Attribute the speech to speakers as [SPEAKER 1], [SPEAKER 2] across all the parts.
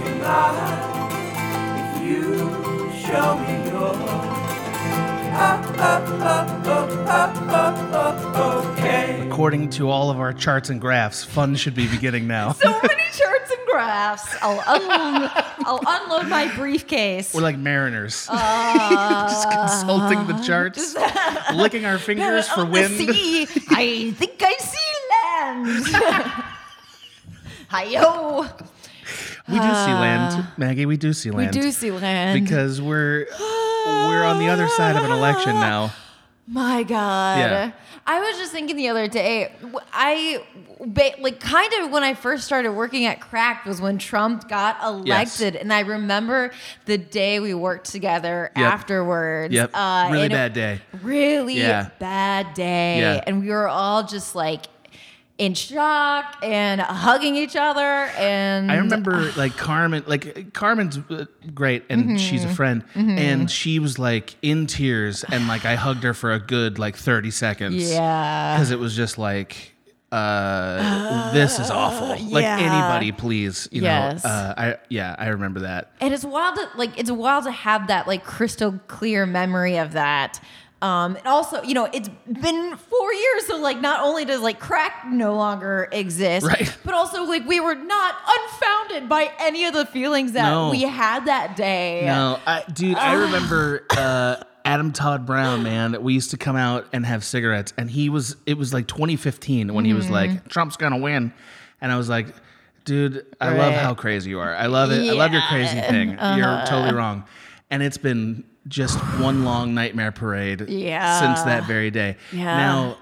[SPEAKER 1] mine if you show me yours. Okay.
[SPEAKER 2] According to all of our charts and graphs, fun should be beginning now.
[SPEAKER 3] So many charts and graphs. I'll unload, I'll unload my briefcase.
[SPEAKER 2] We're like mariners, just consulting the charts, licking our fingers for
[SPEAKER 3] On Oh, the
[SPEAKER 2] wind.
[SPEAKER 3] sea. I think I see land. Hi-yo.
[SPEAKER 2] We do see land, Maggie. We do see
[SPEAKER 3] Uh, We
[SPEAKER 2] land
[SPEAKER 3] do see land.
[SPEAKER 2] because we're we're on the other side of an election now.
[SPEAKER 3] My God.
[SPEAKER 2] Yeah.
[SPEAKER 3] I was just thinking the other day, w- I, ba- like, kind of when I first started working at Cracked was when Trump got elected. And I remember the day we worked together
[SPEAKER 2] Yep.
[SPEAKER 3] afterwards. Uh,
[SPEAKER 2] Yep, really
[SPEAKER 3] and it-
[SPEAKER 2] bad day.
[SPEAKER 3] Really
[SPEAKER 2] Yeah.
[SPEAKER 3] bad day.
[SPEAKER 2] Yeah.
[SPEAKER 3] And we were all just like in shock and hugging each other. And
[SPEAKER 2] I remember like Carmen, like Carmen's uh, great and
[SPEAKER 3] Mm-hmm.
[SPEAKER 2] she's a friend, and she was like in tears, and like I hugged her for a good like thirty seconds.
[SPEAKER 3] Yeah.
[SPEAKER 2] because it was just like uh, this is awful like
[SPEAKER 3] yeah.
[SPEAKER 2] anybody please you
[SPEAKER 3] Yes.
[SPEAKER 2] know uh, i yeah i remember that
[SPEAKER 3] and it's wild to, like it's wild to have that like crystal clear memory of that um and also you know it's been four years so like not only does like crack no longer exist
[SPEAKER 2] Right.
[SPEAKER 3] but also like we were not unfounded by any of the feelings that
[SPEAKER 2] No.
[SPEAKER 3] we had that day
[SPEAKER 2] no I, dude i remember uh, adam todd brown man we used to come out and have cigarettes and he was it was like 2015 when he was
[SPEAKER 3] Mm-hmm.
[SPEAKER 2] like trump's gonna win and i was like dude i love
[SPEAKER 3] Right. Uh-huh.
[SPEAKER 2] how crazy you are i love it i love your crazy thing you're totally wrong and it's been just one long nightmare parade
[SPEAKER 3] Yeah.
[SPEAKER 2] since that very day
[SPEAKER 3] Yeah. Uh-huh.
[SPEAKER 2] now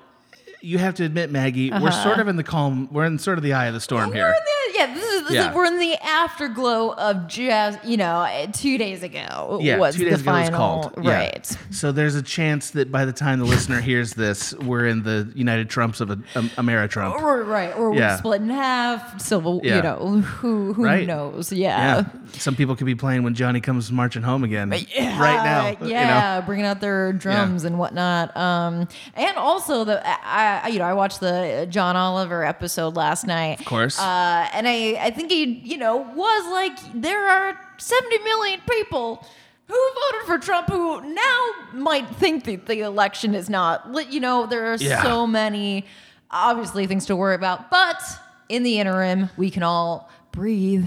[SPEAKER 2] you have to admit, Maggie, we're sort of in the calm, we're in sort of the eye of the storm
[SPEAKER 3] We're
[SPEAKER 2] here.
[SPEAKER 3] in the, yeah, this is, this
[SPEAKER 2] Yeah.
[SPEAKER 3] is we're in the afterglow of just you know eh, two days ago.
[SPEAKER 2] yeah,
[SPEAKER 3] was
[SPEAKER 2] two days
[SPEAKER 3] the
[SPEAKER 2] ago it was
[SPEAKER 3] final-
[SPEAKER 2] called. Yeah.
[SPEAKER 3] right?
[SPEAKER 2] So there's a chance that by the time the listener hears this, we're in the United Trumps of a, um, Ameritrump.
[SPEAKER 3] Or right, or
[SPEAKER 2] Yeah.
[SPEAKER 3] we're split in half. Civil,
[SPEAKER 2] Yeah.
[SPEAKER 3] you know, who who
[SPEAKER 2] Right.
[SPEAKER 3] knows?
[SPEAKER 2] Yeah. Some people could be playing when Johnny comes marching home again. Right now.
[SPEAKER 3] Uh,
[SPEAKER 2] you know.
[SPEAKER 3] yeah, bringing out their drums
[SPEAKER 2] Yeah.
[SPEAKER 3] and whatnot. Um, and also the I, I- you know I watched the John Oliver episode last night, of
[SPEAKER 2] course.
[SPEAKER 3] uh, and I I think he you know was like there are seventy million people. Who voted for Trump? Who now might think that the election is not lit? You know, there are
[SPEAKER 2] Yeah.
[SPEAKER 3] so many, obviously, things to worry about. But in the interim, we can all breathe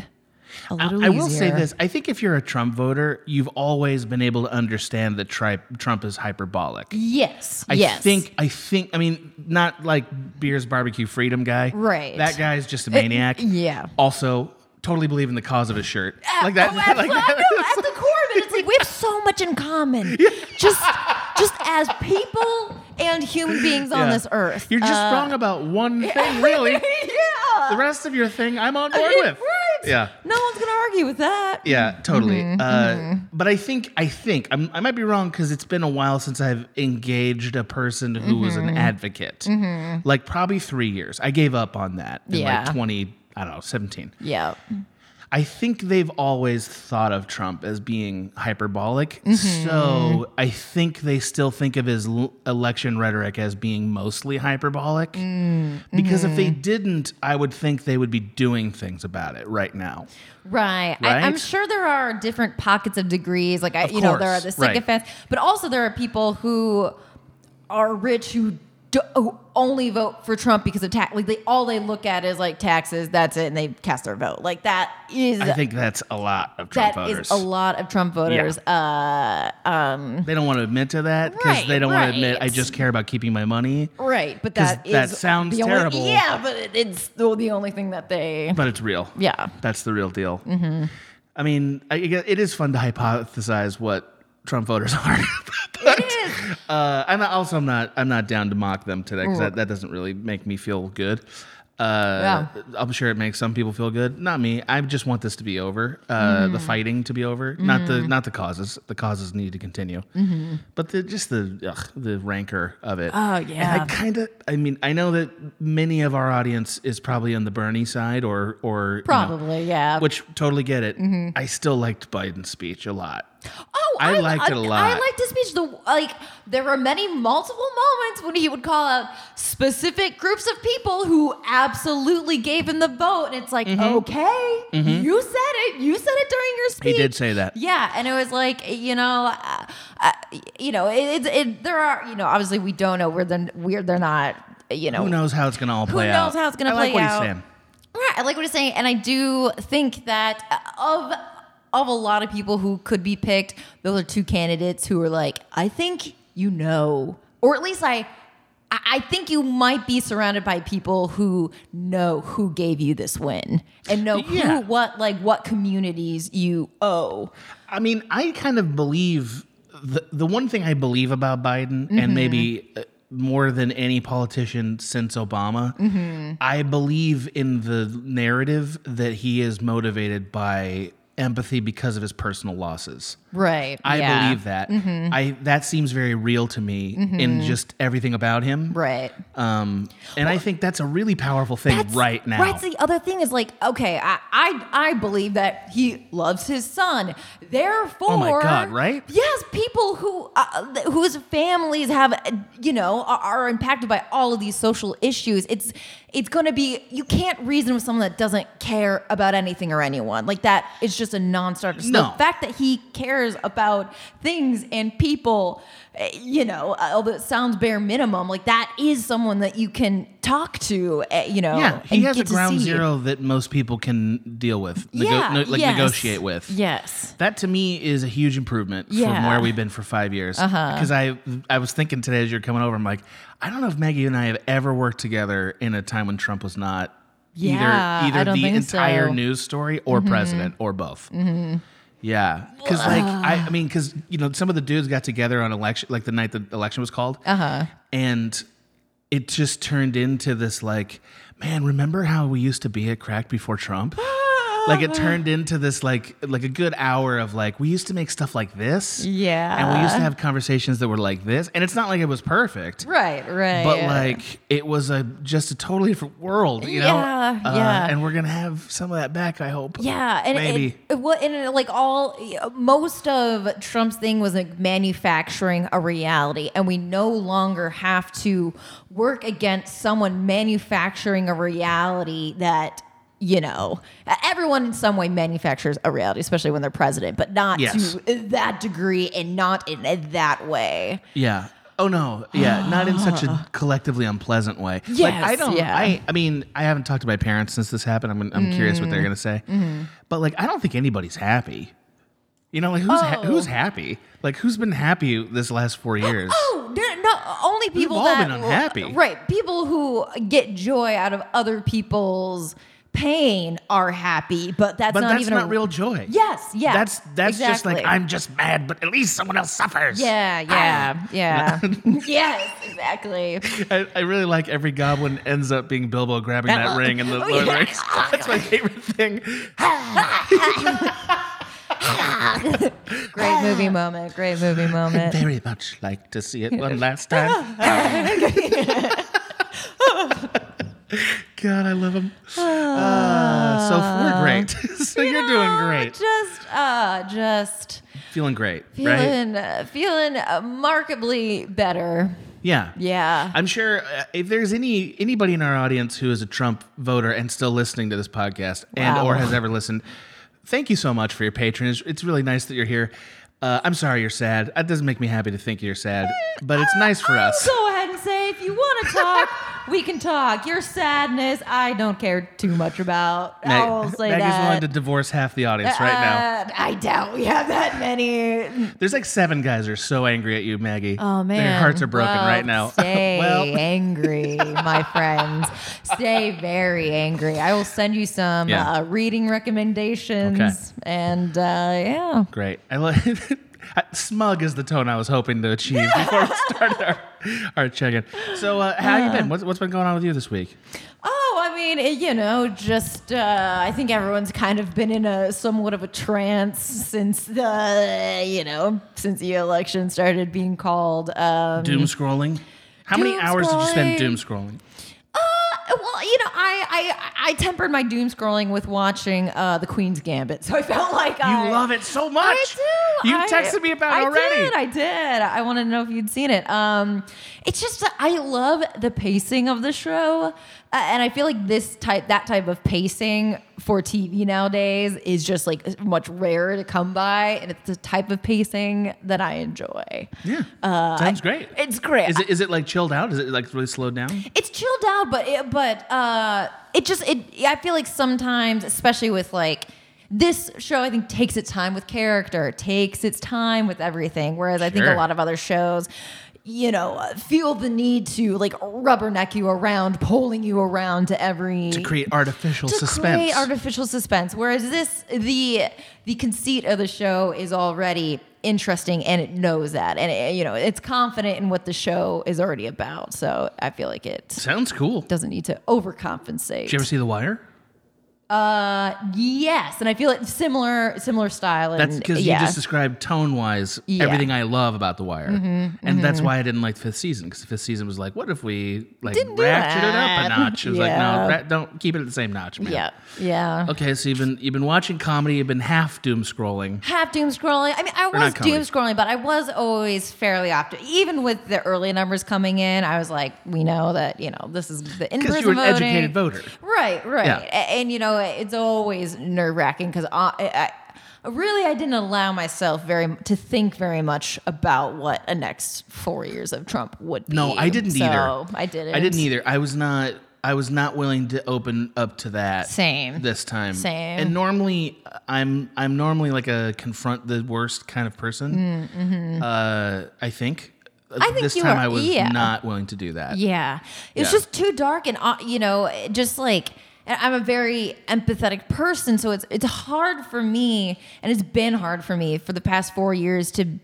[SPEAKER 3] a little
[SPEAKER 2] I will say
[SPEAKER 3] easier.
[SPEAKER 2] this. I think if you're a Trump voter, you've always been able to understand that tri- Trump is hyperbolic.
[SPEAKER 3] Yes.
[SPEAKER 2] I
[SPEAKER 3] yes.
[SPEAKER 2] think I think I mean not like beers barbecue freedom guy.
[SPEAKER 3] Right.
[SPEAKER 2] That guy's just a maniac.
[SPEAKER 3] yeah.
[SPEAKER 2] Also, totally believe in the cause of his shirt. Like that.
[SPEAKER 3] Oh,
[SPEAKER 2] like
[SPEAKER 3] absolutely.
[SPEAKER 2] that.
[SPEAKER 3] I know, at the core of it, it's like we have so much in common. Just just as people and human beings on
[SPEAKER 2] Yeah.
[SPEAKER 3] this earth.
[SPEAKER 2] You're just
[SPEAKER 3] Uh,
[SPEAKER 2] wrong about one thing, really.
[SPEAKER 3] yeah.
[SPEAKER 2] the rest of your thing, I'm on board with.
[SPEAKER 3] Right.
[SPEAKER 2] Yeah.
[SPEAKER 3] No one's gonna argue with that.
[SPEAKER 2] Yeah, totally.
[SPEAKER 3] Mm-hmm,
[SPEAKER 2] uh, But I think I think I'm, I might be wrong because it's been a while since I've engaged a person who
[SPEAKER 3] Mm-hmm.
[SPEAKER 2] was an advocate. Like probably three years. I gave up on that. In
[SPEAKER 3] Yeah.
[SPEAKER 2] Like Twenty. I don't know. Seventeen.
[SPEAKER 3] Yeah.
[SPEAKER 2] I think they've always thought of Trump as being hyperbolic.
[SPEAKER 3] Mm-hmm.
[SPEAKER 2] So I think they still think of his l- election rhetoric as being mostly hyperbolic.
[SPEAKER 3] Mm,
[SPEAKER 2] Because if
[SPEAKER 3] mm-hmm.
[SPEAKER 2] they didn't, I would think they would be doing things about it right now.
[SPEAKER 3] Right. I, I'm
[SPEAKER 2] Right?
[SPEAKER 3] sure there are different pockets of degrees. Like, I, you know, there are the
[SPEAKER 2] course, right.
[SPEAKER 3] sycophants, but also there are people who are rich who, do, who only vote for Trump because of tax. Like, they all they look at is like taxes. That's it, and they cast their vote. Like that is
[SPEAKER 2] I think that's a lot of Trump
[SPEAKER 3] that
[SPEAKER 2] voters.
[SPEAKER 3] is a lot of Trump voters. uh,
[SPEAKER 2] They don't want to admit to that because they
[SPEAKER 3] Right,
[SPEAKER 2] don't want to admit I
[SPEAKER 3] right.
[SPEAKER 2] just care about keeping my money.
[SPEAKER 3] Uh, right, but
[SPEAKER 2] 'Cause
[SPEAKER 3] that is
[SPEAKER 2] that sounds
[SPEAKER 3] the only-
[SPEAKER 2] terrible.
[SPEAKER 3] yeah, but it, it's the, the only thing that they.
[SPEAKER 2] But it's real.
[SPEAKER 3] Yeah. Mm-hmm.
[SPEAKER 2] That's the real deal. I mean, I, I guess it is fun to hypothesize what Trump voters are. but, Uh, I'm not- also I'm not I'm not down to mock them today because that, that doesn't really make me feel good. Uh,
[SPEAKER 3] Yeah.
[SPEAKER 2] I'm sure it makes some people feel good. Not me. I just want this to be over.
[SPEAKER 3] Mm-hmm.
[SPEAKER 2] Uh, The fighting to be over. Not the not the causes. The causes need to continue. But the just the ugh, the rancor of it.
[SPEAKER 3] Mm-hmm. Oh,
[SPEAKER 2] And
[SPEAKER 3] yeah.
[SPEAKER 2] I kind of. I mean, I know that many of our audience is probably on the Bernie side or or you know,
[SPEAKER 3] Probably, Mm-hmm. yeah.
[SPEAKER 2] which totally get it. I still liked Biden's speech a lot.
[SPEAKER 3] oh,
[SPEAKER 2] I
[SPEAKER 3] li-
[SPEAKER 2] liked it a lot.
[SPEAKER 3] I liked his speech. The like, there were many multiple moments when he would call out specific groups of people who absolutely gave him the vote, and it's like, okay, you said it. You said it during your
[SPEAKER 2] Mm-hmm. He
[SPEAKER 3] speech.
[SPEAKER 2] did say that.
[SPEAKER 3] Yeah, and it was like you know, uh, uh, you know, it, it, it. There are you know, obviously we don't know where they're where they're not. You know,
[SPEAKER 2] Who knows how it's gonna all play out?
[SPEAKER 3] knows how it's gonna
[SPEAKER 2] I like
[SPEAKER 3] play
[SPEAKER 2] what
[SPEAKER 3] out.
[SPEAKER 2] He's saying.
[SPEAKER 3] Right, I like what he's saying, and I do think that of of a lot of people who could be picked, those are two candidates who are like, I think you know, or at least I. I I think you might be surrounded by people who know who gave you this win and know
[SPEAKER 2] Yeah.
[SPEAKER 3] who, what, like what communities you owe.
[SPEAKER 2] I mean, I kind of believe the the one thing I believe about Biden,
[SPEAKER 3] Mm-hmm.
[SPEAKER 2] and maybe uh, more than any politician since Obama,
[SPEAKER 3] Mm-hmm.
[SPEAKER 2] I believe in the narrative that he is motivated by empathy because of his personal losses.
[SPEAKER 3] Right.
[SPEAKER 2] I believe that.
[SPEAKER 3] Mm-hmm.
[SPEAKER 2] I that seems very real to me in just everything about him.
[SPEAKER 3] Right.
[SPEAKER 2] Um, and I think that's a really powerful thing
[SPEAKER 3] That's-
[SPEAKER 2] right now.
[SPEAKER 3] That's the other thing is like, okay, I I, I believe that he loves his son. Therefore,
[SPEAKER 2] Oh God, right?
[SPEAKER 3] Yes, people who uh, th- whose families have uh, you know are, are impacted by all of these social issues. It's it's going to be you can't reason with someone that doesn't care about anything or anyone like that. It's just a non-starter. So
[SPEAKER 2] No.
[SPEAKER 3] The fact that he cares about things and people, uh, you know, although it sounds bare minimum, like that is someone that you can talk to. uh, You know,
[SPEAKER 2] Yeah, he
[SPEAKER 3] and
[SPEAKER 2] has a
[SPEAKER 3] get to
[SPEAKER 2] ground
[SPEAKER 3] see.
[SPEAKER 2] zero that most people can deal with, nego-
[SPEAKER 3] yeah,
[SPEAKER 2] no- like
[SPEAKER 3] yes.
[SPEAKER 2] negotiate with.
[SPEAKER 3] Yes.
[SPEAKER 2] That to me is a huge improvement from
[SPEAKER 3] Yeah. Uh-huh.
[SPEAKER 2] where we've been for five years. Because I I was thinking today as you're coming over, I'm like, I don't know if Maggie and I have ever worked together in a time when Trump was not
[SPEAKER 3] Yeah, I
[SPEAKER 2] either either
[SPEAKER 3] don't
[SPEAKER 2] the
[SPEAKER 3] think
[SPEAKER 2] entire
[SPEAKER 3] so. Mm-hmm.
[SPEAKER 2] news story or president or both. Yeah, because like I, I mean, because you know, some of the dudes got together on election, like the night the election was called, uh-huh. and it just turned into this like, man, remember how we used to be at crack before Trump?
[SPEAKER 3] Ah.
[SPEAKER 2] like it turned into this like like a good hour of like we used to make stuff like this,
[SPEAKER 3] Yeah.
[SPEAKER 2] and we used to have conversations that were like this, and it's not like it was perfect,
[SPEAKER 3] Right. Right.
[SPEAKER 2] but like it was a just a totally different world, you know. Uh,
[SPEAKER 3] Yeah, yeah.
[SPEAKER 2] And we're gonna have some of that back, I hope.
[SPEAKER 3] Yeah, and
[SPEAKER 2] maybe.
[SPEAKER 3] It, it, well, and it, like all most of Trump's thing was like manufacturing a reality, and we no longer have to work against someone manufacturing a reality that you know e, everyone in some way manufactures a reality, especially when they're president, but not
[SPEAKER 2] Yes.
[SPEAKER 3] to that degree and not in that way.
[SPEAKER 2] yeah. Oh no. Yeah. Not in such a collectively unpleasant way. like,
[SPEAKER 3] Yes,
[SPEAKER 2] I don't.
[SPEAKER 3] yeah.
[SPEAKER 2] I. I mean, I haven't talked to my parents since this happened. I'm. I'm curious what they're
[SPEAKER 3] Mm.
[SPEAKER 2] gonna say.
[SPEAKER 3] Mm-hmm.
[SPEAKER 2] But like, I don't think anybody's happy. You know, like who's ha-
[SPEAKER 3] Oh.
[SPEAKER 2] who's happy? Like who's been happy this last four years?
[SPEAKER 3] Oh, no, no, only people
[SPEAKER 2] all
[SPEAKER 3] that
[SPEAKER 2] been unhappy.
[SPEAKER 3] Right, people who get joy out of other people's pain are happy, but that's
[SPEAKER 2] but
[SPEAKER 3] not
[SPEAKER 2] that's
[SPEAKER 3] even
[SPEAKER 2] not
[SPEAKER 3] a,
[SPEAKER 2] real joy.
[SPEAKER 3] Yes, yeah.
[SPEAKER 2] That's that's just like
[SPEAKER 3] exactly.
[SPEAKER 2] I'm just mad, but at least someone else suffers.
[SPEAKER 3] Yeah, yeah, yeah. yes, exactly.
[SPEAKER 2] I, I really like every goblin ends up being Bilbo grabbing that,
[SPEAKER 3] lo-
[SPEAKER 2] ring and the
[SPEAKER 3] Oh,
[SPEAKER 2] Lord of the
[SPEAKER 3] yeah.
[SPEAKER 2] Rings. That's my favorite thing. Ah.
[SPEAKER 3] Great movie moment. Great movie
[SPEAKER 2] I'd
[SPEAKER 3] moment.
[SPEAKER 2] very much like to see it one last time. God, I love him. Uh, so we're great. so you are doing great.
[SPEAKER 3] Just, uh, just
[SPEAKER 2] Feeling great, right?
[SPEAKER 3] feeling, uh, feeling uh, markedly better.
[SPEAKER 2] Yeah.
[SPEAKER 3] Yeah.
[SPEAKER 2] I'm sure uh, if there's any anybody in our audience who is a Trump voter and still listening to this podcast and
[SPEAKER 3] Wow.
[SPEAKER 2] or has ever listened, thank you so much for your patronage. It's really nice that you're here. Uh, I'm sorry you're sad. It doesn't make me happy to think you're sad, but it's nice for us.
[SPEAKER 3] Go ahead and say if you want to talk, we can talk. Your sadness, I don't care too much about. I will say
[SPEAKER 2] Maggie's
[SPEAKER 3] that.
[SPEAKER 2] willing to divorce half the audience right now.
[SPEAKER 3] Uh, I doubt we have that many.
[SPEAKER 2] There's like seven guys who are so angry at you, Maggie.
[SPEAKER 3] Oh man,
[SPEAKER 2] their hearts are broken
[SPEAKER 3] Well,
[SPEAKER 2] right now.
[SPEAKER 3] Stay
[SPEAKER 2] well,
[SPEAKER 3] angry, my friends. Stay very angry. I will send you some
[SPEAKER 2] Yeah.
[SPEAKER 3] uh, reading recommendations,
[SPEAKER 2] Okay.
[SPEAKER 3] and uh, yeah,
[SPEAKER 2] Great. I love smug is the tone I was hoping to achieve before we started our, our check-in. So, uh, how you been? What's, what's been going on with you this week?
[SPEAKER 3] Oh, I mean, it- you know, just uh, I think everyone's kind of been in a somewhat of a trance since the you know since the election started being called. Um,
[SPEAKER 2] Doom scrolling. How many
[SPEAKER 3] Doom
[SPEAKER 2] hours did you spend
[SPEAKER 3] scrolling.
[SPEAKER 2] doom scrolling?
[SPEAKER 3] uh, well, you know, I, I I tempered my doom scrolling with watching uh, the Queen's Gambit, so I felt like
[SPEAKER 2] You
[SPEAKER 3] I,
[SPEAKER 2] love it so much.
[SPEAKER 3] I do.
[SPEAKER 2] You
[SPEAKER 3] I-
[SPEAKER 2] texted me about it
[SPEAKER 3] I
[SPEAKER 2] already.
[SPEAKER 3] Did, I did. I wanted to know if you'd seen it. Um, it's just I love the pacing of the show, uh, and I feel like this type, that type of pacing for TV nowadays is just like much rarer to come by, and it's the type of pacing that I enjoy.
[SPEAKER 2] Yeah,
[SPEAKER 3] Uh,
[SPEAKER 2] sounds great.
[SPEAKER 3] It's great.
[SPEAKER 2] Is it is it like chilled out? Is it like really slowed down?
[SPEAKER 3] it's chilled out, but it, but uh, it just it. I feel like sometimes, especially with like this show, I think takes its time with character, takes its time with everything. Whereas I think a
[SPEAKER 2] Sure.
[SPEAKER 3] lot of other shows, you know, uh, feel the need to like rubberneck you around, pulling you around to every
[SPEAKER 2] To create artificial
[SPEAKER 3] to
[SPEAKER 2] suspense.
[SPEAKER 3] create artificial suspense. Whereas this, the the conceit of the show is already interesting, and it knows that, and it, you know it's confident in what the show is already about. So I feel like it
[SPEAKER 2] sounds cool. Did
[SPEAKER 3] doesn't need to overcompensate.
[SPEAKER 2] you ever see The Wire?
[SPEAKER 3] uh, yes, and I feel it similar similar style. And
[SPEAKER 2] That's because
[SPEAKER 3] yeah.
[SPEAKER 2] you just described tone wise
[SPEAKER 3] Yeah. Mm-hmm,
[SPEAKER 2] everything I love about The Wire, and that's why I didn't like fifth season because fifth season was like, what if we like
[SPEAKER 3] Didn't do
[SPEAKER 2] ratchet it up a
[SPEAKER 3] that.
[SPEAKER 2] notch? It was
[SPEAKER 3] Yeah.
[SPEAKER 2] like, no, ra- don't keep it at the same notch, man.
[SPEAKER 3] yeah, yeah.
[SPEAKER 2] Okay, so you've been you've been watching comedy, you've been half doom scrolling.
[SPEAKER 3] half doom scrolling. I mean, I
[SPEAKER 2] not
[SPEAKER 3] was doom scrolling, but I was always fairly optimistic. Even with the early numbers coming in, I was like, we know that you know this is the in
[SPEAKER 2] Because
[SPEAKER 3] person
[SPEAKER 2] you were an
[SPEAKER 3] voting.
[SPEAKER 2] educated voter.
[SPEAKER 3] right? Right.
[SPEAKER 2] Yeah.
[SPEAKER 3] A- And you know, it's always nerve wracking because I, I- I- really I didn't allow myself very to think very much about what a next four years of Trump would be.
[SPEAKER 2] No, I didn't
[SPEAKER 3] so
[SPEAKER 2] either.
[SPEAKER 3] I didn't.
[SPEAKER 2] I didn't either. I was not. I was not willing to open up to that.
[SPEAKER 3] Same.
[SPEAKER 2] This time.
[SPEAKER 3] Same.
[SPEAKER 2] And normally, I'm I'm normally like a confront the worst kind of person. Uh, I think.
[SPEAKER 3] Mm, mm-hmm. I think
[SPEAKER 2] this
[SPEAKER 3] you
[SPEAKER 2] time
[SPEAKER 3] are-
[SPEAKER 2] I was
[SPEAKER 3] yeah.
[SPEAKER 2] not willing to do that.
[SPEAKER 3] Yeah. It's
[SPEAKER 2] Yeah.
[SPEAKER 3] just too dark and uh, you know, it just like and I'm a very empathetic person, so it's it's hard for me and it's been hard for me for the past 4 years to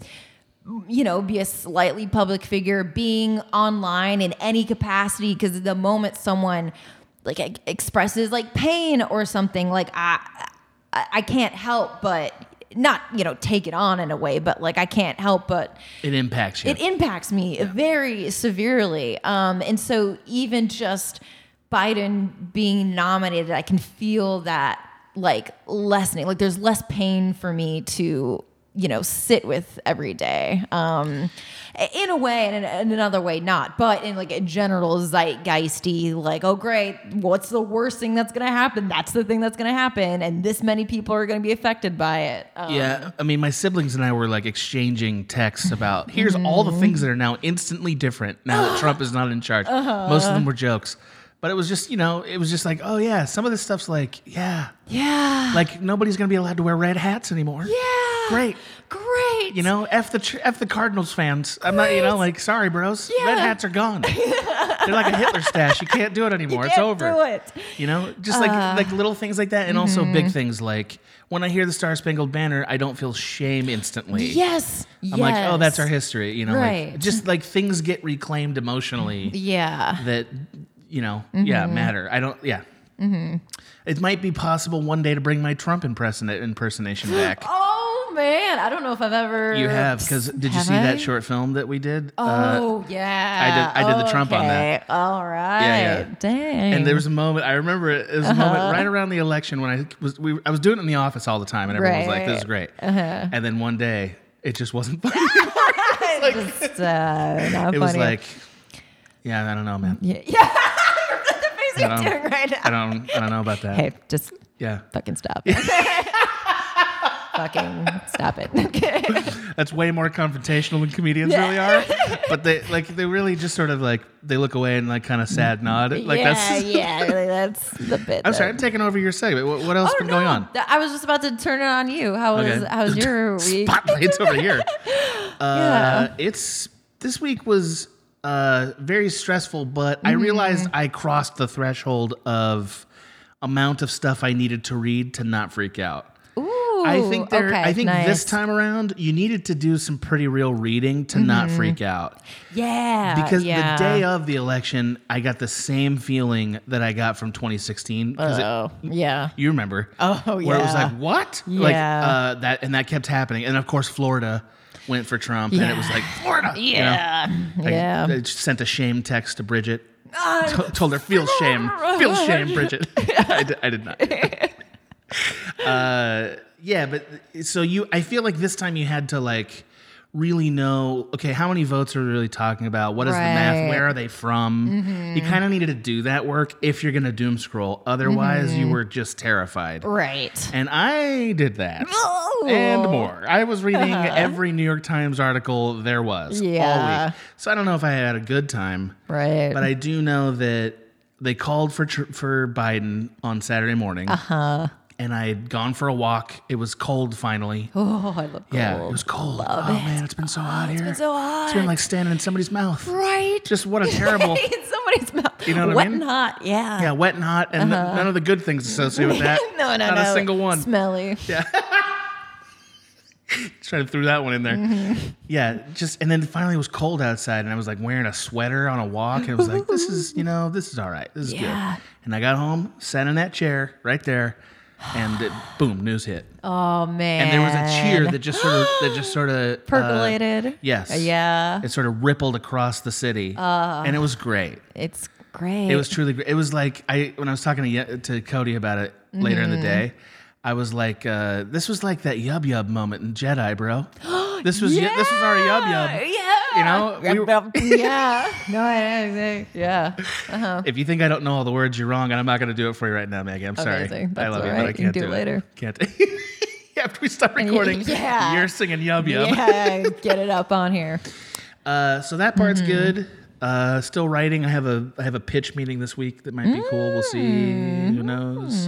[SPEAKER 3] you know, be a slightly public figure, being online in any capacity because the moment someone like e- expresses like pain or something like I I I can't help but not, you know, take it on in a way, but like I can't help but
[SPEAKER 2] It impacts you.
[SPEAKER 3] it impacts me very severely. Um, and so even just Biden being nominated, I can feel that like lessening. Like there's less pain for me to you know sit with every day um in a way and in, in another way not but in like a general zeitgeisty like oh great what's the worst thing that's gonna happen that's the thing that's gonna happen and this many people are gonna be affected by it um,
[SPEAKER 2] yeah, I mean, my siblings and I were like exchanging texts about here's all
[SPEAKER 3] Mm-hmm.
[SPEAKER 2] the things that are now instantly different now that Trump is not in charge. Most
[SPEAKER 3] Uh-huh.
[SPEAKER 2] of them were jokes, but it was just you know it was just like oh yeah, some of this stuff's like yeah,
[SPEAKER 3] yeah
[SPEAKER 2] like nobody's gonna be allowed to wear red hats anymore.
[SPEAKER 3] yeah
[SPEAKER 2] Great.
[SPEAKER 3] great
[SPEAKER 2] You know, f the tr- f the Cardinals fans. I'm not, you know, like sorry, bros. Red
[SPEAKER 3] Yeah.
[SPEAKER 2] hats are gone. They're like a Hitler stash. You can't do it anymore. it's
[SPEAKER 3] can't
[SPEAKER 2] over.
[SPEAKER 3] do it. Uh. Mm-hmm.
[SPEAKER 2] You know, just like like little things like that, and also big things like when I hear the Star Spangled Banner, I don't feel shame instantly.
[SPEAKER 3] Yes.
[SPEAKER 2] I'm like, oh, that's our history. You know,
[SPEAKER 3] Right.
[SPEAKER 2] like just like things get reclaimed emotionally
[SPEAKER 3] Yeah.
[SPEAKER 2] that you know, yeah,
[SPEAKER 3] mm-hmm.
[SPEAKER 2] matter. I don't, yeah. It might be possible one day to bring my Trump imperson- impersonation back.
[SPEAKER 3] Oh man, I don't know if I've ever.
[SPEAKER 2] You have because did you
[SPEAKER 3] Have
[SPEAKER 2] see
[SPEAKER 3] I?
[SPEAKER 2] that short film that we did? Uh,
[SPEAKER 3] Oh yeah.
[SPEAKER 2] I did- I did the Trump on that.
[SPEAKER 3] Okay, All right.
[SPEAKER 2] Yeah, yeah.
[SPEAKER 3] Dang.
[SPEAKER 2] and there was a moment I remember it. It was a
[SPEAKER 3] Uh-huh.
[SPEAKER 2] moment right around the election when I was we, I was doing it in the office all the time, and everyone was like, "This is great."
[SPEAKER 3] Uh-huh.
[SPEAKER 2] And then one day, it just wasn't funny.
[SPEAKER 3] Just, uh, not
[SPEAKER 2] it was
[SPEAKER 3] funny.
[SPEAKER 2] like, "Yeah, I don't know, man.
[SPEAKER 3] Yeah. yeah. the face you're
[SPEAKER 2] don't-
[SPEAKER 3] doing right
[SPEAKER 2] I
[SPEAKER 3] now.
[SPEAKER 2] don't, I don't know about that."
[SPEAKER 3] Hey, just
[SPEAKER 2] Yeah,
[SPEAKER 3] fucking stop. fucking stop it. Okay.
[SPEAKER 2] that's way more confrontational than comedians
[SPEAKER 3] Yeah.
[SPEAKER 2] really are. But they like they really just sort of like they look away and like kind of sad nod. Like
[SPEAKER 3] yeah,
[SPEAKER 2] that's.
[SPEAKER 3] yeah, really, that's the bit.
[SPEAKER 2] I'm sorry,
[SPEAKER 3] that-
[SPEAKER 2] I'm taking over your segment. What, what else
[SPEAKER 3] Oh,
[SPEAKER 2] been going
[SPEAKER 3] no.
[SPEAKER 2] on?
[SPEAKER 3] Th- I was just about to turn it on you. How was how was your week?
[SPEAKER 2] Spotlights over here. Uh, It's this week was uh, very stressful, but I
[SPEAKER 3] Mm-hmm.
[SPEAKER 2] realized I crossed the threshold of amount of stuff I needed to read to not freak out.
[SPEAKER 3] Ooh,
[SPEAKER 2] I think there,
[SPEAKER 3] okay,
[SPEAKER 2] I think
[SPEAKER 3] nice.
[SPEAKER 2] this time around you needed to do some pretty real reading to not freak out
[SPEAKER 3] Yeah.
[SPEAKER 2] because
[SPEAKER 3] Mm-hmm. Uh, yeah.
[SPEAKER 2] the day of the election I got the same feeling that I got from 2016 because it
[SPEAKER 3] Oh, yeah.
[SPEAKER 2] you remember?
[SPEAKER 3] Oh,
[SPEAKER 2] Where it was
[SPEAKER 3] yeah.
[SPEAKER 2] like what?
[SPEAKER 3] Yeah.
[SPEAKER 2] Like uh, that, and that kept happening. And of course, Florida. went for Trump, and it was like Florida. you know?
[SPEAKER 3] Yeah.
[SPEAKER 2] I-
[SPEAKER 3] Yeah. Ah,
[SPEAKER 2] I, sent a shame text to Bridget. T- told her feel shame, feel shame, Bridget. I, did, I did not. uh, yeah, but so you, I feel like this time you had to like really know. Okay, how many votes are we really talking about? What is the
[SPEAKER 3] Right. Mm-hmm.
[SPEAKER 2] math? Where are they from? You kind of needed to do that work if you're gonna doom scroll. Otherwise, you
[SPEAKER 3] Mm-hmm.
[SPEAKER 2] were just terrified.
[SPEAKER 3] Right.
[SPEAKER 2] And I did that.
[SPEAKER 3] Oh.
[SPEAKER 2] And more. I was reading every New York Times article there was all
[SPEAKER 3] Uh-huh. Yeah.
[SPEAKER 2] week. So I don't know if I had a good time,
[SPEAKER 3] Right.
[SPEAKER 2] but I do know that they called for tr- for Biden on Saturday morning. Uh huh.
[SPEAKER 3] Uh-huh.
[SPEAKER 2] And I had gone for a walk. It was cold finally.
[SPEAKER 3] oh, I love
[SPEAKER 2] yeah, it
[SPEAKER 3] gold.
[SPEAKER 2] was cold. oh man, it's been so hot here. It's
[SPEAKER 3] been so
[SPEAKER 2] It's been
[SPEAKER 3] hot.
[SPEAKER 2] like standing in somebody's mouth.
[SPEAKER 3] Right.
[SPEAKER 2] Just what a terrible.
[SPEAKER 3] in somebody's mouth. You
[SPEAKER 2] know what I
[SPEAKER 3] Wet
[SPEAKER 2] mean?
[SPEAKER 3] and hot. Yeah.
[SPEAKER 2] Yeah, wet and hot, and none of the good things associated with that.
[SPEAKER 3] Uh-huh. no, no,
[SPEAKER 2] not
[SPEAKER 3] no.
[SPEAKER 2] a single one.
[SPEAKER 3] Smelly.
[SPEAKER 2] Try to throw that one in there.
[SPEAKER 3] Mm-hmm.
[SPEAKER 2] Yeah, just and then finally it was cold outside, and I was like wearing a sweater on a walk, and it was like, this is you know, this is all right, this is
[SPEAKER 3] Yeah.
[SPEAKER 2] good. And I got home, sat in that chair right there, and it, boom, news hit,
[SPEAKER 3] Oh man.
[SPEAKER 2] and there was a cheer that just sort of that just sort of
[SPEAKER 3] percolated.
[SPEAKER 2] yes,
[SPEAKER 3] Yeah.
[SPEAKER 2] It sort of rippled across the city,
[SPEAKER 3] Uh.
[SPEAKER 2] and it was great.
[SPEAKER 3] It's great.
[SPEAKER 2] It was truly great. It was like I when I was talking to Ye- to Cody about it later
[SPEAKER 3] Mm-hmm.
[SPEAKER 2] in the day. I was like, uh, this was like that yub yub moment in Jedi, bro. This was
[SPEAKER 3] yeah.
[SPEAKER 2] this was our yub yub.
[SPEAKER 3] Yeah.
[SPEAKER 2] You know, we were-
[SPEAKER 3] yeah. No, I know. Yeah.
[SPEAKER 2] If you think I don't know all the words, you're wrong, and I'm not going to do it for you right now, Maggie. I'm sorry.
[SPEAKER 3] Amazing.
[SPEAKER 2] I
[SPEAKER 3] That's
[SPEAKER 2] love
[SPEAKER 3] all
[SPEAKER 2] you,
[SPEAKER 3] right.
[SPEAKER 2] but I
[SPEAKER 3] You
[SPEAKER 2] can't
[SPEAKER 3] can do it later.
[SPEAKER 2] Can't. After we stop
[SPEAKER 3] y-
[SPEAKER 2] recording,
[SPEAKER 3] yeah.
[SPEAKER 2] you're singing yub yub.
[SPEAKER 3] Yeah. Get it up on here.
[SPEAKER 2] Uh, so that part's
[SPEAKER 3] Mm-hmm.
[SPEAKER 2] good. Uh, still writing. I have a I have a pitch meeting this week that might be cool. We'll see.
[SPEAKER 3] Mm.
[SPEAKER 2] Who knows?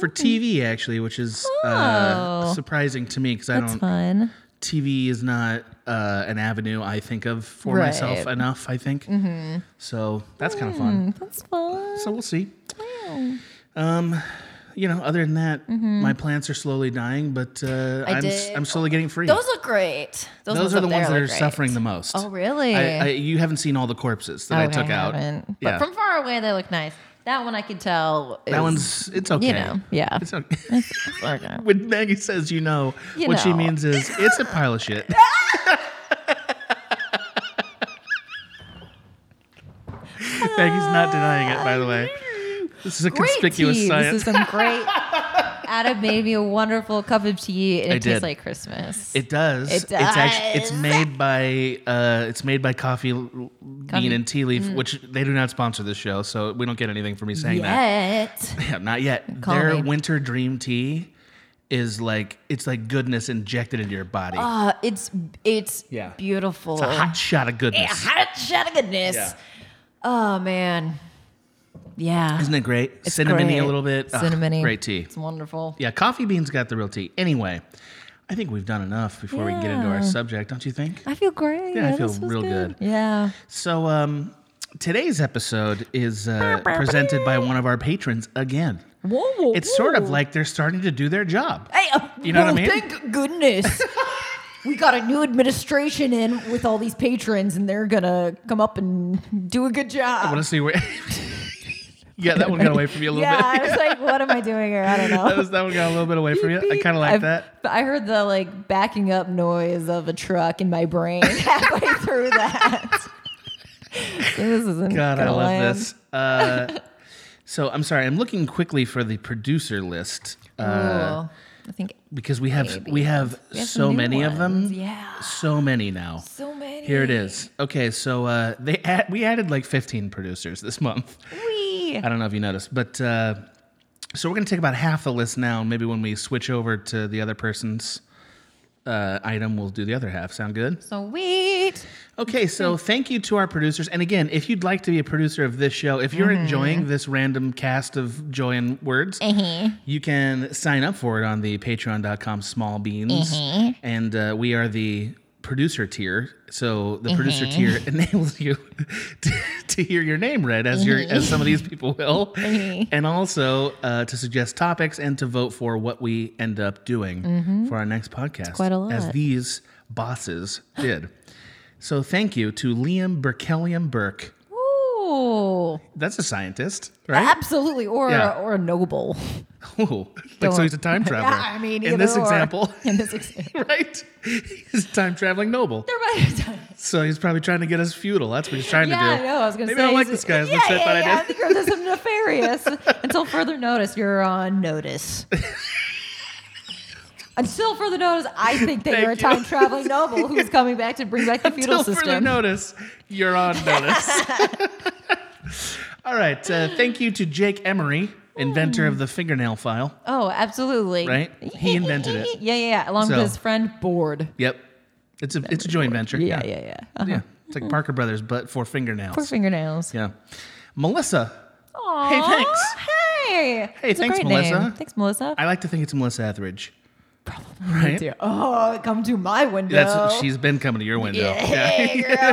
[SPEAKER 2] For TV actually, which is uh,
[SPEAKER 3] Mm-hmm. Oh.
[SPEAKER 2] surprising to me because I
[SPEAKER 3] That's
[SPEAKER 2] don't
[SPEAKER 3] fun.
[SPEAKER 2] TV is not uh, an avenue I think of for
[SPEAKER 3] Right. Mm-hmm.
[SPEAKER 2] myself enough. I think so. That's kind of fun.
[SPEAKER 3] That's fun.
[SPEAKER 2] So we'll see. Um, you know, other than that, my plants are slowly dying, but uh, I'm s-
[SPEAKER 3] Mm-hmm. did-
[SPEAKER 2] I'm slowly getting free.
[SPEAKER 3] Those look great. Those,
[SPEAKER 2] Those
[SPEAKER 3] ones
[SPEAKER 2] are
[SPEAKER 3] up
[SPEAKER 2] the
[SPEAKER 3] there
[SPEAKER 2] ones that
[SPEAKER 3] look
[SPEAKER 2] are
[SPEAKER 3] great.
[SPEAKER 2] suffering the most.
[SPEAKER 3] Oh, really?
[SPEAKER 2] I, I, you haven't seen all the corpses that I
[SPEAKER 3] Oh,
[SPEAKER 2] took out.
[SPEAKER 3] haven't.
[SPEAKER 2] Yeah.
[SPEAKER 3] But from far away, they look nice. That one I can tell.
[SPEAKER 2] that
[SPEAKER 3] is-
[SPEAKER 2] one's it's okay.
[SPEAKER 3] You know, yeah.
[SPEAKER 2] It's okay.
[SPEAKER 3] okay.
[SPEAKER 2] when Maggie says you know,
[SPEAKER 3] You
[SPEAKER 2] what she
[SPEAKER 3] know.
[SPEAKER 2] means is it's a pile of shit. Maggie's not denying it, by the way. This is a
[SPEAKER 3] Great
[SPEAKER 2] conspicuous
[SPEAKER 3] tea.
[SPEAKER 2] science.
[SPEAKER 3] This is some great. Adam made me a wonderful cup of tea, and it
[SPEAKER 2] I
[SPEAKER 3] tastes
[SPEAKER 2] did.
[SPEAKER 3] like Christmas.
[SPEAKER 2] It does.
[SPEAKER 3] It
[SPEAKER 2] It's, actually, it's
[SPEAKER 3] does.
[SPEAKER 2] made by uh, it's made by coffee, L- bean and tea
[SPEAKER 3] Mm.
[SPEAKER 2] leaf, which they do not sponsor this show, so we don't get anything for me saying that.
[SPEAKER 3] Yet.
[SPEAKER 2] Yeah, not yet.
[SPEAKER 3] Call
[SPEAKER 2] Their
[SPEAKER 3] me.
[SPEAKER 2] winter dream tea is like it's like goodness injected into your body.
[SPEAKER 3] Uh, it's it's
[SPEAKER 2] Yeah.
[SPEAKER 3] beautiful.
[SPEAKER 2] it's a hot shot of
[SPEAKER 3] Yeah,
[SPEAKER 2] goodness.
[SPEAKER 3] hot shot of goodness.
[SPEAKER 2] Yeah.
[SPEAKER 3] Oh man. Yeah.
[SPEAKER 2] Isn't it great? Cinnamony
[SPEAKER 3] great.
[SPEAKER 2] a little bit. Ugh,
[SPEAKER 3] Cinnamony.
[SPEAKER 2] great tea.
[SPEAKER 3] It's wonderful.
[SPEAKER 2] Yeah, coffee beans got the real tea. Anyway, I think we've done enough before we can get into our
[SPEAKER 3] Yeah.
[SPEAKER 2] subject, don't you think?
[SPEAKER 3] I feel great.
[SPEAKER 2] Yeah, I feel
[SPEAKER 3] this was
[SPEAKER 2] real good.
[SPEAKER 3] Yeah.
[SPEAKER 2] So, um, today's episode is uh, presented by one of our patrons again.
[SPEAKER 3] Whoa.
[SPEAKER 2] It's sort of like they're starting to do their job.
[SPEAKER 3] Hey, uh,
[SPEAKER 2] You know what I
[SPEAKER 3] well,
[SPEAKER 2] mean?
[SPEAKER 3] Thank goodness. We got a new administration in with all these patrons, and they're gonna come up and do a good
[SPEAKER 2] I
[SPEAKER 3] job.
[SPEAKER 2] want to see where. yeah, that one got away from you a little
[SPEAKER 3] yeah,
[SPEAKER 2] bit.
[SPEAKER 3] I was like, what am I doing here? I don't know.
[SPEAKER 2] that, was, that one got a little bit away from you. I kind of like
[SPEAKER 3] I've-
[SPEAKER 2] that.
[SPEAKER 3] but I heard the like backing up noise of a truck in my brain halfway through that. So this isn't
[SPEAKER 2] God, I
[SPEAKER 3] gonna
[SPEAKER 2] love
[SPEAKER 3] land.
[SPEAKER 2] this. Uh, so I'm sorry. I'm looking quickly for the producer list uh,
[SPEAKER 3] Ooh, I think
[SPEAKER 2] because we have
[SPEAKER 3] Maybe.
[SPEAKER 2] we have,
[SPEAKER 3] We have some
[SPEAKER 2] so
[SPEAKER 3] new
[SPEAKER 2] many of them.
[SPEAKER 3] ones. Yeah.
[SPEAKER 2] so many now.
[SPEAKER 3] so many.
[SPEAKER 2] Here it is. Okay, so uh, they add, we added like 15 producers this month.
[SPEAKER 3] Whee!
[SPEAKER 2] I don't know if you noticed, but uh, so we're going to take about half the list now, and maybe when we switch over to the other person's uh, item, we'll do the other half. Sound good?
[SPEAKER 3] Sweet.
[SPEAKER 2] Okay, so thank you to our producers. And again, if you'd like to be a producer of this show, if you're enjoying this random cast of joy and words, you can sign up for it on the patreon.com small beans.
[SPEAKER 3] Mm-hmm.
[SPEAKER 2] And uh, we are the producer tier. So
[SPEAKER 3] Mm-hmm.
[SPEAKER 2] the producer tier enables you to, to hear your name read as your as some of these people will.
[SPEAKER 3] Mm-hmm.
[SPEAKER 2] And also uh, to suggest topics and to vote for what we end up doing for our next podcast.
[SPEAKER 3] Mm-hmm. quite a
[SPEAKER 2] As
[SPEAKER 3] lot.
[SPEAKER 2] these bosses did. So thank you to Liam Berkelium Burke,
[SPEAKER 3] Ooh. Oh,
[SPEAKER 2] That's a scientist, right?
[SPEAKER 3] absolutely. Or
[SPEAKER 2] Yeah.
[SPEAKER 3] or a noble.
[SPEAKER 2] Ooh, like so
[SPEAKER 3] Don't-
[SPEAKER 2] he's a time traveler.
[SPEAKER 3] Yeah, I mean,
[SPEAKER 2] in
[SPEAKER 3] either
[SPEAKER 2] this
[SPEAKER 3] or.
[SPEAKER 2] example,
[SPEAKER 3] In this example.
[SPEAKER 2] right? He's a time traveling noble.
[SPEAKER 3] There might have done it.
[SPEAKER 2] So he's probably trying to get us feudal. That's what he's trying
[SPEAKER 3] Yeah,
[SPEAKER 2] to
[SPEAKER 3] I
[SPEAKER 2] do.
[SPEAKER 3] know. I was going to
[SPEAKER 2] Maybe
[SPEAKER 3] say.
[SPEAKER 2] I don't like
[SPEAKER 3] he's-
[SPEAKER 2] this guy as
[SPEAKER 3] yeah,
[SPEAKER 2] much as I
[SPEAKER 3] yeah,
[SPEAKER 2] thought I
[SPEAKER 3] yeah,
[SPEAKER 2] did.
[SPEAKER 3] I think you're there's some nefarious. Until further notice, you're on notice. Until further notice, I think that
[SPEAKER 2] Thank
[SPEAKER 3] you're a
[SPEAKER 2] you.
[SPEAKER 3] time traveling noble who's coming back to bring back the feudal
[SPEAKER 2] Until further
[SPEAKER 3] system.
[SPEAKER 2] notice, you're on notice. All right. Uh, thank you to Jake Emery, inventor of the fingernail file.
[SPEAKER 3] oh, absolutely.
[SPEAKER 2] Right? He invented it.
[SPEAKER 3] yeah, yeah, yeah. Along
[SPEAKER 2] So-
[SPEAKER 3] with his friend Board.
[SPEAKER 2] Yep. It's a it's a joint venture.
[SPEAKER 3] Yeah, yeah, yeah. Uh-huh.
[SPEAKER 2] Yeah. It's like Parker Brothers, but for fingernails.
[SPEAKER 3] Poor fingernails.
[SPEAKER 2] yeah. Melissa.
[SPEAKER 3] Aww,
[SPEAKER 2] Hey, thanks.
[SPEAKER 3] Hey.
[SPEAKER 2] Hey,
[SPEAKER 3] It's a
[SPEAKER 2] thanks,
[SPEAKER 3] great
[SPEAKER 2] Melissa.
[SPEAKER 3] Name. Thanks, Melissa.
[SPEAKER 2] I like to think it's Melissa Etheridge.
[SPEAKER 3] Probably.
[SPEAKER 2] Right?
[SPEAKER 3] do. Oh, come to my window.
[SPEAKER 2] That's she's been coming to your window.
[SPEAKER 3] Yeah,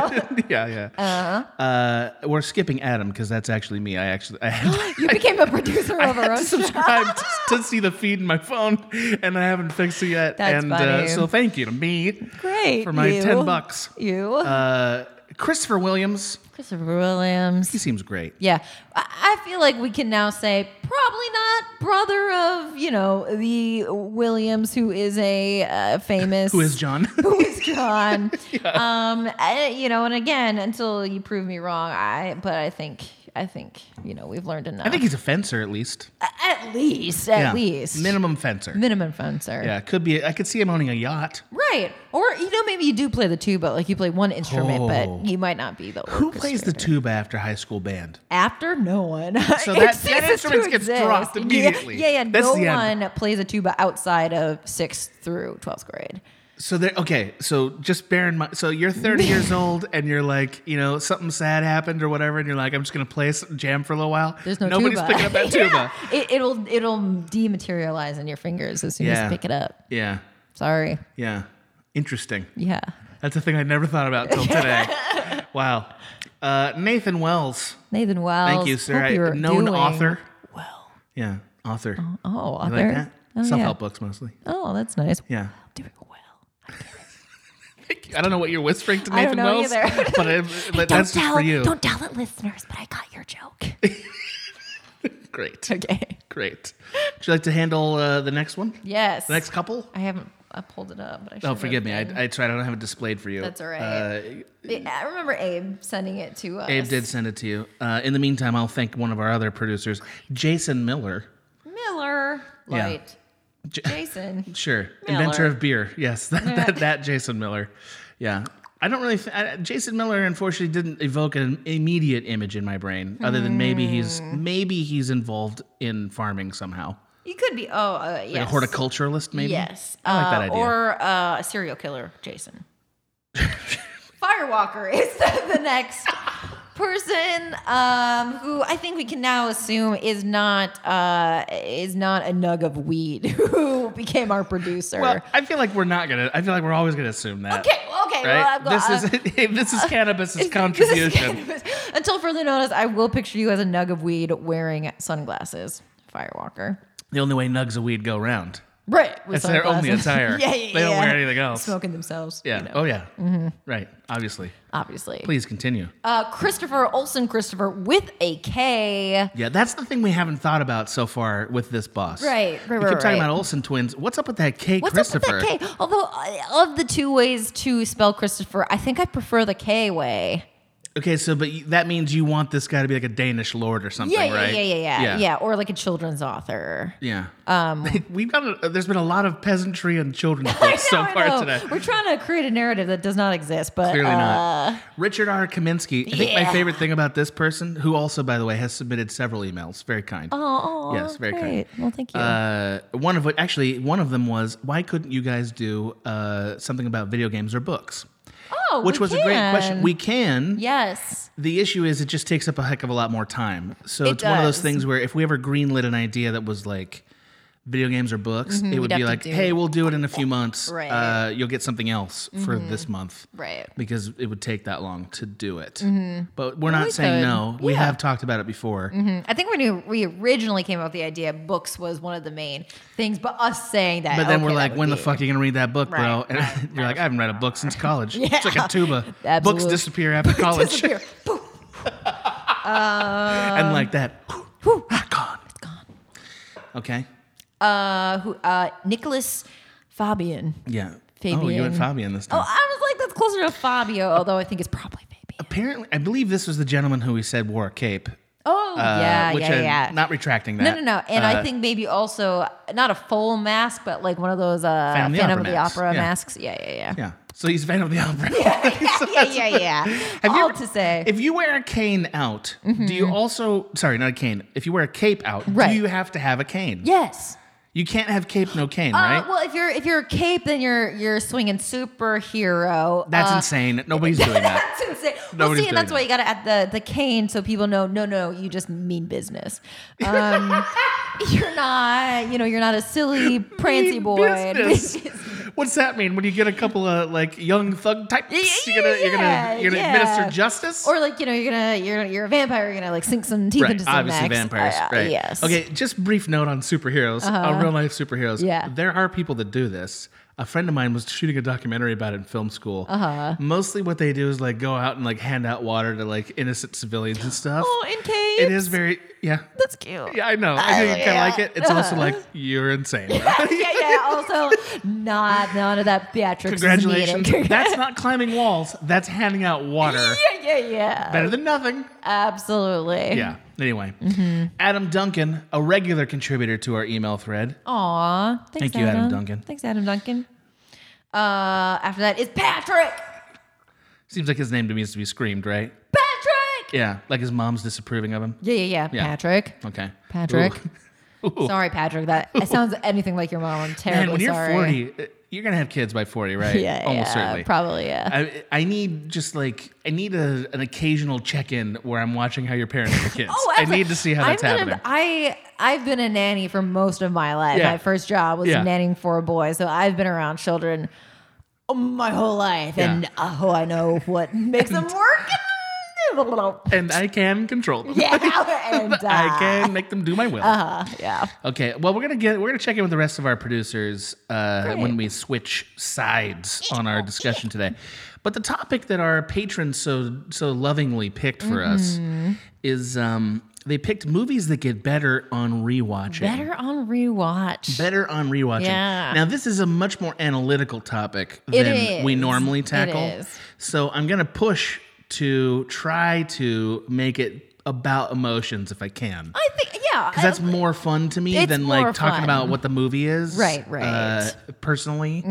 [SPEAKER 3] Uh-huh.
[SPEAKER 2] yeah, yeah. Uh, we're skipping Adam because that's actually me. I actually I had,
[SPEAKER 3] You became a producer
[SPEAKER 2] I
[SPEAKER 3] of our
[SPEAKER 2] had
[SPEAKER 3] own.
[SPEAKER 2] to subscribe to, to see the feed in my phone, and I haven't fixed it yet.
[SPEAKER 3] That's
[SPEAKER 2] and Uh,
[SPEAKER 3] funny.
[SPEAKER 2] so thank you to me
[SPEAKER 3] Great.
[SPEAKER 2] for my
[SPEAKER 3] you.
[SPEAKER 2] ten bucks.
[SPEAKER 3] You.
[SPEAKER 2] Uh, Christopher Williams,
[SPEAKER 3] Christopher Williams.
[SPEAKER 2] he seems great.
[SPEAKER 3] Yeah. I I feel like we can now say probably not brother of, you know, the Williams who is a uh, famous.
[SPEAKER 2] Who is John?
[SPEAKER 3] who is John? Um, I- you know, and again, until you prove me wrong, I. But I think, I think, you know, we've learned enough.
[SPEAKER 2] I think he's a fencer at least.
[SPEAKER 3] at least, at
[SPEAKER 2] Yeah.
[SPEAKER 3] least,
[SPEAKER 2] minimum fencer.
[SPEAKER 3] minimum fencer.
[SPEAKER 2] yeah, could be. I could see him owning a yacht.
[SPEAKER 3] Right. Or, you know, maybe you do play the tuba. Like you play one instrument,
[SPEAKER 2] Oh.
[SPEAKER 3] but you might not be the
[SPEAKER 2] Who plays the
[SPEAKER 3] orchestrator.
[SPEAKER 2] tuba after high school band?
[SPEAKER 3] After no one.
[SPEAKER 2] So
[SPEAKER 3] It
[SPEAKER 2] that- that
[SPEAKER 3] ceases to
[SPEAKER 2] instrument gets
[SPEAKER 3] exist.
[SPEAKER 2] dropped
[SPEAKER 3] Yeah,
[SPEAKER 2] immediately.
[SPEAKER 3] Yeah, yeah.
[SPEAKER 2] That's
[SPEAKER 3] no
[SPEAKER 2] the end.
[SPEAKER 3] one plays a tuba outside of sixth through 12th grade.
[SPEAKER 2] So there, okay. So just bear in mind. So you're 30 years old, and you're like, you know, something sad happened or whatever, and you're like, I'm just gonna play some jam for a little while.
[SPEAKER 3] There's no
[SPEAKER 2] nobody's
[SPEAKER 3] tuba.
[SPEAKER 2] picking up that
[SPEAKER 3] Yeah.
[SPEAKER 2] tuba.
[SPEAKER 3] It, it'll, it'll dematerialize in your fingers as soon as
[SPEAKER 2] Yeah.
[SPEAKER 3] you pick it up.
[SPEAKER 2] Yeah,
[SPEAKER 3] Sorry.
[SPEAKER 2] yeah. Interesting.
[SPEAKER 3] Yeah.
[SPEAKER 2] That's a thing I never thought about till today. wow. Uh, Nathan Wells.
[SPEAKER 3] Nathan Wells.
[SPEAKER 2] Thank you, sir.
[SPEAKER 3] hope
[SPEAKER 2] I,
[SPEAKER 3] you're
[SPEAKER 2] known
[SPEAKER 3] doing
[SPEAKER 2] author.
[SPEAKER 3] Well.
[SPEAKER 2] Yeah, author.
[SPEAKER 3] Oh, author.
[SPEAKER 2] You like that?
[SPEAKER 3] Oh, yeah.
[SPEAKER 2] Self-help books mostly.
[SPEAKER 3] Oh, that's nice.
[SPEAKER 2] Yeah.
[SPEAKER 3] Doing well.
[SPEAKER 2] I don't know what you're whispering to Nathan
[SPEAKER 3] I don't know
[SPEAKER 2] Wells,
[SPEAKER 3] either.
[SPEAKER 2] but, I, but that's just for you.
[SPEAKER 3] Don't tell it, listeners, but I got your joke.
[SPEAKER 2] Great.
[SPEAKER 3] okay.
[SPEAKER 2] Great. Would you like to handle uh, the next one?
[SPEAKER 3] Yes.
[SPEAKER 2] The next couple?
[SPEAKER 3] I haven't I pulled it up, but I should.
[SPEAKER 2] Oh,
[SPEAKER 3] have
[SPEAKER 2] forgive me.
[SPEAKER 3] been.
[SPEAKER 2] I, I tried. I don't have it displayed for you.
[SPEAKER 3] That's all right.
[SPEAKER 2] Uh,
[SPEAKER 3] I remember Abe sending it to us.
[SPEAKER 2] Abe did send it to you. Uh, in the meantime, I'll thank one of our other producers, Jason Miller.
[SPEAKER 3] Miller
[SPEAKER 2] Yeah.
[SPEAKER 3] Light.
[SPEAKER 2] J-
[SPEAKER 3] Jason.
[SPEAKER 2] sure.
[SPEAKER 3] Miller.
[SPEAKER 2] Inventor of beer. Yes, that, that, that Jason Miller. Yeah. I don't really. Th- I, Jason Miller, unfortunately, didn't evoke an immediate image in my brain, other than maybe he's
[SPEAKER 3] Hmm.
[SPEAKER 2] maybe he's involved in farming somehow,
[SPEAKER 3] You could be. Oh, uh, yes.
[SPEAKER 2] like a horticulturalist, maybe.
[SPEAKER 3] Yes.
[SPEAKER 2] I like that
[SPEAKER 3] Uh,
[SPEAKER 2] idea.
[SPEAKER 3] Or uh, a serial killer, Jason. Firewalker is the next person um, who I think we can now assume is not uh, is not a nug of weed who became our producer.
[SPEAKER 2] Well, I feel like we're not gonna. I feel like we're always gonna assume that.
[SPEAKER 3] okay, okay. Well, uh,
[SPEAKER 2] Right?
[SPEAKER 3] I'm glad.
[SPEAKER 2] this is this is cannabis's
[SPEAKER 3] This is-
[SPEAKER 2] contribution.
[SPEAKER 3] Until further notice, I will picture you as a nug of weed wearing sunglasses. Firewalker.
[SPEAKER 2] the only way nugs of weed go round.
[SPEAKER 3] Right. with
[SPEAKER 2] That's their only
[SPEAKER 3] sunglasses.
[SPEAKER 2] attire.
[SPEAKER 3] yeah, yeah,
[SPEAKER 2] They don't
[SPEAKER 3] yeah.
[SPEAKER 2] wear anything else.
[SPEAKER 3] Smoking themselves.
[SPEAKER 2] Yeah.
[SPEAKER 3] You know,
[SPEAKER 2] Oh yeah. Right. Obviously.
[SPEAKER 3] obviously.
[SPEAKER 2] Please continue.
[SPEAKER 3] Uh, Christopher Olson Christopher with a K.
[SPEAKER 2] Yeah, that's the thing we haven't thought about so far with this boss.
[SPEAKER 3] Right, right,
[SPEAKER 2] We
[SPEAKER 3] right,
[SPEAKER 2] keep talking
[SPEAKER 3] right.
[SPEAKER 2] about Olsen twins. What's up with that K,
[SPEAKER 3] What's up with
[SPEAKER 2] Christopher?
[SPEAKER 3] that K? Although, uh, of the two ways to spell Christopher, I think I prefer the K way.
[SPEAKER 2] Okay, so but you- that means you want this guy to be like a Danish lord or something,
[SPEAKER 3] Yeah, yeah,
[SPEAKER 2] right?
[SPEAKER 3] yeah, yeah, yeah,
[SPEAKER 2] Yeah.
[SPEAKER 3] yeah. Or like a children's author. Um,
[SPEAKER 2] Yeah. We've got. A, uh, there's been a lot of peasantry and children's books so
[SPEAKER 3] I know, I
[SPEAKER 2] far
[SPEAKER 3] know.
[SPEAKER 2] today.
[SPEAKER 3] We're trying to create a narrative that does not exist, but
[SPEAKER 2] Clearly
[SPEAKER 3] uh,
[SPEAKER 2] not. Richard R. Kaminsky. I think my
[SPEAKER 3] Yeah.
[SPEAKER 2] favorite thing about this person, who also, by the way, has submitted several emails. Very kind.
[SPEAKER 3] Oh,
[SPEAKER 2] Yes, very
[SPEAKER 3] great. Well, thank you.
[SPEAKER 2] Uh, one of which, actually, one of them was, why couldn't you guys do uh, something about video games or books?
[SPEAKER 3] oh,
[SPEAKER 2] Which
[SPEAKER 3] we
[SPEAKER 2] was a great question.
[SPEAKER 3] can.
[SPEAKER 2] We can.
[SPEAKER 3] yes,
[SPEAKER 2] The issue is, it just takes up a heck of a lot more time. So
[SPEAKER 3] It
[SPEAKER 2] it's one of those
[SPEAKER 3] does.
[SPEAKER 2] things where if we ever greenlit an idea that was like video games or books, it would
[SPEAKER 3] Mm-hmm. we'd
[SPEAKER 2] be
[SPEAKER 3] have to
[SPEAKER 2] like,
[SPEAKER 3] do-
[SPEAKER 2] hey, we'll do it in a few months.
[SPEAKER 3] Right.
[SPEAKER 2] Uh,
[SPEAKER 3] Mm-hmm.
[SPEAKER 2] you'll get something else for this month
[SPEAKER 3] right. Mm-hmm.
[SPEAKER 2] because it would take that long to do it. But we're not
[SPEAKER 3] we
[SPEAKER 2] saying
[SPEAKER 3] could.
[SPEAKER 2] no. We
[SPEAKER 3] Yeah.
[SPEAKER 2] have talked about it before.
[SPEAKER 3] Hmm. I think when we, we originally came up with the idea, books was one of the main things, but us saying that.
[SPEAKER 2] But then
[SPEAKER 3] okay,
[SPEAKER 2] we're
[SPEAKER 3] that
[SPEAKER 2] like,
[SPEAKER 3] would
[SPEAKER 2] when the
[SPEAKER 3] be-
[SPEAKER 2] fuck are you gonna read that book, bro?
[SPEAKER 3] Right,
[SPEAKER 2] And
[SPEAKER 3] right,
[SPEAKER 2] you're like, I haven't read a book since college. It's like
[SPEAKER 3] Yeah.
[SPEAKER 2] a tuba. Books
[SPEAKER 3] Absolutely.
[SPEAKER 2] disappear after college.
[SPEAKER 3] Disappear. Poof.
[SPEAKER 2] and like that. ah, gone. It's gone. Okay.
[SPEAKER 3] Uh, who, uh, Nicholas Fabian.
[SPEAKER 2] Yeah. Oh, you and
[SPEAKER 3] Fabian.
[SPEAKER 2] Fabian this time.
[SPEAKER 3] Oh, I was like, that's closer to Fabio, although I think it's probably Fabian.
[SPEAKER 2] Apparently, I believe this was the gentleman who we said wore a cape.
[SPEAKER 3] Oh,
[SPEAKER 2] uh,
[SPEAKER 3] yeah,
[SPEAKER 2] which
[SPEAKER 3] yeah,
[SPEAKER 2] I'm
[SPEAKER 3] yeah.
[SPEAKER 2] Not retracting that.
[SPEAKER 3] no, no, no. And
[SPEAKER 2] Uh,
[SPEAKER 3] I think maybe also not a full mask, but like one of those uh,
[SPEAKER 2] Phantom of the
[SPEAKER 3] Phantom
[SPEAKER 2] Opera
[SPEAKER 3] of the
[SPEAKER 2] masks,
[SPEAKER 3] Opera
[SPEAKER 2] yeah.
[SPEAKER 3] masks. Yeah, yeah, yeah.
[SPEAKER 2] Yeah. So he's a fan of the opera.
[SPEAKER 3] yeah, yeah, yeah.
[SPEAKER 2] Have you
[SPEAKER 3] All
[SPEAKER 2] ever-
[SPEAKER 3] to say. Mm-hmm.
[SPEAKER 2] If you wear a cane out, do you also sorry, not a cane. If you wear a cape out,
[SPEAKER 3] Right.
[SPEAKER 2] do you have to have a cane?
[SPEAKER 3] yes.
[SPEAKER 2] You can't have cape no cane,
[SPEAKER 3] Uh,
[SPEAKER 2] right?
[SPEAKER 3] well, if you're if you're a cape, then you're you're swinging superhero.
[SPEAKER 2] That's
[SPEAKER 3] Uh,
[SPEAKER 2] insane. Nobody's doing that.
[SPEAKER 3] That's insane. well,
[SPEAKER 2] Nobody's
[SPEAKER 3] see, and that's
[SPEAKER 2] doing
[SPEAKER 3] why you got to add the the cane so people know. No, no, you just mean business. Um, you're not, you know, you're not a silly prancy boy.
[SPEAKER 2] Mean business. What's that mean? When you get a couple of like young thug types,
[SPEAKER 3] Yeah,
[SPEAKER 2] you're gonna you're
[SPEAKER 3] yeah,
[SPEAKER 2] gonna you're gonna
[SPEAKER 3] yeah.
[SPEAKER 2] administer justice?
[SPEAKER 3] or like, you know, you're gonna you're you're a vampire. You're gonna like sink some teeth
[SPEAKER 2] Right,
[SPEAKER 3] into some
[SPEAKER 2] obviously
[SPEAKER 3] necks.
[SPEAKER 2] vampires.
[SPEAKER 3] Uh,
[SPEAKER 2] right.
[SPEAKER 3] Yes. Uh-huh.
[SPEAKER 2] Okay, just brief note on superheroes, uh real life superheroes.
[SPEAKER 3] Yeah.
[SPEAKER 2] There are people that do this. A friend of mine was shooting a documentary about it in film school. Uh-huh. Mostly what they do is like go out and like hand out water to like innocent civilians and stuff.
[SPEAKER 3] Oh, in case
[SPEAKER 2] it is very yeah.
[SPEAKER 3] That's cute.
[SPEAKER 2] Yeah, I know. I think you
[SPEAKER 3] Oh, yeah. Uh-huh.
[SPEAKER 2] kind of like it. It's also like you're insane.
[SPEAKER 3] yeah, yeah. Also, not none of that theatrics. is needed.
[SPEAKER 2] Congratulations. that's not climbing walls. That's handing out water.
[SPEAKER 3] yeah, yeah, yeah.
[SPEAKER 2] Better than nothing.
[SPEAKER 3] Absolutely.
[SPEAKER 2] Yeah. Anyway,
[SPEAKER 3] Mm-hmm.
[SPEAKER 2] Adam Duncan, a regular contributor to our email thread.
[SPEAKER 3] Oh. Aw. Thanks,
[SPEAKER 2] Thank you, Adam Duncan.
[SPEAKER 3] Thanks, Adam Duncan. Uh, after that is Patrick.
[SPEAKER 2] Seems like his name to me is to be screamed, right?
[SPEAKER 3] Patrick.
[SPEAKER 2] Yeah, like his mom's disapproving of him.
[SPEAKER 3] Yeah, yeah, yeah.
[SPEAKER 2] Yeah.
[SPEAKER 3] Patrick.
[SPEAKER 2] Okay.
[SPEAKER 3] Patrick.
[SPEAKER 2] Ooh. Ooh.
[SPEAKER 3] Sorry, Patrick. That it sounds anything like your mom. I'm terribly
[SPEAKER 2] Man, when you're
[SPEAKER 3] sorry.
[SPEAKER 2] 40, uh, you're going to have kids by 40, right?
[SPEAKER 3] yeah,
[SPEAKER 2] Almost
[SPEAKER 3] yeah,
[SPEAKER 2] certainly.
[SPEAKER 3] Probably, yeah.
[SPEAKER 2] I, I need just like I need a, an occasional check-in where I'm watching how you're parenting the kids. I
[SPEAKER 3] actually,
[SPEAKER 2] need to see how that's
[SPEAKER 3] Oh, I'm gonna-
[SPEAKER 2] happening.
[SPEAKER 3] I I've been a nanny for most of my life.
[SPEAKER 2] Yeah.
[SPEAKER 3] My first job was
[SPEAKER 2] Yeah.
[SPEAKER 3] nannying for a boy, so I've been around children my whole life,
[SPEAKER 2] Yeah.
[SPEAKER 3] and oh, I know what makes them work.
[SPEAKER 2] and I can control them.
[SPEAKER 3] yeah, and uh,
[SPEAKER 2] I can make them do my will.
[SPEAKER 3] Uh-huh, yeah.
[SPEAKER 2] Okay. Well, we're gonna get we're gonna check in with the rest of our producers uh,
[SPEAKER 3] Great. Oh,
[SPEAKER 2] when we switch sides on our discussion today. But the topic that our patrons so so lovingly picked for
[SPEAKER 3] Mm-hmm.
[SPEAKER 2] us is um, they picked movies that get better on rewatching.
[SPEAKER 3] Better on rewatch.
[SPEAKER 2] Better on rewatching.
[SPEAKER 3] Yeah.
[SPEAKER 2] Now this is a much more analytical topic
[SPEAKER 3] It
[SPEAKER 2] than we
[SPEAKER 3] is.
[SPEAKER 2] normally
[SPEAKER 3] It
[SPEAKER 2] tackle.
[SPEAKER 3] is.
[SPEAKER 2] So I'm gonna push to try to make it about emotions if I can.
[SPEAKER 3] I think, yeah. I-
[SPEAKER 2] Because that's more fun to me
[SPEAKER 3] It's
[SPEAKER 2] than
[SPEAKER 3] more
[SPEAKER 2] like talking
[SPEAKER 3] fun.
[SPEAKER 2] about what the movie is.
[SPEAKER 3] Right, right. Mm-hmm.
[SPEAKER 2] Uh, personally, uh,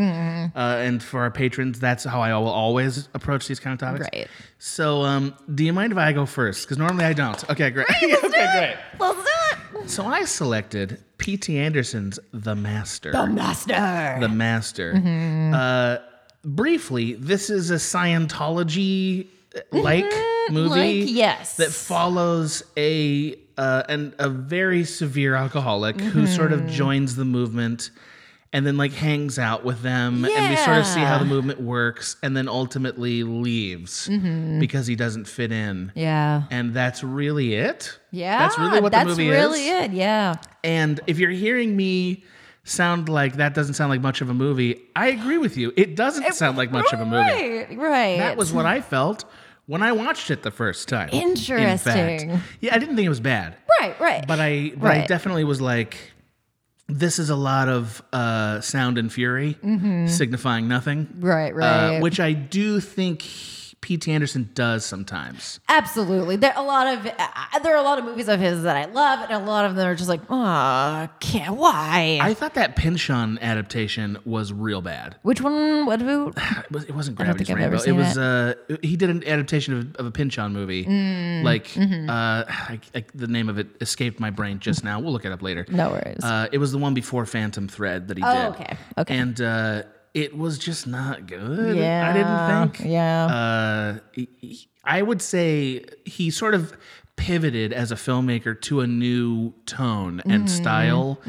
[SPEAKER 2] and for our patrons, that's how I will always approach these kind of topics.
[SPEAKER 3] Right.
[SPEAKER 2] So, um, do you mind if I go first? Because normally I don't. Okay, great. okay,
[SPEAKER 3] Let's do it.
[SPEAKER 2] great. So I selected P.T. Anderson's The Master.
[SPEAKER 3] The master.
[SPEAKER 2] The Master.
[SPEAKER 3] Mm-hmm.
[SPEAKER 2] Uh, briefly, this is a Scientology uh, like movie.
[SPEAKER 3] Mm-hmm. like, yes.
[SPEAKER 2] That follows a uh, an, a very severe alcoholic who sort
[SPEAKER 3] Mm-hmm.
[SPEAKER 2] of joins the movement and then like hangs out with them and we sort of see how the
[SPEAKER 3] Yeah.
[SPEAKER 2] movement works and then ultimately leaves because he doesn't fit in.
[SPEAKER 3] Mm-hmm. yeah.
[SPEAKER 2] And that's really it.
[SPEAKER 3] Yeah.
[SPEAKER 2] That's really what
[SPEAKER 3] that's
[SPEAKER 2] the movie
[SPEAKER 3] really
[SPEAKER 2] is.
[SPEAKER 3] it. Yeah.
[SPEAKER 2] And if you're hearing me sound like that doesn't sound like much of a movie, I agree with you. It doesn't sound like much of a movie.
[SPEAKER 3] Right. Right.
[SPEAKER 2] That was what I felt when I watched it the first time. in fact.
[SPEAKER 3] Interesting.
[SPEAKER 2] yeah, I didn't think it was bad,
[SPEAKER 3] right. Right.
[SPEAKER 2] but uh, I but I
[SPEAKER 3] Right.
[SPEAKER 2] definitely was like this is a lot of uh, sound and fury signifying nothing.
[SPEAKER 3] right. Mm-hmm. Right.
[SPEAKER 2] Uh, which I do think P.T. Anderson does sometimes.
[SPEAKER 3] Absolutely. There are a lot of uh, there are a lot of movies of his that I love, and a lot of them are just like, oh, can't why?
[SPEAKER 2] I thought that Pinchon adaptation was real bad.
[SPEAKER 3] Which one? What about?
[SPEAKER 2] It, was, it wasn't
[SPEAKER 3] I don't think
[SPEAKER 2] Gravity's
[SPEAKER 3] I've
[SPEAKER 2] Rainbow.
[SPEAKER 3] ever
[SPEAKER 2] It
[SPEAKER 3] seen
[SPEAKER 2] was uh, he did an adaptation of, of a Pinchon movie.
[SPEAKER 3] Mm,
[SPEAKER 2] Like
[SPEAKER 3] mm-hmm.
[SPEAKER 2] uh, I, I, the name of it escaped my brain just now. We'll look it up later.
[SPEAKER 3] No worries.
[SPEAKER 2] Uh, it was the one before Phantom Thread that he
[SPEAKER 3] Oh,
[SPEAKER 2] did.
[SPEAKER 3] okay. Okay.
[SPEAKER 2] And uh, it was just not good.
[SPEAKER 3] yeah.
[SPEAKER 2] I didn't think.
[SPEAKER 3] Yeah.
[SPEAKER 2] Uh, he- he- I would say he sort of pivoted as a filmmaker to a new tone
[SPEAKER 3] Mm-hmm.
[SPEAKER 2] and style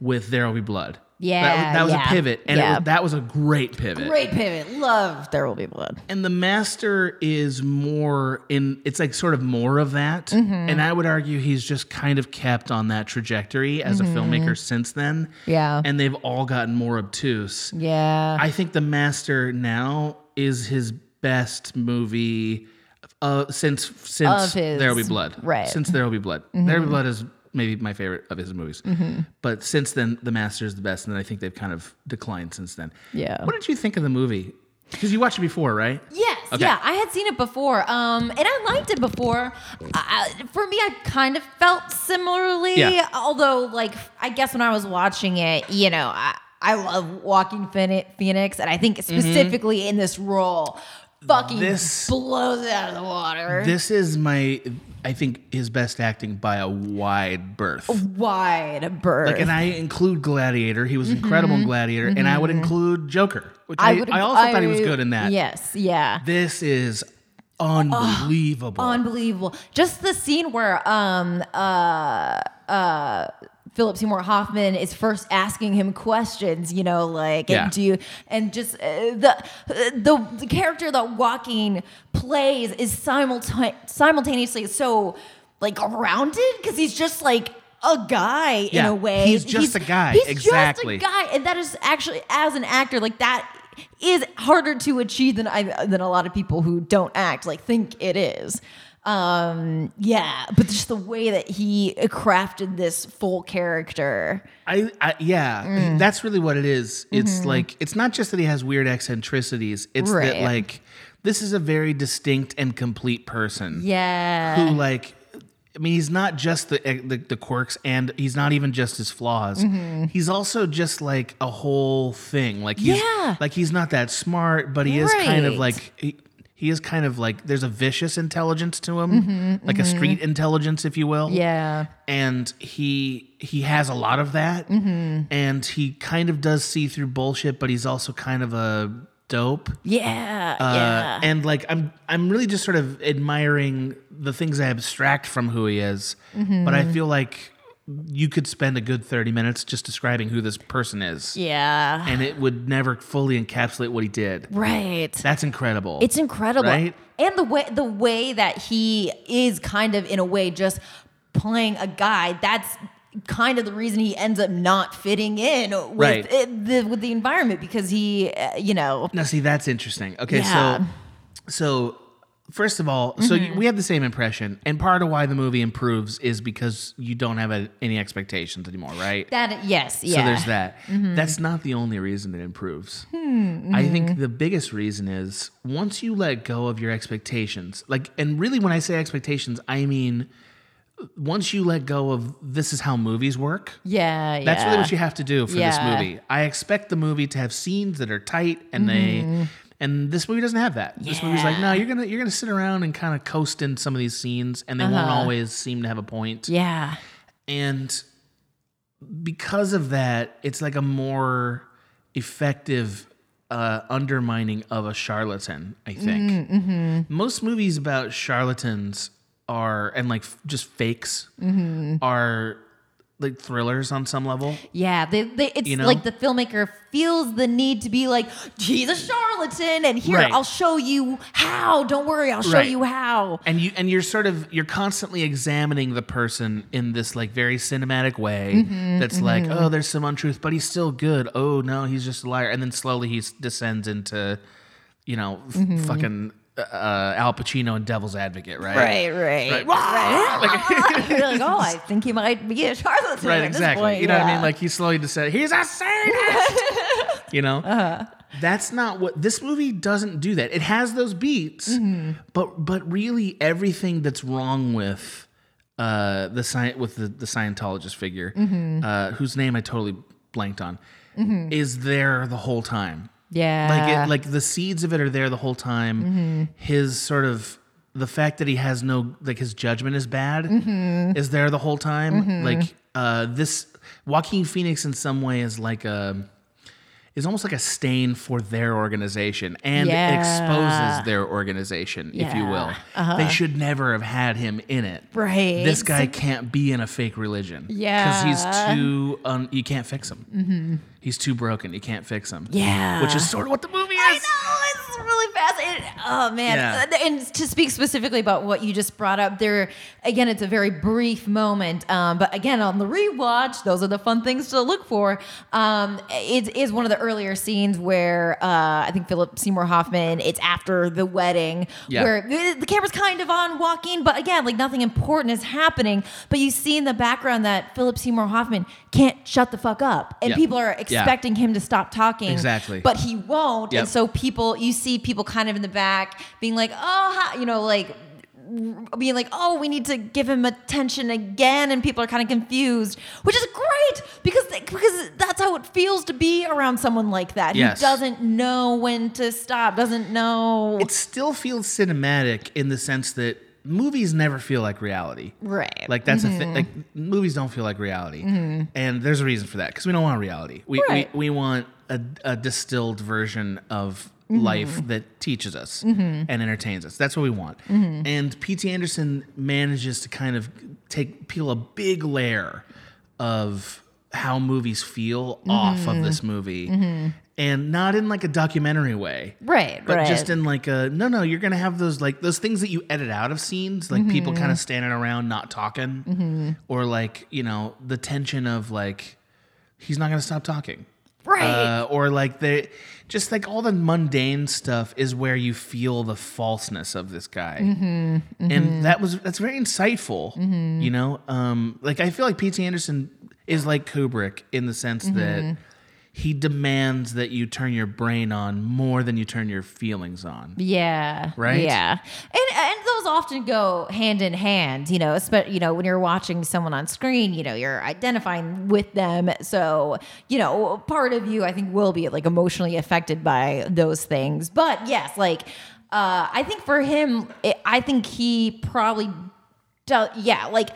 [SPEAKER 2] with There Will Be Blood. That,
[SPEAKER 3] Yeah,
[SPEAKER 2] that was
[SPEAKER 3] yeah,
[SPEAKER 2] a pivot, and it
[SPEAKER 3] yeah.
[SPEAKER 2] was, that was a great pivot.
[SPEAKER 3] Great pivot. Love. There will be blood.
[SPEAKER 2] And the master is more in it's like sort of more of that.
[SPEAKER 3] Mm-hmm.
[SPEAKER 2] And I would argue he's just kind of kept on that trajectory as a filmmaker since then.
[SPEAKER 3] Mm-hmm. Yeah.
[SPEAKER 2] And they've all gotten more obtuse.
[SPEAKER 3] Yeah.
[SPEAKER 2] I think the master now is his best movie uh, since since
[SPEAKER 3] Of his-
[SPEAKER 2] there will be blood.
[SPEAKER 3] right. Mm-hmm.
[SPEAKER 2] Since there will be blood. There will be blood is maybe my favorite of his movies. But since then, The Master is the best, and I think they've kind of declined since then.
[SPEAKER 3] Yeah.
[SPEAKER 2] What did you think of the movie? Because you watched it before, right?
[SPEAKER 3] Yes,
[SPEAKER 2] Okay.
[SPEAKER 3] yeah, I had seen it before, um, and I liked it before. I, I- for me, I kind of felt similarly,
[SPEAKER 2] Yeah.
[SPEAKER 3] although, like, I guess when I was watching it, you know, I, I love Walking Phoeni- Phoenix, and I think specifically in this role, fucking
[SPEAKER 2] Mm-hmm. This-
[SPEAKER 3] blows it out of the water.
[SPEAKER 2] This is my, I think, his best acting by a wide berth.
[SPEAKER 3] Oh, Wide berth.
[SPEAKER 2] Like, and I include Gladiator. He was incredible in Gladiator, and I would include Joker, which I, I,
[SPEAKER 3] would-
[SPEAKER 2] also thought he was
[SPEAKER 3] Mm-hmm. I-
[SPEAKER 2] good in that.
[SPEAKER 3] Yes, yeah.
[SPEAKER 2] This is unbelievable.
[SPEAKER 3] unbelievable. Just the scene where um uh uh Philip Seymour Hoffman is first asking him questions, you know, like
[SPEAKER 2] Yeah.
[SPEAKER 3] and do you and just uh, the, uh, the the character that Walking plays is simultan- simultaneously so like grounded because he's just like a guy in
[SPEAKER 2] Yeah,
[SPEAKER 3] a way.
[SPEAKER 2] he's just a guy,
[SPEAKER 3] He's
[SPEAKER 2] exactly.
[SPEAKER 3] just a guy, and that is actually as an actor like that is harder to achieve than I than a lot of people who don't act like think it is. Um, yeah, but just the way that he crafted this full character.
[SPEAKER 2] I, I yeah,
[SPEAKER 3] Mm.
[SPEAKER 2] that's really what it is. It's like it's not just that he has weird eccentricities. It's that
[SPEAKER 3] Mm-hmm. Right.
[SPEAKER 2] like this is a very distinct and complete person
[SPEAKER 3] Yeah.
[SPEAKER 2] who like I mean he's not just the, eh, the the quirks and he's not even just his flaws.
[SPEAKER 3] Mm-hmm.
[SPEAKER 2] He's also just like a whole thing. Like he's
[SPEAKER 3] Yeah.
[SPEAKER 2] like he's not that smart, but he is kind of
[SPEAKER 3] Right.
[SPEAKER 2] like he, he is kind of like there's a vicious intelligence to him, like a street intelligence if you will
[SPEAKER 3] Mm-hmm, Yeah.
[SPEAKER 2] and he he has a lot of that
[SPEAKER 3] Mm-hmm.
[SPEAKER 2] and he kind of does see through bullshit but he's also kind of a dope
[SPEAKER 3] Yeah.
[SPEAKER 2] Uh,
[SPEAKER 3] yeah.
[SPEAKER 2] and like i'm i'm really just sort of admiring the things i abstract from who he is but
[SPEAKER 3] Mm-hmm.
[SPEAKER 2] i feel like you could spend a good 30 minutes just describing who this person is
[SPEAKER 3] yeah.
[SPEAKER 2] and it would never fully encapsulate what he did
[SPEAKER 3] Right.
[SPEAKER 2] that's incredible
[SPEAKER 3] It's incredible.
[SPEAKER 2] Right?
[SPEAKER 3] And the way the way that he is kind of in a way just playing a guy, that's kind of the reason he ends up not fitting in with
[SPEAKER 2] Right.
[SPEAKER 3] it, the with the environment because he uh, you know
[SPEAKER 2] Now, see, that's interesting. Okay,
[SPEAKER 3] Yeah. Mm-hmm.
[SPEAKER 2] so, so first of all, so you, we have the same impression, and part of why the movie improves is because you don't have a, any expectations anymore, right?
[SPEAKER 3] that yes,
[SPEAKER 2] So
[SPEAKER 3] yeah. Mm-hmm.
[SPEAKER 2] there's that. That's not the only reason it improves.
[SPEAKER 3] Hmm,
[SPEAKER 2] I think the biggest reason is once you let go of your expectations, like, and really when I say expectations, I mean once you let go of this is how movies work.
[SPEAKER 3] Yeah, yeah.
[SPEAKER 2] That's really what you have to do for
[SPEAKER 3] Yeah.
[SPEAKER 2] this movie. I expect the movie to have scenes that are tight and
[SPEAKER 3] Mm-hmm.
[SPEAKER 2] they and this movie doesn't have that. This movie's like, no, you're gonna you're gonna sit around and kind of coast in some of these scenes and they
[SPEAKER 3] Uh-huh.
[SPEAKER 2] won't always seem to have a point.
[SPEAKER 3] Yeah.
[SPEAKER 2] And because of that, it's like a more effective uh, undermining of a charlatan, I think. Most movies about charlatans are, and like f- just fakes, are like thrillers on some level.
[SPEAKER 3] Yeah, they, they, it's
[SPEAKER 2] You know?
[SPEAKER 3] like the filmmaker feels the need to be like, he's a charlatan, and here
[SPEAKER 2] Right.
[SPEAKER 3] I'll show you how. Don't worry, I'll show
[SPEAKER 2] Right.
[SPEAKER 3] you how.
[SPEAKER 2] and you and you're sort of you're constantly examining the person in this like very cinematic way that's like oh there's some untruth but he's still good oh no he's just a liar and then slowly he s- descends into you know f- fucking uh, Al Pacino and Devil's Advocate right
[SPEAKER 3] Right,
[SPEAKER 2] Right.
[SPEAKER 3] right. right. You're like, oh, I think he might be a charlatan.
[SPEAKER 2] right
[SPEAKER 3] at this
[SPEAKER 2] exactly
[SPEAKER 3] point,
[SPEAKER 2] you know what I
[SPEAKER 3] yeah.
[SPEAKER 2] mean like he slowly descends he's a sadist you know that's not what this movie doesn't do that it has those beats but but really everything that's wrong with uh the sci- with the, the scientologist figure uh whose name i totally blanked on is there the whole time
[SPEAKER 3] yeah. Mm-hmm.
[SPEAKER 2] like it, like the seeds of it are there the whole time. His sort of the fact that he has no like his judgment is bad
[SPEAKER 3] Mm-hmm.
[SPEAKER 2] is there the whole time. Like uh, this Joaquin Phoenix in some way is like a is almost like a stain for their organization and
[SPEAKER 3] Yeah.
[SPEAKER 2] exposes their organization, if you will.
[SPEAKER 3] Yeah. Uh-huh.
[SPEAKER 2] They should never have had him in it.
[SPEAKER 3] Right.
[SPEAKER 2] This guy can't be in a fake religion. Because
[SPEAKER 3] Yeah. Mm-hmm.
[SPEAKER 2] he's too, un- you can't fix him. He's too broken. You can't fix him
[SPEAKER 3] yeah.
[SPEAKER 2] which is sort of what the movie
[SPEAKER 3] I
[SPEAKER 2] is.
[SPEAKER 3] know, it's that's really fascinating. Oh man!
[SPEAKER 2] Yeah.
[SPEAKER 3] And to speak specifically about what you just brought up, there again, it's a very brief moment. Um, but again, on the rewatch, those are the fun things to look for. Um, it is one of the earlier scenes where uh, I think Philip Seymour Hoffman. It's after the wedding,
[SPEAKER 2] Yeah.
[SPEAKER 3] where the the camera's kind of on walking, but again, like nothing important is happening. But you see in the background that Philip Seymour Hoffman can't shut the fuck up, and
[SPEAKER 2] Yeah.
[SPEAKER 3] people are
[SPEAKER 2] Yeah.
[SPEAKER 3] expecting him to stop talking.
[SPEAKER 2] Exactly.
[SPEAKER 3] But he won't.
[SPEAKER 2] Yep.
[SPEAKER 3] And so people, you see people kind of in the back being like, oh, hi," you know, like being like, oh, we need to give him attention again. And people are kind of confused, which is great because because that's how it feels to be around someone like that. who
[SPEAKER 2] Yes.
[SPEAKER 3] doesn't know when to stop, doesn't know.
[SPEAKER 2] It still feels cinematic in the sense that movies never feel like reality.
[SPEAKER 3] right. Mm-hmm.
[SPEAKER 2] Like that's a thing. Like movies don't feel like reality, and there's a reason for that because we don't want reality. We
[SPEAKER 3] Right.
[SPEAKER 2] we, we want a, a distilled version of
[SPEAKER 3] Mm-hmm.
[SPEAKER 2] life that teaches us and entertains us. That's what we want.
[SPEAKER 3] Mm-hmm.
[SPEAKER 2] And P.T. Anderson manages to kind of take peel a big layer of how movies feel off
[SPEAKER 3] Mm-hmm.
[SPEAKER 2] of this movie. And not in like a documentary way,
[SPEAKER 3] Right,
[SPEAKER 2] But
[SPEAKER 3] right.
[SPEAKER 2] just in like a no, no. You're gonna have those like those things that you edit out of scenes, like people kind of standing around not talking, or like you know the tension of like he's not gonna stop talking,
[SPEAKER 3] right.
[SPEAKER 2] uh, or like the just like all the mundane stuff is where you feel the falseness of this guy,
[SPEAKER 3] Mm-hmm,
[SPEAKER 2] and that was that's very insightful. You know, um, like I feel like P.T. Anderson is like Kubrick in the sense
[SPEAKER 3] Mm-hmm.
[SPEAKER 2] that he demands that you turn your brain on more than you turn your feelings on.
[SPEAKER 3] Yeah.
[SPEAKER 2] Right?
[SPEAKER 3] Yeah. And and those often go hand in hand, you know, especially you know, when you're watching someone on screen, you know, you're identifying with them. So, you know, part of you I think will be like emotionally affected by those things. But yes, like uh I think for him, it, I think he probably does yeah, like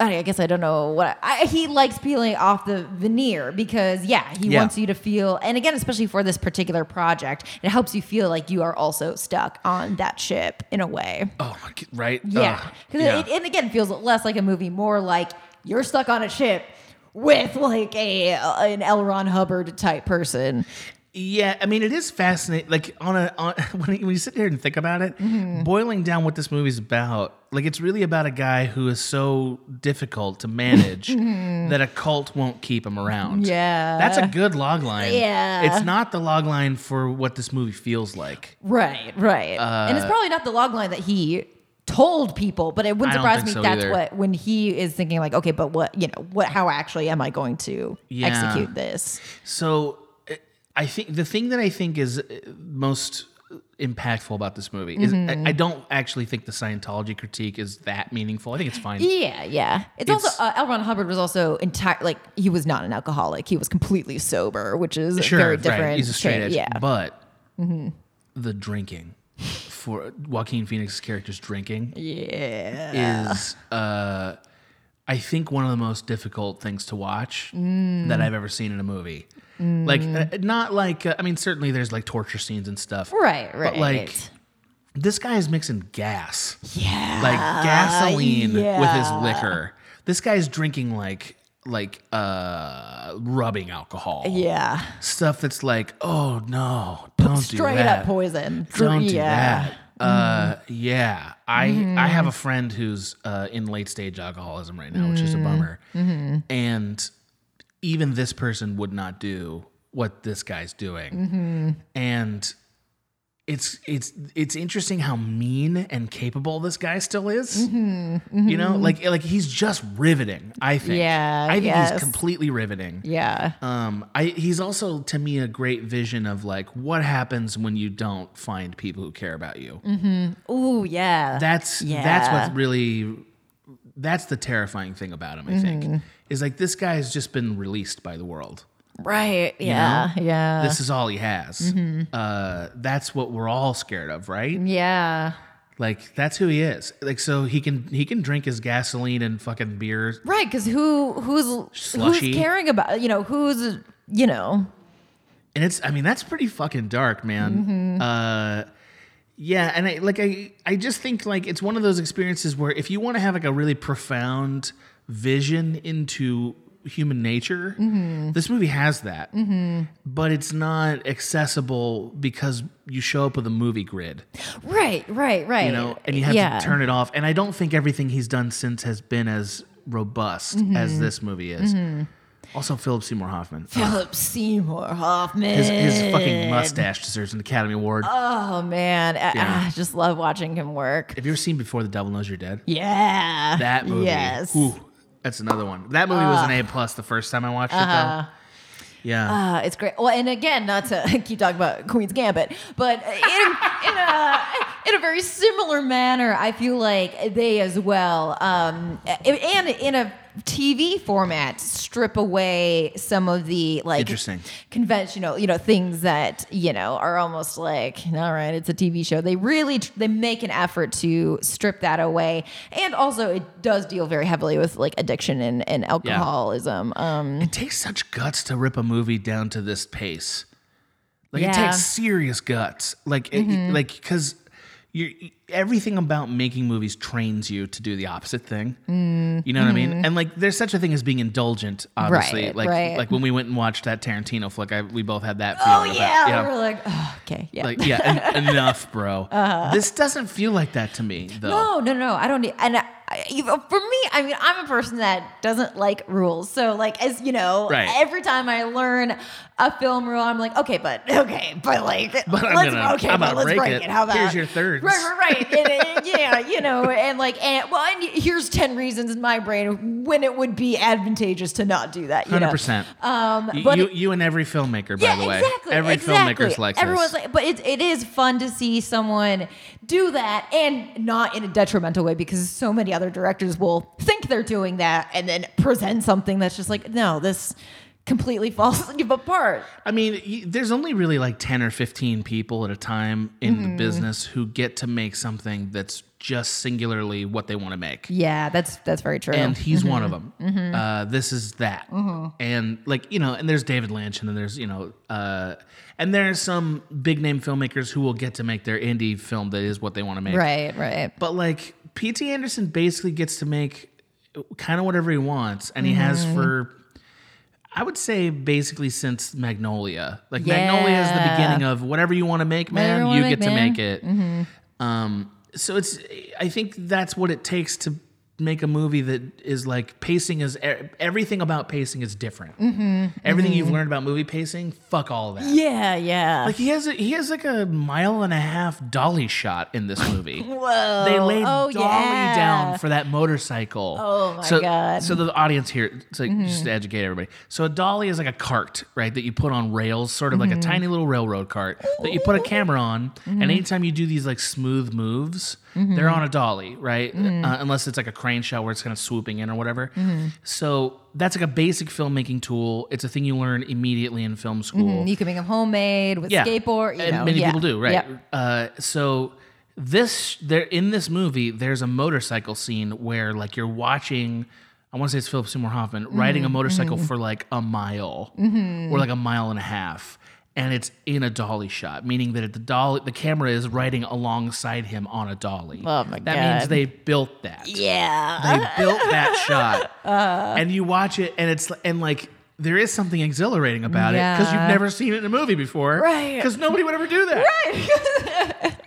[SPEAKER 3] I I guess I don't know what I, he likes peeling off the veneer because yeah, he
[SPEAKER 2] Yeah.
[SPEAKER 3] wants you to feel and again, especially for this particular project, it helps you feel like you are also stuck on that ship in a way.
[SPEAKER 2] Oh, my g- right?
[SPEAKER 3] Yeah,
[SPEAKER 2] Ugh,
[SPEAKER 3] because
[SPEAKER 2] yeah.
[SPEAKER 3] it, it again feels less like a movie, more like you're stuck on a ship with like a an L. Ron Hubbard type person.
[SPEAKER 2] Yeah, I mean, it is fascinating. Like on a on, when, you, when you sit here and think about it,
[SPEAKER 3] Mm-hmm.
[SPEAKER 2] boiling down what this movie's about, like it's really about a guy who is so difficult to manage that a cult won't keep him around.
[SPEAKER 3] Mm-hmm. Yeah.
[SPEAKER 2] that's a good log line.
[SPEAKER 3] Yeah.
[SPEAKER 2] it's not the log line for what this movie feels like.
[SPEAKER 3] Right, right. and
[SPEAKER 2] Uh,
[SPEAKER 3] it's probably not the log line that he told people, but it wouldn't
[SPEAKER 2] I don't
[SPEAKER 3] surprise
[SPEAKER 2] think
[SPEAKER 3] me
[SPEAKER 2] so
[SPEAKER 3] that's
[SPEAKER 2] either.
[SPEAKER 3] what when he is thinking like, okay, but what you know, what how actually am I going to
[SPEAKER 2] Yeah.
[SPEAKER 3] execute this?
[SPEAKER 2] So uh, I think the thing that I think is uh, most impactful about this movie is
[SPEAKER 3] Mm-hmm.
[SPEAKER 2] I, I don't actually think the Scientology critique is that meaningful. I think it's fine.
[SPEAKER 3] Yeah, yeah. It's,
[SPEAKER 2] It's-
[SPEAKER 3] also uh, L. Ron Hubbard was also entire like he was not an alcoholic; he was completely sober, which is
[SPEAKER 2] sure,
[SPEAKER 3] very different.
[SPEAKER 2] Right. He's a straight edge.
[SPEAKER 3] thing. Yeah, Mm-hmm.
[SPEAKER 2] But the drinking for Joaquin Phoenix's character's drinking
[SPEAKER 3] yeah,
[SPEAKER 2] is uh I think one of the most difficult things to watch
[SPEAKER 3] Mm.
[SPEAKER 2] that I've ever seen in a movie. Like uh, not like uh, I mean certainly there's like torture scenes and stuff.
[SPEAKER 3] right, right.
[SPEAKER 2] But like this guy is mixing gas.
[SPEAKER 3] yeah,
[SPEAKER 2] Like gasoline with his
[SPEAKER 3] yeah.
[SPEAKER 2] liquor. This guy's drinking like like uh rubbing alcohol
[SPEAKER 3] yeah,
[SPEAKER 2] stuff that's like, oh no, don't
[SPEAKER 3] straight
[SPEAKER 2] do that.
[SPEAKER 3] up poison.
[SPEAKER 2] Don't do
[SPEAKER 3] yeah. Mm-hmm.
[SPEAKER 2] that. Uh, yeah, I I have a friend who's uh, in late stage alcoholism right now, which is a
[SPEAKER 3] Mm-hmm.
[SPEAKER 2] bummer. And even this person would not do what this guy's doing.
[SPEAKER 3] Mm-hmm.
[SPEAKER 2] And it's it's it's interesting how mean and capable this guy still is. You know, like like he's just riveting. I think.
[SPEAKER 3] Mm-hmm. Yeah,
[SPEAKER 2] I think
[SPEAKER 3] yes.
[SPEAKER 2] he's completely riveting.
[SPEAKER 3] Yeah.
[SPEAKER 2] Um, I he's also to me a great vision of like what happens when you don't find people who care about you.
[SPEAKER 3] Ooh, yeah.
[SPEAKER 2] That's that's what's really that's the terrifying thing about him. I think is like this guy has just been released by the world.
[SPEAKER 3] right. Yeah. Yeah.
[SPEAKER 2] This is all he has. Uh, that's what we're all scared of, right?
[SPEAKER 3] Mm-hmm. Yeah.
[SPEAKER 2] Like that's who he is. Like so he can he can drink his gasoline and fucking beer.
[SPEAKER 3] Right, because who who's
[SPEAKER 2] Slushy.
[SPEAKER 3] who's caring about you know who's you know
[SPEAKER 2] and it's i mean that's pretty fucking dark man uh yeah and i like i i just think like it's one of those experiences where if you want to have like a really profound vision into human nature. This movie has that, but it's not accessible because you show up with a movie grid,
[SPEAKER 3] Right, right, right.
[SPEAKER 2] you know, and you have to turn it off. And I don't think everything he's done since has been as robust as this movie is. Also, Philip Seymour Hoffman.
[SPEAKER 3] Philip Seymour Hoffman.
[SPEAKER 2] His, his fucking mustache deserves an Academy Award.
[SPEAKER 3] Oh man, I,
[SPEAKER 2] Yeah.
[SPEAKER 3] I just love watching him work.
[SPEAKER 2] Have you ever seen Before the Devil Knows You're Dead?
[SPEAKER 3] Yeah.
[SPEAKER 2] That movie.
[SPEAKER 3] Yes.
[SPEAKER 2] Ooh, that's another one. That movie was an A plus the first time I watched it though. Yeah.
[SPEAKER 3] Uh-huh. Uh, it's great. Well, and again, not to keep talking about Queen's Gambit, but in, in a in a very similar manner, I feel like they as well, um, and in a TV format, strip away some of the like
[SPEAKER 2] Interesting.
[SPEAKER 3] conventional, you know, things that you know are almost like, all right, it's a TV show. They really tr- they make an effort to strip that away, and also it does deal very heavily with like addiction and, and alcoholism. Um,
[SPEAKER 2] it takes such guts to rip a movie down to this pace. Like it
[SPEAKER 3] Yeah. Mm-hmm.
[SPEAKER 2] takes serious guts. Like it, like because you everything about making movies trains you to do the opposite thing.
[SPEAKER 3] Mm.
[SPEAKER 2] You know what I mean? And like there's such a thing as being indulgent. Obviously,
[SPEAKER 3] Mm-hmm. Right,
[SPEAKER 2] like
[SPEAKER 3] right.
[SPEAKER 2] like when we went and watched that Tarantino flick, I, we both had that.
[SPEAKER 3] Oh
[SPEAKER 2] Feeling
[SPEAKER 3] yeah,
[SPEAKER 2] of that, you know?
[SPEAKER 3] we were like, oh, okay, yeah.
[SPEAKER 2] Like, yeah, en- enough, bro. This doesn't feel like that to me, though.
[SPEAKER 3] Uh-huh. no, Oh, no, no, I don't need. And I, I- you know, for me, I mean, I'm a person that doesn't like rules. So, like, as you know,
[SPEAKER 2] Right.
[SPEAKER 3] every time I learn a film rule, I'm like, okay, but okay, but like,
[SPEAKER 2] But I'm
[SPEAKER 3] let's
[SPEAKER 2] gonna-
[SPEAKER 3] okay,
[SPEAKER 2] I'm
[SPEAKER 3] but
[SPEAKER 2] gonna
[SPEAKER 3] let's
[SPEAKER 2] break
[SPEAKER 3] break,
[SPEAKER 2] it.
[SPEAKER 3] it. How about
[SPEAKER 2] Here's your thirds.
[SPEAKER 3] Right, right, right. and, and, yeah, you know, and like, and well, and here's ten reasons in my brain when it would be advantageous to not do that. You
[SPEAKER 2] Hundred
[SPEAKER 3] know?
[SPEAKER 2] percent.
[SPEAKER 3] Um, but
[SPEAKER 2] You, you and every filmmaker, by the way.
[SPEAKER 3] Exactly.
[SPEAKER 2] every
[SPEAKER 3] exactly.
[SPEAKER 2] filmmaker's like
[SPEAKER 3] Everyone's
[SPEAKER 2] this.
[SPEAKER 3] like, but it, it is fun to see someone do that and not in a detrimental way because so many other directors will think they're doing that and then present something that's just like, no, this completely falls apart.
[SPEAKER 2] I mean, y- there's only really like ten or fifteen people at a time in
[SPEAKER 3] Mm-hmm.
[SPEAKER 2] the business who get to make something that's just singularly what they want to make.
[SPEAKER 3] Yeah, Mm-hmm. that's that's very true.
[SPEAKER 2] and he's one of them. Uh, this is that, and like you know, and there's David Lynch, and then there's you know, uh, and there are some big name filmmakers who will get to make their indie film that is what they want to make.
[SPEAKER 3] right, right.
[SPEAKER 2] But like P.T. Anderson basically gets to make kind of whatever he wants, and he has
[SPEAKER 3] Mm-hmm.
[SPEAKER 2] for I would say basically since Magnolia. Like Magnolia is the
[SPEAKER 3] Yeah.
[SPEAKER 2] beginning of whatever you want to make,
[SPEAKER 3] Whatever you
[SPEAKER 2] man.
[SPEAKER 3] wanna
[SPEAKER 2] You
[SPEAKER 3] make,
[SPEAKER 2] get to
[SPEAKER 3] man. Mm-hmm.
[SPEAKER 2] make it. Um, so it's I think that's what it takes to make a movie that is like pacing is e- everything about pacing is different.
[SPEAKER 3] Mm-hmm.
[SPEAKER 2] Everything you've learned about movie pacing, fuck all that.
[SPEAKER 3] Yeah, yeah.
[SPEAKER 2] Like he has a, he has like a mile and a half dolly shot in this movie.
[SPEAKER 3] Whoa.
[SPEAKER 2] They laid
[SPEAKER 3] oh,
[SPEAKER 2] Dolly
[SPEAKER 3] yeah.
[SPEAKER 2] down for that motorcycle.
[SPEAKER 3] Oh, my
[SPEAKER 2] so,
[SPEAKER 3] God. Mm-hmm.
[SPEAKER 2] So the audience here, it's like just to educate everybody. So a dolly is like a cart, right? That you put on rails, sort of like a
[SPEAKER 3] Mm-hmm.
[SPEAKER 2] tiny little railroad cart that you put a camera on. And anytime you do these like smooth moves,
[SPEAKER 3] Mm-hmm.
[SPEAKER 2] they're on a dolly, right? Uh,
[SPEAKER 3] Mm.
[SPEAKER 2] unless it's like a crane shot where it's kind of swooping in or whatever.
[SPEAKER 3] Mm-hmm.
[SPEAKER 2] So that's like a basic filmmaking tool. It's a thing you learn immediately in film school
[SPEAKER 3] You can make them homemade with skateboard. You
[SPEAKER 2] and
[SPEAKER 3] know,
[SPEAKER 2] many
[SPEAKER 3] yeah.
[SPEAKER 2] people do, right?
[SPEAKER 3] Yep.
[SPEAKER 2] Uh, so this there in this movie, there's a motorcycle scene where like you're watching. I want to say it's Philip Seymour Hoffman
[SPEAKER 3] Mm-hmm.
[SPEAKER 2] riding a motorcycle for like a mile or like a mile and a half, and it's in a dolly shot, meaning that the dolly, the camera is riding alongside him on a dolly.
[SPEAKER 3] Oh my
[SPEAKER 2] that means
[SPEAKER 3] God.
[SPEAKER 2] they built that
[SPEAKER 3] Yeah.
[SPEAKER 2] they built that shot
[SPEAKER 3] Uh-huh.
[SPEAKER 2] and you watch it and it's and like there is something exhilarating about it because
[SPEAKER 3] Yeah.
[SPEAKER 2] you've never seen it in a movie before
[SPEAKER 3] Right.
[SPEAKER 2] because nobody would ever do that right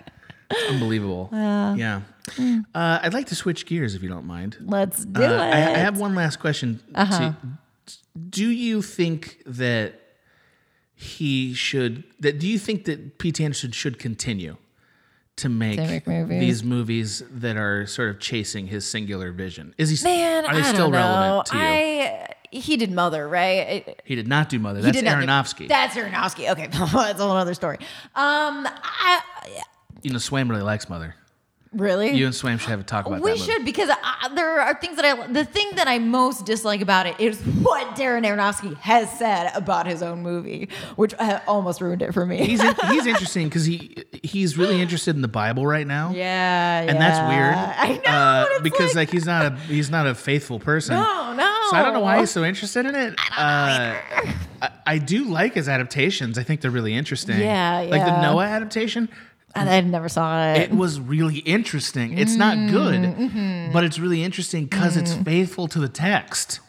[SPEAKER 2] unbelievable yeah
[SPEAKER 3] Hmm.
[SPEAKER 2] uh, i'd like to switch gears if you don't mind
[SPEAKER 3] Let's do
[SPEAKER 2] Uh,
[SPEAKER 3] it. Uh-huh.
[SPEAKER 2] I, I have one last question to- do you think that he should that do you think that pete anderson should continue to make,
[SPEAKER 3] make movies.
[SPEAKER 2] these movies that are sort of chasing his singular vision is he
[SPEAKER 3] Man,
[SPEAKER 2] are they
[SPEAKER 3] I
[SPEAKER 2] still
[SPEAKER 3] don't know.
[SPEAKER 2] relevant to you
[SPEAKER 3] I he did Mother, right? It-
[SPEAKER 2] he did not do mother
[SPEAKER 3] he
[SPEAKER 2] that's
[SPEAKER 3] did not do-
[SPEAKER 2] aronofsky
[SPEAKER 3] that's Aronofsky. Okay, that's a whole other story. Um, I
[SPEAKER 2] you know swaim really likes mother
[SPEAKER 3] really
[SPEAKER 2] you and swaim should have a talk about
[SPEAKER 3] we
[SPEAKER 2] that movie.
[SPEAKER 3] should because I, there are things that I the thing that I most dislike about it is what Darren Aronofsky has said about his own movie, which uh, almost ruined it for me.
[SPEAKER 2] he's, in- he's interesting because he he's really interested in the bible right now
[SPEAKER 3] yeah,
[SPEAKER 2] and that's weird
[SPEAKER 3] I know
[SPEAKER 2] uh,
[SPEAKER 3] but it's
[SPEAKER 2] because
[SPEAKER 3] like,
[SPEAKER 2] like, he's not a he's not a faithful person
[SPEAKER 3] no, no.
[SPEAKER 2] So I don't know why he's so interested in it. I don't know uh, I, I do like his adaptations. I think they're really interesting.
[SPEAKER 3] Yeah,
[SPEAKER 2] Like the
[SPEAKER 3] yeah.
[SPEAKER 2] Noah adaptation,
[SPEAKER 3] And I never saw it.
[SPEAKER 2] it was really
[SPEAKER 3] Mm, mm-hmm.
[SPEAKER 2] interesting. It's not good, but it's really interesting because it's faithful to the text.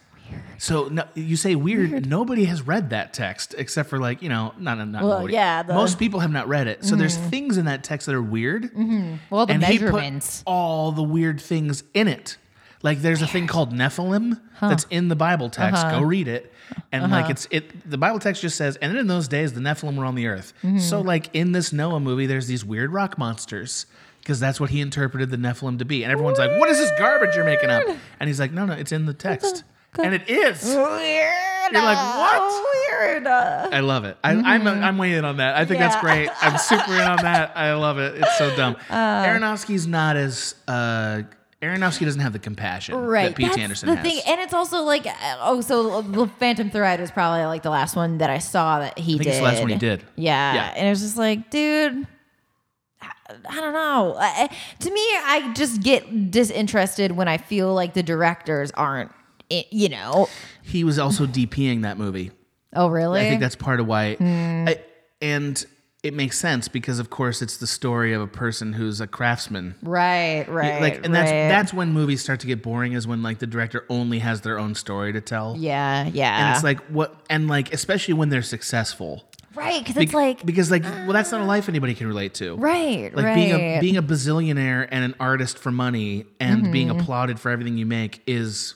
[SPEAKER 2] So no, you say weird. Nobody has read that text except for like you know, not not
[SPEAKER 3] Well,
[SPEAKER 2] nobody.
[SPEAKER 3] yeah, the- Mm.
[SPEAKER 2] Most people have not read it. So there's things in that text that are weird,
[SPEAKER 3] Mm-hmm. Well, the
[SPEAKER 2] and
[SPEAKER 3] measurements.
[SPEAKER 2] he put all the weird things in it. Like there's a thing called Nephilim that's in the Bible text.
[SPEAKER 3] Uh-huh.
[SPEAKER 2] Go read it, and like it's it. The Bible text just says, and then in those days the Nephilim were on the earth.
[SPEAKER 3] Mm-hmm.
[SPEAKER 2] So like in this Noah movie, there's these weird rock monsters. Because that's what he interpreted the Nephilim to be. And everyone's like, what is this garbage you're making up? And he's like, no, no, it's in the text. And it is.
[SPEAKER 3] Weird. Oh,
[SPEAKER 2] You're like, what?
[SPEAKER 3] Weird.
[SPEAKER 2] I love it. I, I'm I'm weighing in on that. I think
[SPEAKER 3] Mm-hmm. Yeah.
[SPEAKER 2] that's great. I'm super in on that. I love it. It's so dumb.
[SPEAKER 3] Uh,
[SPEAKER 2] Aronofsky's not as uh, Aronofsky doesn't have the compassion
[SPEAKER 3] Right.
[SPEAKER 2] that P.T.
[SPEAKER 3] That's
[SPEAKER 2] Anderson
[SPEAKER 3] the
[SPEAKER 2] has.
[SPEAKER 3] thing. And it's also like, uh, oh, so the Phantom Thread is probably like the last one that I saw that he
[SPEAKER 2] think
[SPEAKER 3] did.
[SPEAKER 2] it's the last one he did.
[SPEAKER 3] Yeah.
[SPEAKER 2] Yeah.
[SPEAKER 3] And it was just like, dude. I- I don't know. I, I- to me, I just get disinterested when I feel like the directors aren't, i- you know.
[SPEAKER 2] he was also DPing that movie.
[SPEAKER 3] Oh, really?
[SPEAKER 2] I think that's part of why.
[SPEAKER 3] Hmm.
[SPEAKER 2] I, and it makes sense because, of course, it's the story of a person who's a craftsman.
[SPEAKER 3] right, right.
[SPEAKER 2] like, and that's
[SPEAKER 3] right.
[SPEAKER 2] that's when movies start to get boring. Is when like the director only has their own story to tell.
[SPEAKER 3] yeah, yeah.
[SPEAKER 2] And it's like what, and like especially when they're successful.
[SPEAKER 3] right, because
[SPEAKER 2] Bec-
[SPEAKER 3] it's like, uh,
[SPEAKER 2] because like well that's not a life anybody can relate to
[SPEAKER 3] right,
[SPEAKER 2] like
[SPEAKER 3] right.
[SPEAKER 2] being a being a bazillionaire and an artist for money and being
[SPEAKER 3] Mm-hmm.
[SPEAKER 2] applauded for everything you make is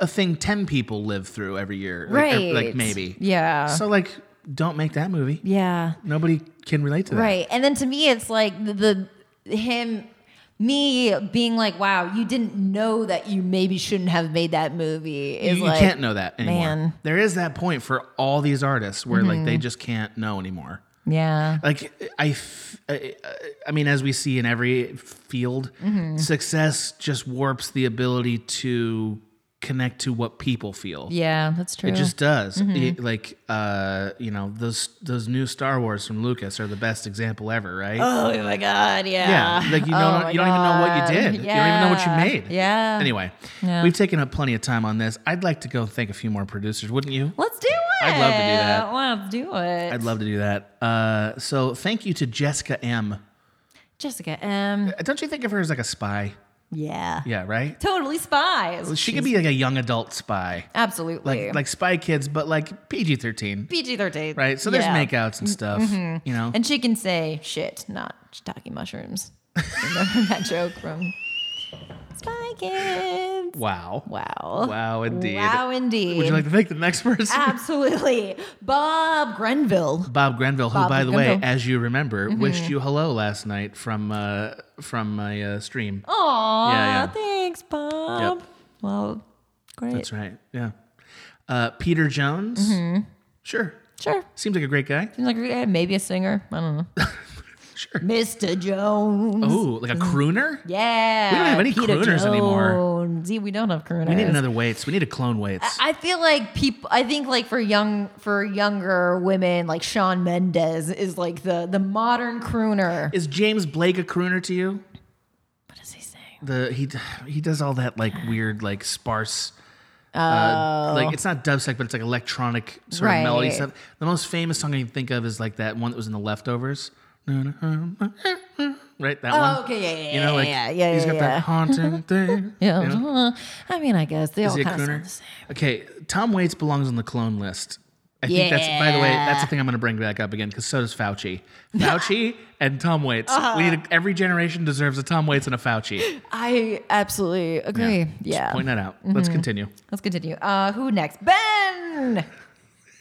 [SPEAKER 2] a thing 10 people live through every year like,
[SPEAKER 3] right.
[SPEAKER 2] ev- like maybe
[SPEAKER 3] Yeah.
[SPEAKER 2] so like don't make that movie
[SPEAKER 3] yeah.
[SPEAKER 2] nobody can relate to that
[SPEAKER 3] Right. And then to me, it's like the, the him, me being like, wow, you didn't know that you maybe shouldn't have made that movie.
[SPEAKER 2] you,
[SPEAKER 3] Is
[SPEAKER 2] you
[SPEAKER 3] like,
[SPEAKER 2] can't know that anymore
[SPEAKER 3] man. Mm-hmm.
[SPEAKER 2] there is that point for all these artists where like they just can't know anymore
[SPEAKER 3] Yeah.
[SPEAKER 2] like I, f- I- I mean, as we see in every field,
[SPEAKER 3] Mm-hmm.
[SPEAKER 2] success just warps the ability to connect to what people feel.
[SPEAKER 3] Yeah, Mm-hmm. that's true.
[SPEAKER 2] It just does. It- like, uh, you know, those those new Star Wars from Lucas are the best example ever, right?
[SPEAKER 3] oh my God. Yeah.
[SPEAKER 2] yeah, like you
[SPEAKER 3] Oh
[SPEAKER 2] don't
[SPEAKER 3] my
[SPEAKER 2] you don't even know what you
[SPEAKER 3] God.
[SPEAKER 2] did. You don't even know what
[SPEAKER 3] Yeah.
[SPEAKER 2] you made.
[SPEAKER 3] Yeah.
[SPEAKER 2] Anyway,
[SPEAKER 3] Yeah.
[SPEAKER 2] we've taken up plenty of time on this. I'd like to go thank a few more producers, wouldn't you?
[SPEAKER 3] Let's do it.
[SPEAKER 2] I'd love to do that.
[SPEAKER 3] Let's do it.
[SPEAKER 2] I'd love to do that. Uh, so thank you to Jessica M.
[SPEAKER 3] Jessica M.
[SPEAKER 2] Don't you think of her as like a spy?
[SPEAKER 3] Yeah.
[SPEAKER 2] Yeah, right.
[SPEAKER 3] Totally spies.
[SPEAKER 2] She could be like a young adult spy,
[SPEAKER 3] Absolutely.
[SPEAKER 2] like like Spy Kids, but like PG thirteen,
[SPEAKER 3] PG 13.
[SPEAKER 2] right? So there's makeouts
[SPEAKER 3] Mm,
[SPEAKER 2] and stuff,
[SPEAKER 3] mm-hmm.
[SPEAKER 2] you know.
[SPEAKER 3] And she can say shit, not shiitake mushrooms. Remember that joke from Spy Kids?
[SPEAKER 2] wow,
[SPEAKER 3] Wow.
[SPEAKER 2] Wow, indeed.
[SPEAKER 3] Wow, indeed.
[SPEAKER 2] Would you like to thank the next person?
[SPEAKER 3] Ah. Absolutely. Bob Grenville.
[SPEAKER 2] Bob Grenville, who,
[SPEAKER 3] Bob
[SPEAKER 2] by the way,
[SPEAKER 3] Grenville. Mm-hmm.
[SPEAKER 2] as you remember, wished you hello last night from uh, from my uh, stream.
[SPEAKER 3] Oh. Aw,
[SPEAKER 2] Yeah, yeah.
[SPEAKER 3] thanks, Bob.
[SPEAKER 2] Yep.
[SPEAKER 3] Well, great.
[SPEAKER 2] That's right. Yeah. Uh, Peter Jones.
[SPEAKER 3] Mm-hmm.
[SPEAKER 2] Sure.
[SPEAKER 3] Sure.
[SPEAKER 2] Seems like a great guy.
[SPEAKER 3] Seems like eh, maybe a singer. I don't know.
[SPEAKER 2] Sure.
[SPEAKER 3] Mr. Jones.
[SPEAKER 2] Oh, like a crooner.
[SPEAKER 3] Yeah.
[SPEAKER 2] We don't have any
[SPEAKER 3] Peter
[SPEAKER 2] crooners anymore.
[SPEAKER 3] Jones. Yeah, we don't have crooners.
[SPEAKER 2] We need another weights. We need a clone weights.
[SPEAKER 3] I feel like people. I think like for young for younger women, like Sean Mendez is like the the modern crooner.
[SPEAKER 2] Is James Blake a crooner to you?
[SPEAKER 3] What is he saying?
[SPEAKER 2] the he d- he does all that like weird like sparse uh, like it's not dubstep but it's like electronic sort of melody
[SPEAKER 3] Oh. Right.
[SPEAKER 2] stuff the most famous song i can think of is like that one that was in the leftovers right that one.
[SPEAKER 3] Oh, okay, yeah, yeah,
[SPEAKER 2] you know like
[SPEAKER 3] yeah, yeah, yeah,
[SPEAKER 2] he's got
[SPEAKER 3] yeah,
[SPEAKER 2] that haunting thing
[SPEAKER 3] yeah. uh-huh.
[SPEAKER 2] you know?
[SPEAKER 3] I mean, I guess they
[SPEAKER 2] is
[SPEAKER 3] all
[SPEAKER 2] he a
[SPEAKER 3] kind of sound the
[SPEAKER 2] crooner
[SPEAKER 3] same.
[SPEAKER 2] okay tom waits belongs on the clone list I think that's, by the way, that's the thing I'm going to bring back up again because so does Fauci. Fauci and Tom Waits.
[SPEAKER 3] Uh-huh.
[SPEAKER 2] We need a, every generation deserves a Tom Waits and a Fauci.
[SPEAKER 3] I absolutely agree. Yeah. Mm-hmm.
[SPEAKER 2] Just Point that out. Let's continue.
[SPEAKER 3] Let's continue. Uh, who next? Ben.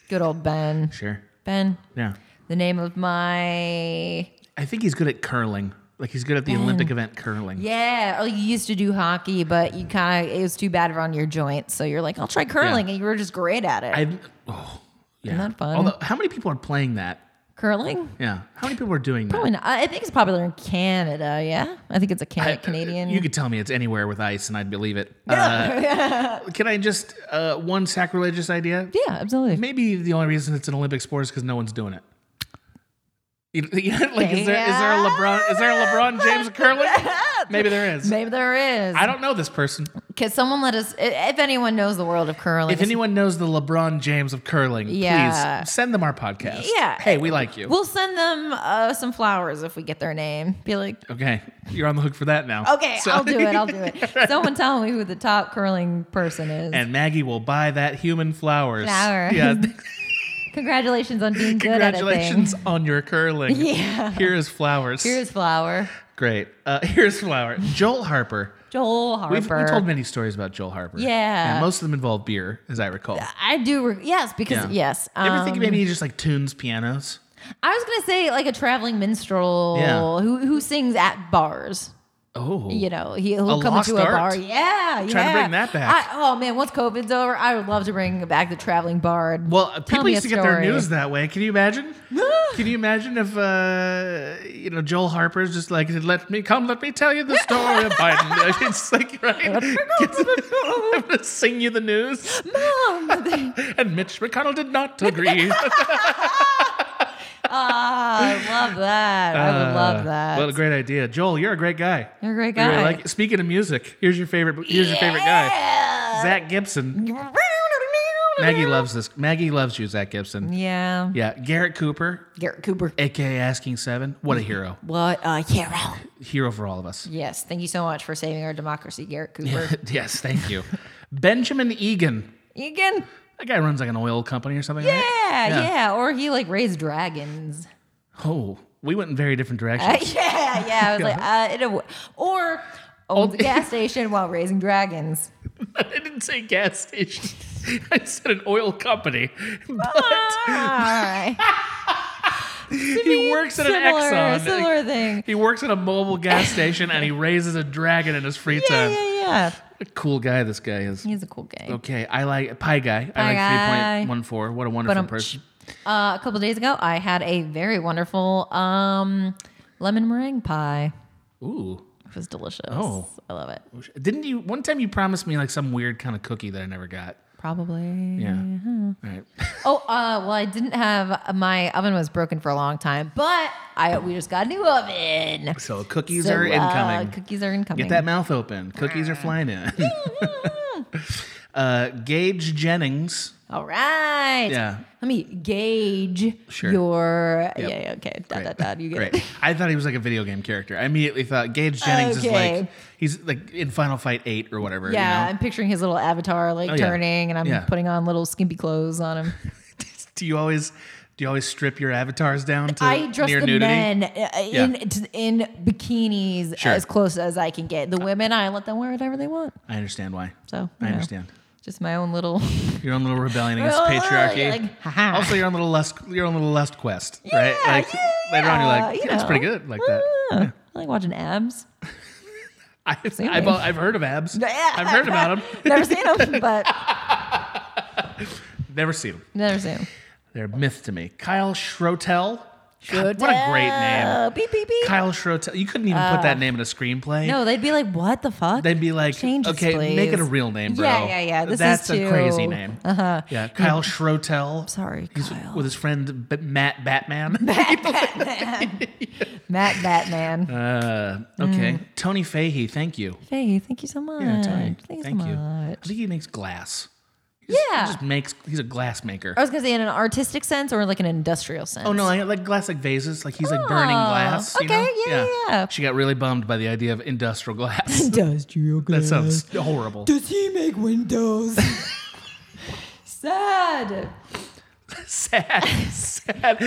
[SPEAKER 3] Good old Ben.
[SPEAKER 2] Sure.
[SPEAKER 3] Ben.
[SPEAKER 2] Yeah.
[SPEAKER 3] The name of my
[SPEAKER 2] I think he's good at curling. Like he's good at the Olympic event curling.
[SPEAKER 3] yeah. Or you used to do hockey, but you kind of it was too bad around your joints, so you're like, I'll try curling,
[SPEAKER 2] Yeah.
[SPEAKER 3] and you were just great at it.
[SPEAKER 2] I oh yeah.
[SPEAKER 3] Isn't that fun?
[SPEAKER 2] Although how many people are playing that?
[SPEAKER 3] curling.
[SPEAKER 2] Yeah. How many people are doing that?
[SPEAKER 3] Probably not. I I think it's popular in Canada. Yeah, I think it's a Can- Canadian.
[SPEAKER 2] uh, You could tell me it's anywhere with ice and I'd believe it. Uh, can I just uh, one sacrilegious idea?
[SPEAKER 3] yeah, absolutely.
[SPEAKER 2] Maybe the only reason it's an Olympic sport is because no one's doing it. You- you know, like is there is there a LeBron is there a LeBron James of curling? Maybe there is.
[SPEAKER 3] Maybe there is.
[SPEAKER 2] I don't know this person.
[SPEAKER 3] Because someone let us, i- if anyone knows the world of curling,
[SPEAKER 2] If anyone knows the LeBron James of curling,
[SPEAKER 3] Yeah.
[SPEAKER 2] please send them our podcast.
[SPEAKER 3] Yeah.
[SPEAKER 2] Hey, we like you.
[SPEAKER 3] we'll send them uh, some flowers if we get their name. Be like,
[SPEAKER 2] okay. You're on the hook for that now.
[SPEAKER 3] okay,
[SPEAKER 2] So-
[SPEAKER 3] I'll do it. I'll do it. Someone tell me who the top curling person is.
[SPEAKER 2] and Maggie will buy that human flowers.
[SPEAKER 3] Flowers.
[SPEAKER 2] Yeah.
[SPEAKER 3] Congratulations on being good at it.
[SPEAKER 2] Congratulations on your curling.
[SPEAKER 3] Yeah.
[SPEAKER 2] Here is flowers.
[SPEAKER 3] Here's flower.
[SPEAKER 2] Great. Uh, here's flower. Joel Harper.
[SPEAKER 3] Joel Harper.
[SPEAKER 2] We've, we told many stories about Joel Harper.
[SPEAKER 3] Yeah.
[SPEAKER 2] most of them involve beer, as I recall.
[SPEAKER 3] I do. Re- yes, because
[SPEAKER 2] Yeah.
[SPEAKER 3] yes.
[SPEAKER 2] Ever think
[SPEAKER 3] um,
[SPEAKER 2] maybe he just like tunes pianos?
[SPEAKER 3] I was gonna say like a traveling minstrel
[SPEAKER 2] Yeah.
[SPEAKER 3] who who sings at bars.
[SPEAKER 2] Oh.
[SPEAKER 3] You know, he, he'll come
[SPEAKER 2] lost
[SPEAKER 3] into a
[SPEAKER 2] art.
[SPEAKER 3] bar. Yeah,
[SPEAKER 2] Trying to
[SPEAKER 3] yeah.
[SPEAKER 2] bring that back.
[SPEAKER 3] I, oh man, once COVID's over, I would love to bring back the traveling bard.
[SPEAKER 2] Well, uh,
[SPEAKER 3] Tell
[SPEAKER 2] people
[SPEAKER 3] me
[SPEAKER 2] used
[SPEAKER 3] a
[SPEAKER 2] to get their
[SPEAKER 3] story.
[SPEAKER 2] news that way. Can you imagine? Can you imagine if uh, you know Joel Harper's just like let me come, let me tell you the story of Biden. It's like right, I'm gonna sing you the news.
[SPEAKER 3] Mom,
[SPEAKER 2] And Mitch McConnell did not agree.
[SPEAKER 3] Ah, I love that. I would love that.
[SPEAKER 2] What a Uh, great idea, Joel. You're a great guy.
[SPEAKER 3] You're a great
[SPEAKER 2] I really
[SPEAKER 3] guy.
[SPEAKER 2] like it. Speaking of music, here's your favorite. Here's your favorite guy,
[SPEAKER 3] Yeah.
[SPEAKER 2] Zach Gibson. Maggie loves this. Maggie loves you, Zach Gibson.
[SPEAKER 3] Yeah.
[SPEAKER 2] Yeah, Garrett Cooper,
[SPEAKER 3] Garrett Cooper.
[SPEAKER 2] aka Asking Seven. What a hero!
[SPEAKER 3] What uh, a hero.
[SPEAKER 2] Hero for all of us.
[SPEAKER 3] Yes. Thank you so much for saving our democracy, Garrett Cooper.
[SPEAKER 2] yes, thank you. Benjamin Egan.
[SPEAKER 3] Egan.
[SPEAKER 2] That guy runs like an oil company or something,
[SPEAKER 3] Yeah,
[SPEAKER 2] right?
[SPEAKER 3] yeah, Or he like raised dragons.
[SPEAKER 2] Oh, we went in very different
[SPEAKER 3] Uh,
[SPEAKER 2] directions.
[SPEAKER 3] yeah, yeah. I was like, uh, it, aw- or owns a gas station while raising dragons.
[SPEAKER 2] I didn't say gas station. I said an oil company. But
[SPEAKER 3] All right.
[SPEAKER 2] he works at an
[SPEAKER 3] similar,
[SPEAKER 2] Exxon.
[SPEAKER 3] similar thing.
[SPEAKER 2] He works at a mobile gas station and he raises a dragon in his free
[SPEAKER 3] Yeah,
[SPEAKER 2] time.
[SPEAKER 3] yeah, yeah.
[SPEAKER 2] Cool guy this guy is.
[SPEAKER 3] He's a cool guy.
[SPEAKER 2] Okay, I like Pie Guy.
[SPEAKER 3] Pie
[SPEAKER 2] I
[SPEAKER 3] Guy.
[SPEAKER 2] like 3.14. What a wonderful
[SPEAKER 3] But um,
[SPEAKER 2] person.
[SPEAKER 3] uh, a couple days ago, I had a very wonderful um, lemon meringue pie.
[SPEAKER 2] Ooh.
[SPEAKER 3] It was delicious.
[SPEAKER 2] Oh.
[SPEAKER 3] I love it.
[SPEAKER 2] Didn't you one time you promised me like some weird kind of cookie that I never got?
[SPEAKER 3] Probably.
[SPEAKER 2] Yeah. All right.
[SPEAKER 3] Oh, uh, well, I didn't have uh, my oven was broken for a long time, but I we just got a new oven.
[SPEAKER 2] So cookies
[SPEAKER 3] So,
[SPEAKER 2] are
[SPEAKER 3] uh, Mm.
[SPEAKER 2] incoming.
[SPEAKER 3] cookies are incoming.
[SPEAKER 2] Get that mouth open. Cookies are flying in. uh, Gage Jennings.
[SPEAKER 3] All right.
[SPEAKER 2] Yeah.
[SPEAKER 3] Let me gauge
[SPEAKER 2] Sure.
[SPEAKER 3] your. Yeah. yeah. Okay. Dot, dot, dot. You get
[SPEAKER 2] Great.
[SPEAKER 3] it.
[SPEAKER 2] I thought he was like a video game character. I immediately thought Gage Jennings is
[SPEAKER 3] Okay.
[SPEAKER 2] like he's like in Final Fight Eight or whatever.
[SPEAKER 3] Yeah,
[SPEAKER 2] You know?
[SPEAKER 3] I'm picturing his little avatar like
[SPEAKER 2] Oh, yeah.
[SPEAKER 3] turning, and I'm
[SPEAKER 2] Yeah.
[SPEAKER 3] putting on little skimpy clothes on him.
[SPEAKER 2] Do you always do you always strip your avatars down to
[SPEAKER 3] I dress
[SPEAKER 2] near
[SPEAKER 3] the
[SPEAKER 2] nudity?
[SPEAKER 3] men uh, in t- in bikinis
[SPEAKER 2] Sure.
[SPEAKER 3] as close as I can get. The women, I let them wear whatever they want.
[SPEAKER 2] I understand why.
[SPEAKER 3] So you
[SPEAKER 2] I
[SPEAKER 3] know,
[SPEAKER 2] understand.
[SPEAKER 3] Just my own little.
[SPEAKER 2] Your own little rebellion against
[SPEAKER 3] Oh,
[SPEAKER 2] patriarchy.
[SPEAKER 3] you're like, "Ha-ha."
[SPEAKER 2] Also, your own little lust, your own little lust quest, right?
[SPEAKER 3] Yeah,
[SPEAKER 2] Like
[SPEAKER 3] yeah,
[SPEAKER 2] later on, you're
[SPEAKER 3] yeah,
[SPEAKER 2] like,
[SPEAKER 3] you
[SPEAKER 2] yeah, that's
[SPEAKER 3] know.
[SPEAKER 2] pretty good, like that.
[SPEAKER 3] Ah, I like watching abs.
[SPEAKER 2] I've,
[SPEAKER 3] me.
[SPEAKER 2] I've, I've heard of abs.
[SPEAKER 3] Yeah.
[SPEAKER 2] I've heard about them.
[SPEAKER 3] Never seen them, but
[SPEAKER 2] Never seen them.
[SPEAKER 3] never seen them.
[SPEAKER 2] They're a myth to me. Kyle Schrotel. God, what a great name.
[SPEAKER 3] Beep beep beep.
[SPEAKER 2] Kyle Schrotel. You couldn't even put that name in a screenplay.
[SPEAKER 3] Uh, No, they'd be like, "What the fuck?"
[SPEAKER 2] They'd be like,
[SPEAKER 3] Change this,
[SPEAKER 2] okay, make it a
[SPEAKER 3] please."
[SPEAKER 2] real name, bro.
[SPEAKER 3] Yeah, yeah, yeah. This is
[SPEAKER 2] That's a
[SPEAKER 3] too-
[SPEAKER 2] crazy name.
[SPEAKER 3] Uh-huh.
[SPEAKER 2] Yeah, Kyle Schrotel.
[SPEAKER 3] Sorry,
[SPEAKER 2] He's
[SPEAKER 3] Kyle.
[SPEAKER 2] with his friend B- Matt Batman.
[SPEAKER 3] Matt Batman.
[SPEAKER 2] Uh, okay.
[SPEAKER 3] Mm.
[SPEAKER 2] Tony Fahey, thank you.
[SPEAKER 3] Faye, thank you so much.
[SPEAKER 2] Yeah, Tony.
[SPEAKER 3] Thank you
[SPEAKER 2] Thank
[SPEAKER 3] so
[SPEAKER 2] you. I
[SPEAKER 3] much.
[SPEAKER 2] think he makes glass. He just-
[SPEAKER 3] Yeah.
[SPEAKER 2] He just makes, he's a glass maker.
[SPEAKER 3] I was gonna say in an artistic sense or like an industrial sense.
[SPEAKER 2] Oh no, I like glass like vases. Like he's like burning
[SPEAKER 3] Oh,
[SPEAKER 2] glass. you
[SPEAKER 3] okay,
[SPEAKER 2] know?
[SPEAKER 3] yeah, yeah.
[SPEAKER 2] She got really bummed by the idea of industrial glass.
[SPEAKER 3] industrial
[SPEAKER 2] that
[SPEAKER 3] glass.
[SPEAKER 2] sounds horrible.
[SPEAKER 3] Does he make windows? Sad.
[SPEAKER 2] sad. Sad.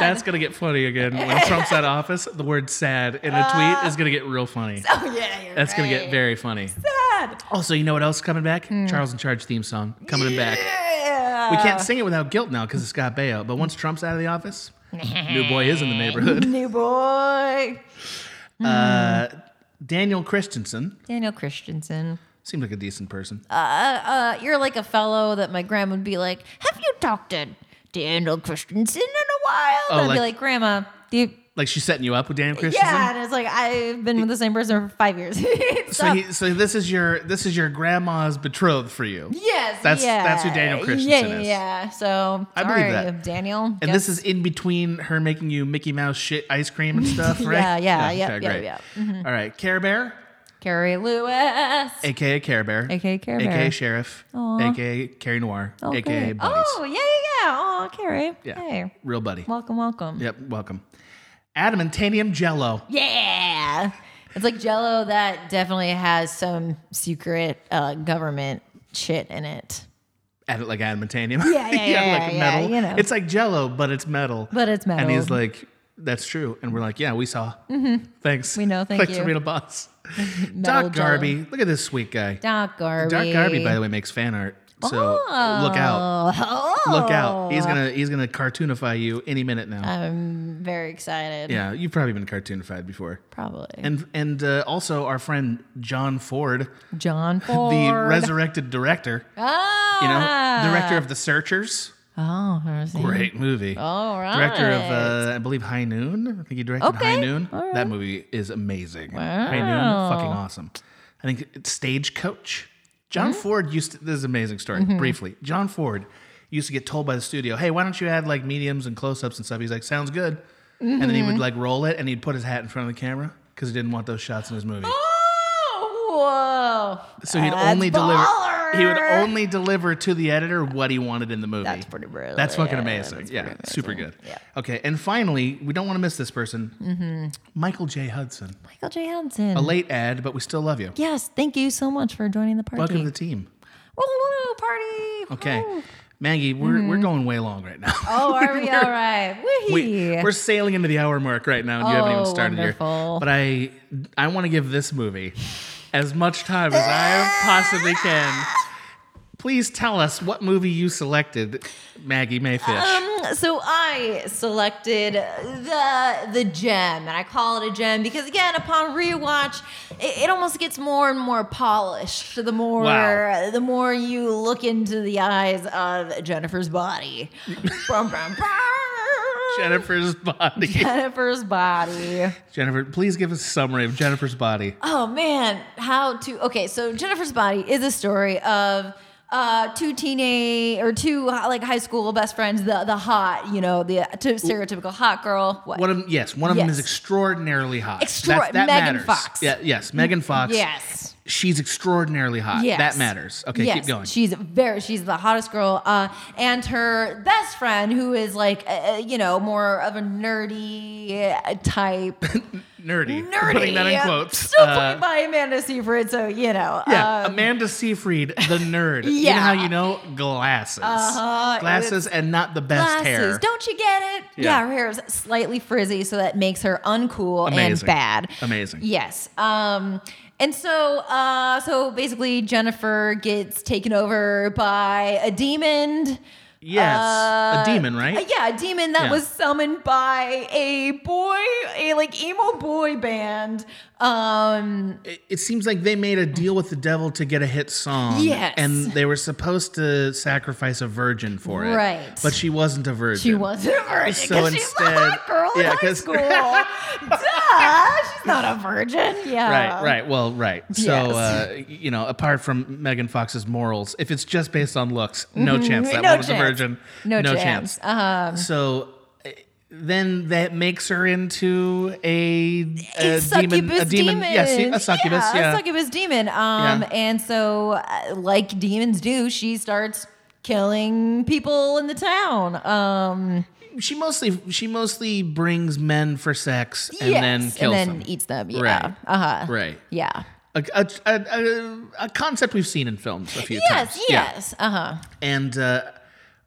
[SPEAKER 2] That's gonna get funny again when Trump's out of office. The word sad in a tweet is gonna get real funny.
[SPEAKER 3] Oh yeah, you're
[SPEAKER 2] That's gonna get
[SPEAKER 3] Uh, right.
[SPEAKER 2] very funny.
[SPEAKER 3] sad.
[SPEAKER 2] Also, you know what else is coming back? Charles in Charge theme song coming back.
[SPEAKER 3] Yeah.
[SPEAKER 2] We can't sing it without guilt now because it's Scott Baio. But once Trump's out of the office, new boy is in the neighborhood.
[SPEAKER 3] New boy. Hmm.
[SPEAKER 2] Uh, Daniel Christensen
[SPEAKER 3] Daniel Christensen.
[SPEAKER 2] seemed like a decent person.
[SPEAKER 3] uh, you're like a fellow that my grandma would be like, "Have you talked to Daniel Christensen in a while?"
[SPEAKER 2] Oh,
[SPEAKER 3] and I'd be
[SPEAKER 2] like-
[SPEAKER 3] like, "Grandma, do you?"
[SPEAKER 2] like she's setting you up with Daniel Christensen.
[SPEAKER 3] Yeah, and it's like I've been with the same person for five years.
[SPEAKER 2] So he, so this is your this is your grandma's betrothed for you.
[SPEAKER 3] yes,
[SPEAKER 2] That's-
[SPEAKER 3] yeah.
[SPEAKER 2] that's who Daniel Christensen
[SPEAKER 3] yeah,
[SPEAKER 2] is.
[SPEAKER 3] Yeah, so
[SPEAKER 2] I believe
[SPEAKER 3] sorry,
[SPEAKER 2] that.
[SPEAKER 3] Daniel.
[SPEAKER 2] And this is in between her making you Mickey Mouse shit ice cream and stuff, right?
[SPEAKER 3] Yeah, Mm-hmm. yeah, yeah, yeah,
[SPEAKER 2] great.
[SPEAKER 3] yeah.
[SPEAKER 2] All right, Care Bear.
[SPEAKER 3] Carrie Lewis.
[SPEAKER 2] aka Care Bear,
[SPEAKER 3] AKA Care Bear.
[SPEAKER 2] aka Sheriff,
[SPEAKER 3] Aw.
[SPEAKER 2] aka Carrie Noir,
[SPEAKER 3] Oh,
[SPEAKER 2] aka
[SPEAKER 3] good.
[SPEAKER 2] Buddies.
[SPEAKER 3] Oh, yeah, yeah, yeah. Oh, Carrie.
[SPEAKER 2] yeah,
[SPEAKER 3] Hey,
[SPEAKER 2] real buddy.
[SPEAKER 3] welcome, welcome.
[SPEAKER 2] Yep, welcome. Adamantanium Jello.
[SPEAKER 3] Yeah. It's like jello that definitely has some secret uh, government shit in it.
[SPEAKER 2] Ad- like adamantium.
[SPEAKER 3] Yeah, yeah, yeah,
[SPEAKER 2] like
[SPEAKER 3] yeah,
[SPEAKER 2] metal.
[SPEAKER 3] you know.
[SPEAKER 2] It's like Jello, but it's metal.
[SPEAKER 3] But it's metal.
[SPEAKER 2] And he's like, "That's true." And we're like, "Yeah, we saw. Thanks.
[SPEAKER 3] Mm-hmm. We know, thank
[SPEAKER 2] like
[SPEAKER 3] you.
[SPEAKER 2] Tomato Boss.
[SPEAKER 3] Metal
[SPEAKER 2] Doc
[SPEAKER 3] Jell-O.
[SPEAKER 2] Garby. Look at this sweet guy.
[SPEAKER 3] Doc Garby.
[SPEAKER 2] Doc Garby, by the way, makes fan art. So look out.
[SPEAKER 3] Oh.
[SPEAKER 2] Look out. He's gonna he's gonna cartoonify you any minute
[SPEAKER 3] Uh,
[SPEAKER 2] now.
[SPEAKER 3] I'm very excited.
[SPEAKER 2] yeah, you've probably been cartoonified before.
[SPEAKER 3] Probably.
[SPEAKER 2] And and uh, also our friend John Ford,
[SPEAKER 3] John Ford.
[SPEAKER 2] the resurrected director,
[SPEAKER 3] Ah.
[SPEAKER 2] you know, director of The Searchers.
[SPEAKER 3] Oh, I see.
[SPEAKER 2] Great movie.
[SPEAKER 3] All right.
[SPEAKER 2] Director of, uh, I believe, High Noon. I think he directed
[SPEAKER 3] Okay.
[SPEAKER 2] High Noon.
[SPEAKER 3] All right.
[SPEAKER 2] That movie is amazing. High
[SPEAKER 3] Wow.
[SPEAKER 2] Noon, fucking awesome. I think it's Stagecoach. John Ford used to, this is an amazing story,
[SPEAKER 3] Mm-hmm.
[SPEAKER 2] briefly. John Ford used to get told by the studio, hey, why don't you add like mediums and close ups and stuff? He's like, sounds good. And then he
[SPEAKER 3] Mm-hmm.
[SPEAKER 2] would like roll it and he'd put his hat in front of the camera because he didn't want those shots in his movie.
[SPEAKER 3] Oh, whoa.
[SPEAKER 2] So he'd
[SPEAKER 3] That's
[SPEAKER 2] only deliver.
[SPEAKER 3] baller.
[SPEAKER 2] He would only deliver to the editor what he wanted in the movie.
[SPEAKER 3] That's pretty brilliant.
[SPEAKER 2] That's fucking
[SPEAKER 3] Yeah,
[SPEAKER 2] amazing.
[SPEAKER 3] that's
[SPEAKER 2] yeah,
[SPEAKER 3] pretty
[SPEAKER 2] super
[SPEAKER 3] amazing.
[SPEAKER 2] good.
[SPEAKER 3] Yeah. Mm-hmm.
[SPEAKER 2] Okay, and finally, we don't want to miss this person, Michael J. Hudson.
[SPEAKER 3] Michael J. Hansen.
[SPEAKER 2] A late ad, but we still love you.
[SPEAKER 3] Yes, thank you so much for joining the party.
[SPEAKER 2] Welcome to the team.
[SPEAKER 3] Woo, woo, party.
[SPEAKER 2] Okay,
[SPEAKER 3] Woo.
[SPEAKER 2] Maggie, we're we're going way long right now.
[SPEAKER 3] Mm-hmm. Oh, are we all right? Woohee.
[SPEAKER 2] We, we're sailing into the hour mark right now, and you haven't even
[SPEAKER 3] Oh,
[SPEAKER 2] started
[SPEAKER 3] wonderful.
[SPEAKER 2] here. But I, I want to give this movie as much time as I possibly can. Please tell us what movie you selected, Maggie Mayfish.
[SPEAKER 3] Um, so I selected the the gem, and I call it a gem because again, upon rewatch, it, it almost gets more and more polished the more
[SPEAKER 2] Wow.
[SPEAKER 3] the more you look into the eyes of Jennifer's body. Brum, brum, brum.
[SPEAKER 2] Jennifer's body.
[SPEAKER 3] Jennifer's body.
[SPEAKER 2] Jennifer, please give us a summary of Jennifer's body.
[SPEAKER 3] Oh man, how to? Okay, so Jennifer's Body is a story of uh, two teenage or two like high school best friends, the the hot, you know, the uh, t- stereotypical hot girl. What?
[SPEAKER 2] One of them, yes, one of them is
[SPEAKER 3] Yes.
[SPEAKER 2] extraordinarily hot.
[SPEAKER 3] Extra-
[SPEAKER 2] That's- that
[SPEAKER 3] Megan
[SPEAKER 2] matters.
[SPEAKER 3] Fox.
[SPEAKER 2] Yeah, yes, Megan Fox.
[SPEAKER 3] Yes.
[SPEAKER 2] She's extraordinarily hot.
[SPEAKER 3] Yes.
[SPEAKER 2] That matters. Okay,
[SPEAKER 3] Yes.
[SPEAKER 2] keep going.
[SPEAKER 3] She's very, she's the hottest girl. Uh, and her best friend, who is like, uh, you know, more of a nerdy uh, type.
[SPEAKER 2] nerdy.
[SPEAKER 3] nerdy.
[SPEAKER 2] Putting that in quotes.
[SPEAKER 3] Still
[SPEAKER 2] Uh,
[SPEAKER 3] played by Amanda Seyfried, so, you know.
[SPEAKER 2] yeah,
[SPEAKER 3] um,
[SPEAKER 2] Amanda Seyfried, the nerd. You
[SPEAKER 3] yeah.
[SPEAKER 2] know how you know? Glasses.
[SPEAKER 3] Uh-huh,
[SPEAKER 2] Glasses and not the best
[SPEAKER 3] glasses.
[SPEAKER 2] hair.
[SPEAKER 3] Don't you get it? Yeah.
[SPEAKER 2] Yeah.
[SPEAKER 3] her hair is slightly frizzy, so that makes her uncool and
[SPEAKER 2] Amazing.
[SPEAKER 3] bad.
[SPEAKER 2] Amazing.
[SPEAKER 3] Yes. Um, and so, uh, so basically, Jennifer gets taken over by a demon.
[SPEAKER 2] Yes, a
[SPEAKER 3] Uh,
[SPEAKER 2] demon, right?
[SPEAKER 3] Yeah, a demon that
[SPEAKER 2] Yeah.
[SPEAKER 3] was summoned by a boy, a like emo boy band. Um,
[SPEAKER 2] it, it seems like they made a deal with the devil to get a hit song.
[SPEAKER 3] Yes.
[SPEAKER 2] And they were supposed to sacrifice a virgin for it.
[SPEAKER 3] Right.
[SPEAKER 2] But she wasn't a virgin.
[SPEAKER 3] She wasn't a virgin
[SPEAKER 2] So
[SPEAKER 3] because she's a
[SPEAKER 2] instead-
[SPEAKER 3] hot girl in
[SPEAKER 2] yeah,
[SPEAKER 3] high
[SPEAKER 2] 'cause-
[SPEAKER 3] school. Duh, she's not a virgin. Yeah,
[SPEAKER 2] Right, right. Well, right. So,
[SPEAKER 3] Uh, Yes.
[SPEAKER 2] uh, you know, apart from Megan Fox's morals, if it's just based on looks, no chance that
[SPEAKER 3] Mm-hmm. No
[SPEAKER 2] woman's
[SPEAKER 3] chance.
[SPEAKER 2] a virgin.
[SPEAKER 3] No chance. Um,
[SPEAKER 2] So uh, then that makes her into a, a demon.
[SPEAKER 3] succubus
[SPEAKER 2] A demon. Yes, a succubus. Yeah.
[SPEAKER 3] a succubus demon. Um,
[SPEAKER 2] Yeah.
[SPEAKER 3] and so, uh, like demons do, she starts killing people in the town. Um,
[SPEAKER 2] She mostly she mostly brings men for sex and
[SPEAKER 3] yes,
[SPEAKER 2] then kills
[SPEAKER 3] and then
[SPEAKER 2] them.
[SPEAKER 3] eats them. Yeah,
[SPEAKER 2] Right.
[SPEAKER 3] uh huh.
[SPEAKER 2] Right.
[SPEAKER 3] Yeah.
[SPEAKER 2] a, a, a, a, a concept we've seen in films a few
[SPEAKER 3] Yes,
[SPEAKER 2] times.
[SPEAKER 3] yes, uh huh.
[SPEAKER 2] And uh,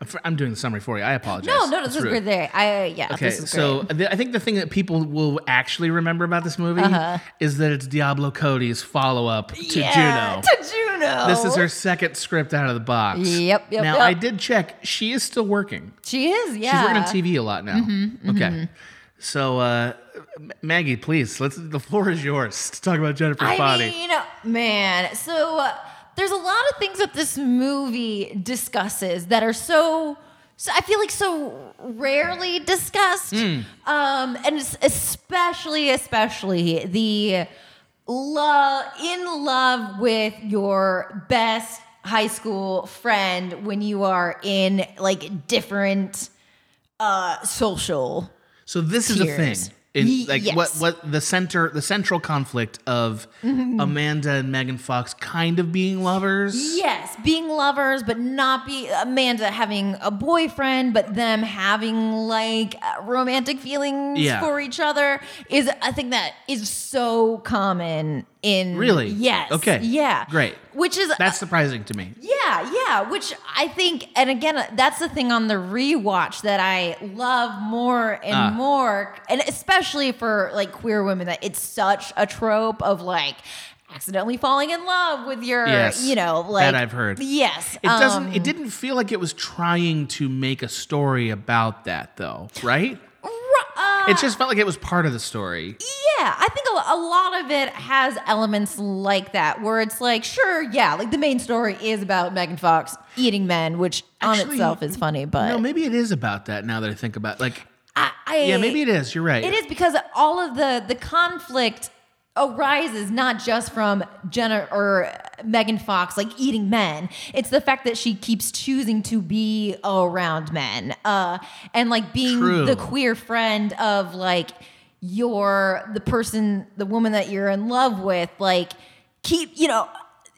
[SPEAKER 2] f- I'm doing the summary for you. I apologize.
[SPEAKER 3] Oh, No, no, this
[SPEAKER 2] It's
[SPEAKER 3] is
[SPEAKER 2] rude.
[SPEAKER 3] great. There, I yeah,
[SPEAKER 2] Okay,
[SPEAKER 3] this is
[SPEAKER 2] so
[SPEAKER 3] great.
[SPEAKER 2] the, I think the thing that people will actually remember about this movie
[SPEAKER 3] Uh-huh.
[SPEAKER 2] is that it's Diablo Cody's follow up to
[SPEAKER 3] yeah,
[SPEAKER 2] Juno.
[SPEAKER 3] to Juno.
[SPEAKER 2] This is her second script out of the box.
[SPEAKER 3] Yep, yep,
[SPEAKER 2] Now
[SPEAKER 3] yep.
[SPEAKER 2] I did check; she is still working.
[SPEAKER 3] She is. Yeah,
[SPEAKER 2] She's working on TV a lot now.
[SPEAKER 3] Mm-hmm,
[SPEAKER 2] Okay, so uh, M- Maggie, please, let's. The floor is yours to talk about Jennifer's
[SPEAKER 3] I
[SPEAKER 2] body.
[SPEAKER 3] mean, man. So uh, there's a lot of things that this movie discusses that are so. So I feel like so rarely discussed, um, and it's especially, especially the love in love with your best high school friend when you are in like different uh, social
[SPEAKER 2] So this is a
[SPEAKER 3] Tears.
[SPEAKER 2] thing. in
[SPEAKER 3] Ye-
[SPEAKER 2] like
[SPEAKER 3] yes. Mm-hmm.
[SPEAKER 2] what what the center the central conflict of Amanda and Megan Fox kind of being lovers.
[SPEAKER 3] Yes, being lovers, but not be Amanda having a boyfriend, but them having like uh, romantic feelings
[SPEAKER 2] Yeah.
[SPEAKER 3] for each other is I think that is so common in
[SPEAKER 2] Really?
[SPEAKER 3] yes
[SPEAKER 2] Okay.
[SPEAKER 3] yeah
[SPEAKER 2] Great.
[SPEAKER 3] which is
[SPEAKER 2] That's surprising to me.
[SPEAKER 3] yeah, yeah, which I think, and again, uh, that's the thing on the rewatch that I love more and
[SPEAKER 2] Ah.
[SPEAKER 3] more, and especially for like queer women, that it's such a trope of like accidentally falling in love with your,
[SPEAKER 2] Yes.
[SPEAKER 3] you know,
[SPEAKER 2] That
[SPEAKER 3] like
[SPEAKER 2] I've heard.
[SPEAKER 3] Yes,
[SPEAKER 2] It doesn't
[SPEAKER 3] um,
[SPEAKER 2] it didn't feel like it was trying to make a story about that though, right?
[SPEAKER 3] ru- uh,
[SPEAKER 2] It just felt like it was part of the story.
[SPEAKER 3] Yeah, I think a, lo- a lot of it has elements like that, where it's like, sure, yeah, like the main story is about Megan Fox eating men, which on
[SPEAKER 2] Actually,
[SPEAKER 3] itself is funny, but
[SPEAKER 2] No, maybe it is about that now that I think about it. like
[SPEAKER 3] I, I,
[SPEAKER 2] yeah, maybe it is. You're right.
[SPEAKER 3] It is because all of the the conflict arises not just from Jenna or Megan Fox like eating men. It's the fact that she keeps choosing to be around men, uh, and like being
[SPEAKER 2] True.
[SPEAKER 3] the queer friend of like your the person, the woman that you're in love with. Like keep you know.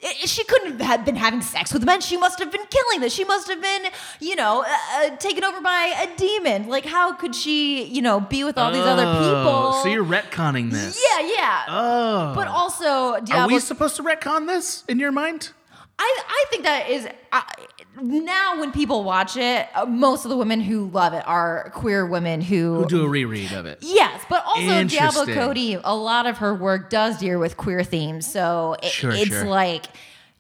[SPEAKER 3] i- She couldn't have been having sex with men. She must have been killing this. She must have been, you know, uh, uh, taken over by a demon. Like, how could she, you know, be with all these other
[SPEAKER 2] Oh,
[SPEAKER 3] people.
[SPEAKER 2] So you're retconning this.
[SPEAKER 3] yeah, yeah.
[SPEAKER 2] Oh.
[SPEAKER 3] but also,
[SPEAKER 2] Are
[SPEAKER 3] Diablo.
[SPEAKER 2] we supposed to retcon this in your mind?
[SPEAKER 3] I, I think that is I, now when people watch it, uh, most of the women who love it are queer women who.
[SPEAKER 2] We'll do a reread of it.
[SPEAKER 3] Yes, but also Diablo
[SPEAKER 2] Interesting.
[SPEAKER 3] Cody, a lot of her work does deal with queer themes, so it,
[SPEAKER 2] Sure,
[SPEAKER 3] it's
[SPEAKER 2] sure.
[SPEAKER 3] like.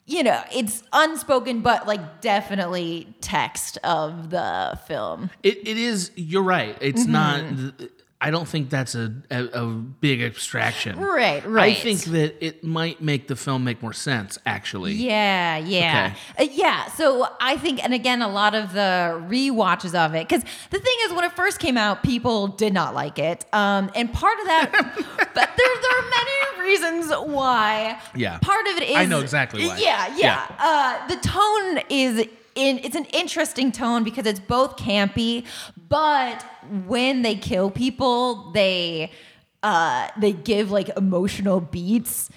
[SPEAKER 3] You know, it's unspoken, but like definitely text of the film.
[SPEAKER 2] It, it is. You're right. It's
[SPEAKER 3] Mm-hmm.
[SPEAKER 2] not. I don't think that's a, a, a big abstraction.
[SPEAKER 3] Right, right.
[SPEAKER 2] I think that it might make the film make more sense. Actually.
[SPEAKER 3] Yeah, yeah. Uh, yeah, so I think, and again, a lot of the rewatches of it, because the thing is, when it first came out, people did not like it. Um, and part of that, but there, there are many reasons why.
[SPEAKER 2] Yeah.
[SPEAKER 3] Part of it is.
[SPEAKER 2] I know exactly why.
[SPEAKER 3] Yeah, yeah.
[SPEAKER 2] Yeah.
[SPEAKER 3] Uh, the tone is. In, it's an interesting tone because it's both campy, but when they kill people, they uh, they give like emotional beats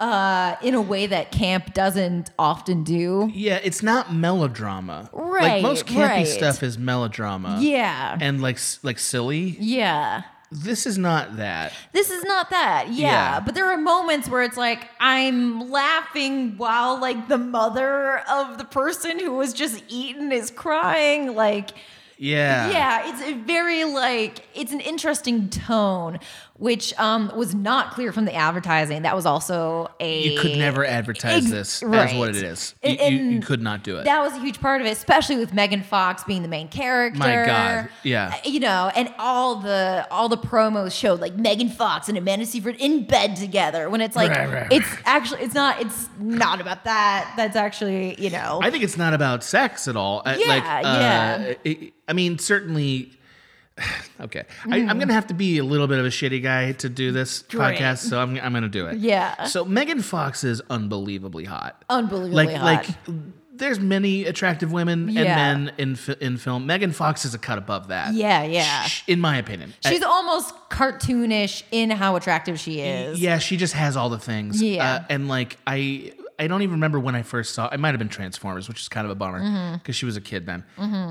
[SPEAKER 3] uh, in a way that camp doesn't often do.
[SPEAKER 2] Yeah, it's not melodrama.
[SPEAKER 3] Right,
[SPEAKER 2] Like most campy
[SPEAKER 3] right.
[SPEAKER 2] stuff is melodrama.
[SPEAKER 3] Yeah.
[SPEAKER 2] And like s- like silly.
[SPEAKER 3] Yeah.
[SPEAKER 2] This is not that.
[SPEAKER 3] This is not that. Yeah.
[SPEAKER 2] Yeah.
[SPEAKER 3] But there are moments where it's like I'm laughing while like the mother of the person who was just eaten is crying like
[SPEAKER 2] Yeah.
[SPEAKER 3] yeah, it's a very like it's an interesting tone which um was not clear from the advertising. That was also a
[SPEAKER 2] You could never advertise
[SPEAKER 3] Ex-
[SPEAKER 2] this as
[SPEAKER 3] right.
[SPEAKER 2] what it is. You,
[SPEAKER 3] And-
[SPEAKER 2] you- you
[SPEAKER 3] and
[SPEAKER 2] could not do it.
[SPEAKER 3] that was a huge part of it, especially with Megan Fox being the main character.
[SPEAKER 2] My God, yeah.
[SPEAKER 3] Uh, You know, and all the all the promos showed like Megan Fox and Amanda Seyfried in bed together. When it's like it's actually it's not it's not about that. That's actually you know
[SPEAKER 2] I think it's not about sex at all. I-
[SPEAKER 3] Yeah,
[SPEAKER 2] like,
[SPEAKER 3] yeah.
[SPEAKER 2] uh, it- I mean, certainly. Okay, I,
[SPEAKER 3] Mm.
[SPEAKER 2] I'm gonna have to be a little bit of a shitty guy to do this
[SPEAKER 3] Great.
[SPEAKER 2] podcast, so I'm, I'm gonna do it.
[SPEAKER 3] Yeah.
[SPEAKER 2] So Megan Fox is unbelievably hot.
[SPEAKER 3] unbelievably
[SPEAKER 2] like,
[SPEAKER 3] hot.
[SPEAKER 2] like, there's many attractive women
[SPEAKER 3] Yeah.
[SPEAKER 2] and men in fi- in film. Megan Fox is a cut above that.
[SPEAKER 3] Yeah, yeah.
[SPEAKER 2] Sh- in my opinion, Uh, I-
[SPEAKER 3] She's almost cartoonish in how attractive she is.
[SPEAKER 2] yeah, she just has all the things.
[SPEAKER 3] Yeah.
[SPEAKER 2] Uh, and like I I don't even remember when I first saw. It might have been Transformers, which is kind of a bummer because
[SPEAKER 3] Mm-hmm.
[SPEAKER 2] she was a kid then.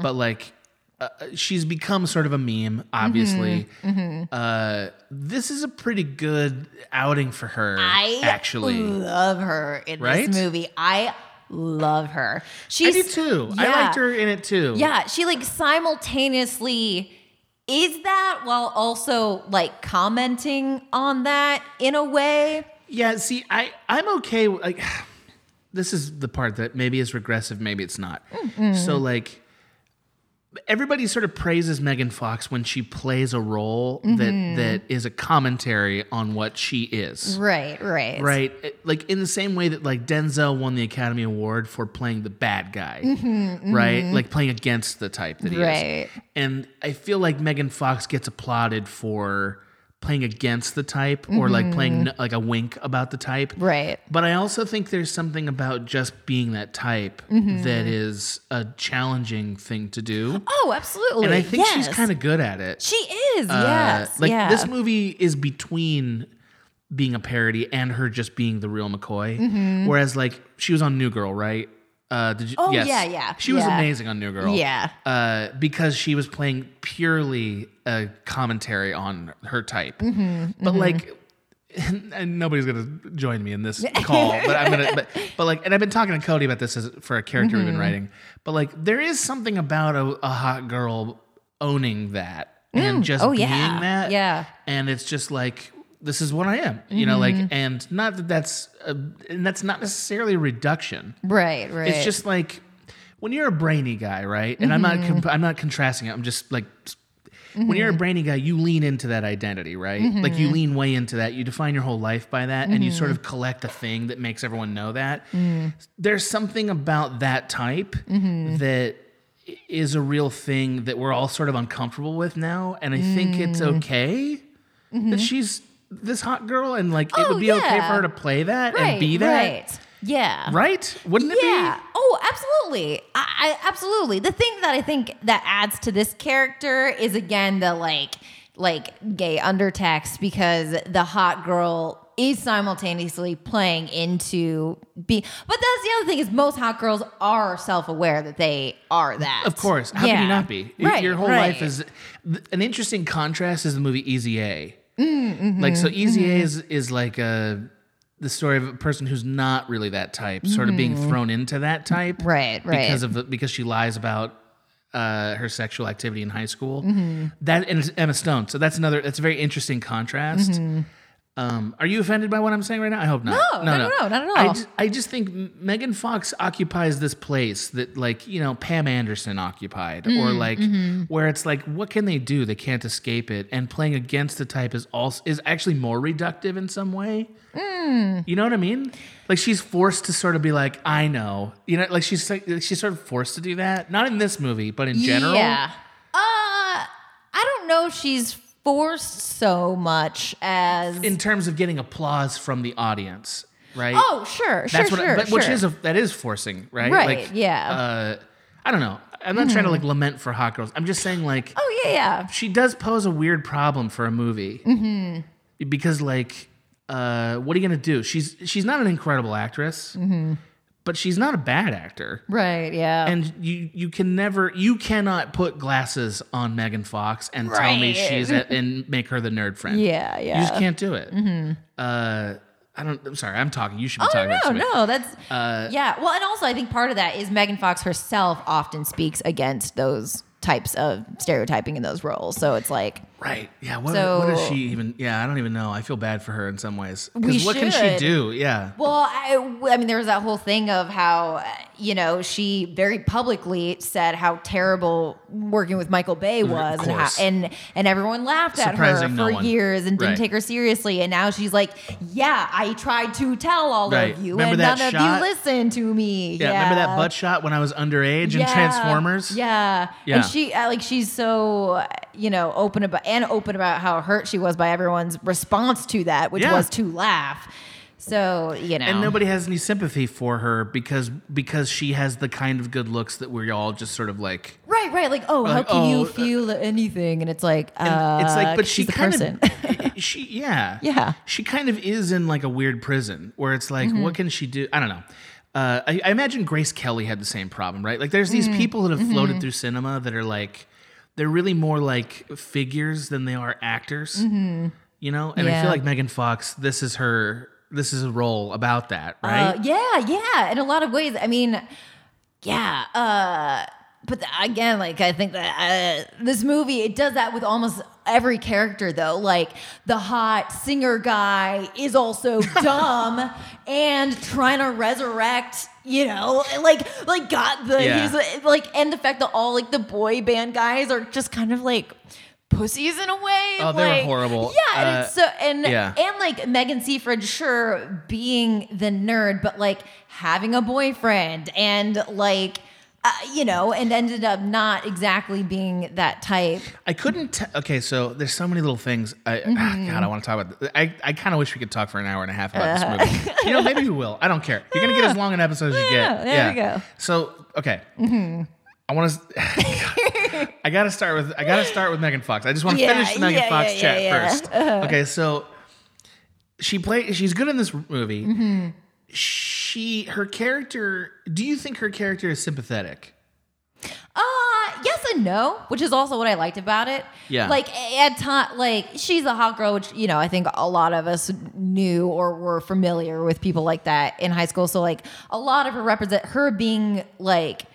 [SPEAKER 2] But like uh, she's become sort of a meme, obviously.
[SPEAKER 3] Mm-hmm.
[SPEAKER 2] Uh, this is a pretty good outing for her.
[SPEAKER 3] I
[SPEAKER 2] actually.
[SPEAKER 3] love her in
[SPEAKER 2] Right?
[SPEAKER 3] this movie. I love her. She's
[SPEAKER 2] I do too. I liked her in it too.
[SPEAKER 3] Yeah, she like simultaneously is that while also like commenting on that in a way.
[SPEAKER 2] Yeah, see, I I'm okay. with- Like, this is the part that maybe is regressive, maybe it's not. So like, everybody sort of praises Megan Fox when she plays a role that that is a commentary on what she is.
[SPEAKER 3] Right, right.
[SPEAKER 2] Right, It- like in the same way that like Denzel won the Academy Award for playing the bad guy, right? Like playing against the type that he
[SPEAKER 3] Right.
[SPEAKER 2] is. And I feel like Megan Fox gets applauded for playing against the type or like playing n- like a wink about the type.
[SPEAKER 3] Mm-hmm. Right.
[SPEAKER 2] But I also think there's something about just being that type that is a challenging thing to do.
[SPEAKER 3] Mm-hmm. Oh, absolutely.
[SPEAKER 2] And I think she's
[SPEAKER 3] Yes.
[SPEAKER 2] kind of good at it.
[SPEAKER 3] She is.
[SPEAKER 2] Uh,
[SPEAKER 3] yes.
[SPEAKER 2] Like
[SPEAKER 3] yeah.
[SPEAKER 2] this movie is between being a parody and her just being the real McCoy. Whereas like she was on New Girl, right? Uh, did you,
[SPEAKER 3] Mm-hmm. Oh,
[SPEAKER 2] yes.
[SPEAKER 3] yeah, yeah,
[SPEAKER 2] She was
[SPEAKER 3] yeah.
[SPEAKER 2] amazing on New Girl.
[SPEAKER 3] Yeah.
[SPEAKER 2] Uh, because she was playing purely a commentary on her type.
[SPEAKER 3] Mm-hmm,
[SPEAKER 2] But like. And nobody's gonna join me in this call, but I'm gonna. But, but like, and I've been talking to Cody about this as, for a character we've been
[SPEAKER 3] Mm-hmm.
[SPEAKER 2] writing. But like, there is something about a, a hot girl owning that and just
[SPEAKER 3] oh,
[SPEAKER 2] being
[SPEAKER 3] yeah.
[SPEAKER 2] that.
[SPEAKER 3] Yeah.
[SPEAKER 2] And it's just like this is what I am, you know. Like,
[SPEAKER 3] Mm-hmm.
[SPEAKER 2] and not that that's a, and that's not necessarily a reduction.
[SPEAKER 3] Right. Right.
[SPEAKER 2] It's just like when you're a brainy guy, right? And I'm
[SPEAKER 3] Mm-hmm.
[SPEAKER 2] not comp- I'm not contrasting it. I'm just like when you're a brainy guy, you lean into that identity, right? Like
[SPEAKER 3] Mm-hmm.
[SPEAKER 2] you lean way into that. You define your whole life by that, and you sort of collect a thing that makes everyone know that.
[SPEAKER 3] Mm.
[SPEAKER 2] There's something about that type
[SPEAKER 3] Mm-hmm.
[SPEAKER 2] that i- is a real thing that we're all sort of uncomfortable with now, and I think it's
[SPEAKER 3] Mm.
[SPEAKER 2] okay that she's this hot girl, and like it
[SPEAKER 3] Mm-hmm. Oh,
[SPEAKER 2] would be okay
[SPEAKER 3] yeah.
[SPEAKER 2] for her to play that
[SPEAKER 3] right,
[SPEAKER 2] and be that.
[SPEAKER 3] Right. Yeah.
[SPEAKER 2] Right? Wouldn't it
[SPEAKER 3] Yeah.
[SPEAKER 2] be?
[SPEAKER 3] Oh, absolutely. I, I absolutely. The thing that I think that adds to this character is again the like like gay undertext because the hot girl is simultaneously playing into being but that's the other thing is most hot girls are self-aware that they are that
[SPEAKER 2] Of course. How
[SPEAKER 3] Yeah.
[SPEAKER 2] can you not be? Y-
[SPEAKER 3] right,
[SPEAKER 2] Your whole
[SPEAKER 3] right.
[SPEAKER 2] life is th- an interesting contrast is the movie Easy A.
[SPEAKER 3] Mm, mm-hmm,
[SPEAKER 2] like so Easy A is is like a the story of a person who's not really that type, sort of being thrown into that type.
[SPEAKER 3] Mm-hmm. Right, right.
[SPEAKER 2] Because of the, because she lies about uh, her sexual activity in high school.
[SPEAKER 3] Mm-hmm.
[SPEAKER 2] That and it's Emma Stone. So that's another that's a very interesting contrast.
[SPEAKER 3] Mm-hmm.
[SPEAKER 2] Um, are you offended by what I'm saying right now? I hope not.
[SPEAKER 3] No, no, no, not at
[SPEAKER 2] I
[SPEAKER 3] all.
[SPEAKER 2] ju- I just think M- Megan Fox occupies this place that, like, you know, Pam Anderson occupied,
[SPEAKER 3] Mm,
[SPEAKER 2] or like,
[SPEAKER 3] mm-hmm.
[SPEAKER 2] where it's like, what can they do? They can't escape it, and playing against the type is also is actually more reductive in some way.
[SPEAKER 3] Mm.
[SPEAKER 2] You know what I mean? Like, she's forced to sort of be like, I know, you know, like she's like, she's sort of forced to do that. Not in this movie, but in general.
[SPEAKER 3] Yeah. Uh, I don't know if she's forced so much as.
[SPEAKER 2] In terms of getting applause from the audience, right?
[SPEAKER 3] oh, sure, sure,
[SPEAKER 2] That's what,
[SPEAKER 3] sure.
[SPEAKER 2] but, which
[SPEAKER 3] sure.
[SPEAKER 2] is a, that is forcing, right?
[SPEAKER 3] Right,
[SPEAKER 2] Like,
[SPEAKER 3] yeah.
[SPEAKER 2] Uh, I don't know. I'm not trying to like lament for hot girls. I'm just saying like
[SPEAKER 3] oh, yeah, yeah.
[SPEAKER 2] she does pose a weird problem for a movie mm-hmm. because like uh, what are you gonna do? She's she's not an incredible actress,
[SPEAKER 3] Mm-hmm.
[SPEAKER 2] but she's not a bad actor.
[SPEAKER 3] Right, yeah.
[SPEAKER 2] And you you can never you cannot put glasses on Megan Fox and tell me
[SPEAKER 3] Right.
[SPEAKER 2] she's a, and make her the nerd friend.
[SPEAKER 3] yeah, yeah. Mm-hmm.
[SPEAKER 2] You just can't do it. Uh, I don't. I'm sorry. I'm talking. You should be
[SPEAKER 3] Oh
[SPEAKER 2] talking.
[SPEAKER 3] no,
[SPEAKER 2] about this
[SPEAKER 3] no, that's yeah. Well, and also I think part of that is Megan Fox herself often speaks against those types of stereotyping in those roles. So it's like
[SPEAKER 2] Right. Yeah. What,
[SPEAKER 3] So-
[SPEAKER 2] what is she even? Yeah, I don't even know. I feel bad for her in some ways.
[SPEAKER 3] We
[SPEAKER 2] Because what can she
[SPEAKER 3] should.
[SPEAKER 2] do? Yeah.
[SPEAKER 3] Well, I, I mean, there was that whole thing of how, uh, you know, she very publicly said how terrible working with Michael Bay was, and, how,
[SPEAKER 2] Mm-hmm. course.
[SPEAKER 3] and and everyone laughed at her
[SPEAKER 2] Surprising no
[SPEAKER 3] for
[SPEAKER 2] one.
[SPEAKER 3] years and didn't
[SPEAKER 2] Right.
[SPEAKER 3] take her seriously. And now she's like, "Yeah, I tried to tell all
[SPEAKER 2] Right.
[SPEAKER 3] of you,
[SPEAKER 2] Remember
[SPEAKER 3] and
[SPEAKER 2] that
[SPEAKER 3] none
[SPEAKER 2] shot?
[SPEAKER 3] of you listened to me."
[SPEAKER 2] yeah. Remember that butt shot when I was underage in Transformers?
[SPEAKER 3] Yeah.
[SPEAKER 2] Yeah.
[SPEAKER 3] And she uh, like she's so uh, you know open about and open about how hurt she was by everyone's response to that, which
[SPEAKER 2] Yeah.
[SPEAKER 3] was to laugh. So you know,
[SPEAKER 2] And nobody has any sympathy for her because because she has the kind of good looks that we're all just sort of like.
[SPEAKER 3] Right, right. Like, oh, how
[SPEAKER 2] Like,
[SPEAKER 3] can
[SPEAKER 2] oh,
[SPEAKER 3] you
[SPEAKER 2] uh,
[SPEAKER 3] feel anything? And it's like,
[SPEAKER 2] and
[SPEAKER 3] uh,
[SPEAKER 2] it's like, but
[SPEAKER 3] she's
[SPEAKER 2] she
[SPEAKER 3] the
[SPEAKER 2] kind
[SPEAKER 3] person.
[SPEAKER 2] of, she yeah,
[SPEAKER 3] Yeah. Mm-hmm.
[SPEAKER 2] She kind of is in like a weird prison where it's like, what can she do? I don't know. Uh, I, I imagine Grace Kelly had the same problem, right? Like, there's these
[SPEAKER 3] Mm.
[SPEAKER 2] people that have
[SPEAKER 3] Mm-hmm.
[SPEAKER 2] floated through cinema that are like, they're really more like figures than they are actors, you know. And I
[SPEAKER 3] Mm-hmm. Yeah.
[SPEAKER 2] feel like Megan Fox, this is her, this is a role about that, right?
[SPEAKER 3] Uh, yeah, yeah. In a lot of ways, I mean, yeah. Uh, but th- again, like I think that uh, this movie it does that with almost every character, though. Like the hot singer guy is also dumb and trying to resurrect. You know, like like got the
[SPEAKER 2] Yeah.
[SPEAKER 3] he's like, and the fact that all like the boy band guys are just kind of like. Pussies in a way.
[SPEAKER 2] Oh, they were
[SPEAKER 3] like-
[SPEAKER 2] horrible.
[SPEAKER 3] Yeah, and
[SPEAKER 2] Uh,
[SPEAKER 3] it's so and
[SPEAKER 2] yeah.
[SPEAKER 3] and like Megan Seaford, sure, being the nerd, but like having a boyfriend and like uh, you know, and ended up not exactly being that type.
[SPEAKER 2] I couldn't. T- okay, so there's so many little things. I,
[SPEAKER 3] Mm-hmm.
[SPEAKER 2] ah, God, I want to talk about. Th- I, I kind of wish we could talk for an hour and a half about this movie. you know, maybe we will. I don't care. You're gonna get as long an episode as you
[SPEAKER 3] Yeah,
[SPEAKER 2] get.
[SPEAKER 3] there we go. Mm-hmm.
[SPEAKER 2] So okay, I want to. I gotta start with. I gotta start with Megan Fox. I just want to
[SPEAKER 3] Yeah,
[SPEAKER 2] finish the Megan
[SPEAKER 3] yeah,
[SPEAKER 2] Fox
[SPEAKER 3] yeah,
[SPEAKER 2] chat
[SPEAKER 3] yeah, Uh-huh. yeah.
[SPEAKER 2] 1st Okay, so she play. She's good in this movie.
[SPEAKER 3] Mm-hmm.
[SPEAKER 2] She her character. Do you think her character is sympathetic?
[SPEAKER 3] Uh, yes and no, which is also what I liked about it.
[SPEAKER 2] Yeah.
[SPEAKER 3] Like at time, like she's a hot girl, which you know I think a lot of us knew or were familiar with people like that in high school. So like a lot of her represent her being like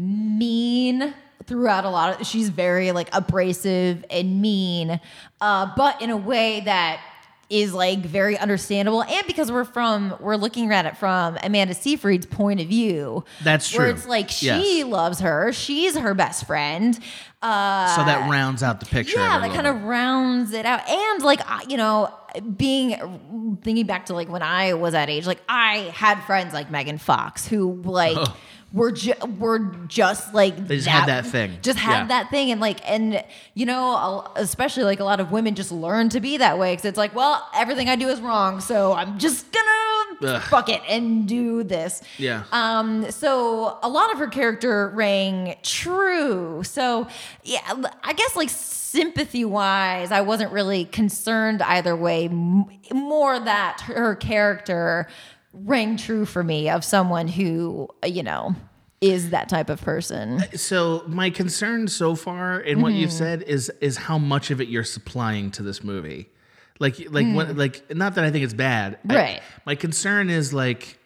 [SPEAKER 3] mean throughout a lot of. She's very like abrasive and mean, uh, but in a way that is like very understandable and because we're from we're looking at it from Amanda Seyfried's point of view
[SPEAKER 2] That's
[SPEAKER 3] where
[SPEAKER 2] true.
[SPEAKER 3] it's like she
[SPEAKER 2] Yes.
[SPEAKER 3] loves her. She's her best friend. Uh,
[SPEAKER 2] so that rounds out the picture.
[SPEAKER 3] yeah,
[SPEAKER 2] of her a
[SPEAKER 3] that
[SPEAKER 2] little
[SPEAKER 3] kind
[SPEAKER 2] bit.
[SPEAKER 3] of rounds it out. And like I- you know, being thinking back to like when I was that age, like I had friends like Megan Fox who like.
[SPEAKER 2] Oh.
[SPEAKER 3] Were, ju- were just like
[SPEAKER 2] They just had that thing.
[SPEAKER 3] just had
[SPEAKER 2] Yeah.
[SPEAKER 3] that thing and like and you know a- especially like a lot of women just learn to be that way because it's like well everything i do is wrong so i'm just gonna
[SPEAKER 2] Ugh.
[SPEAKER 3] fuck it and do this
[SPEAKER 2] Yeah.
[SPEAKER 3] um, so a lot of her character rang true. So yeah, l- I guess like sympathy wise, I wasn't really concerned either way. M- More that her character rang true for me of someone who you know is that type of person.
[SPEAKER 2] so my concern so far in what
[SPEAKER 3] Mm-hmm.
[SPEAKER 2] you've said is is how much of it you're supplying to this movie like like what like not that i think it's bad I-
[SPEAKER 3] Mm. Right.
[SPEAKER 2] my concern is like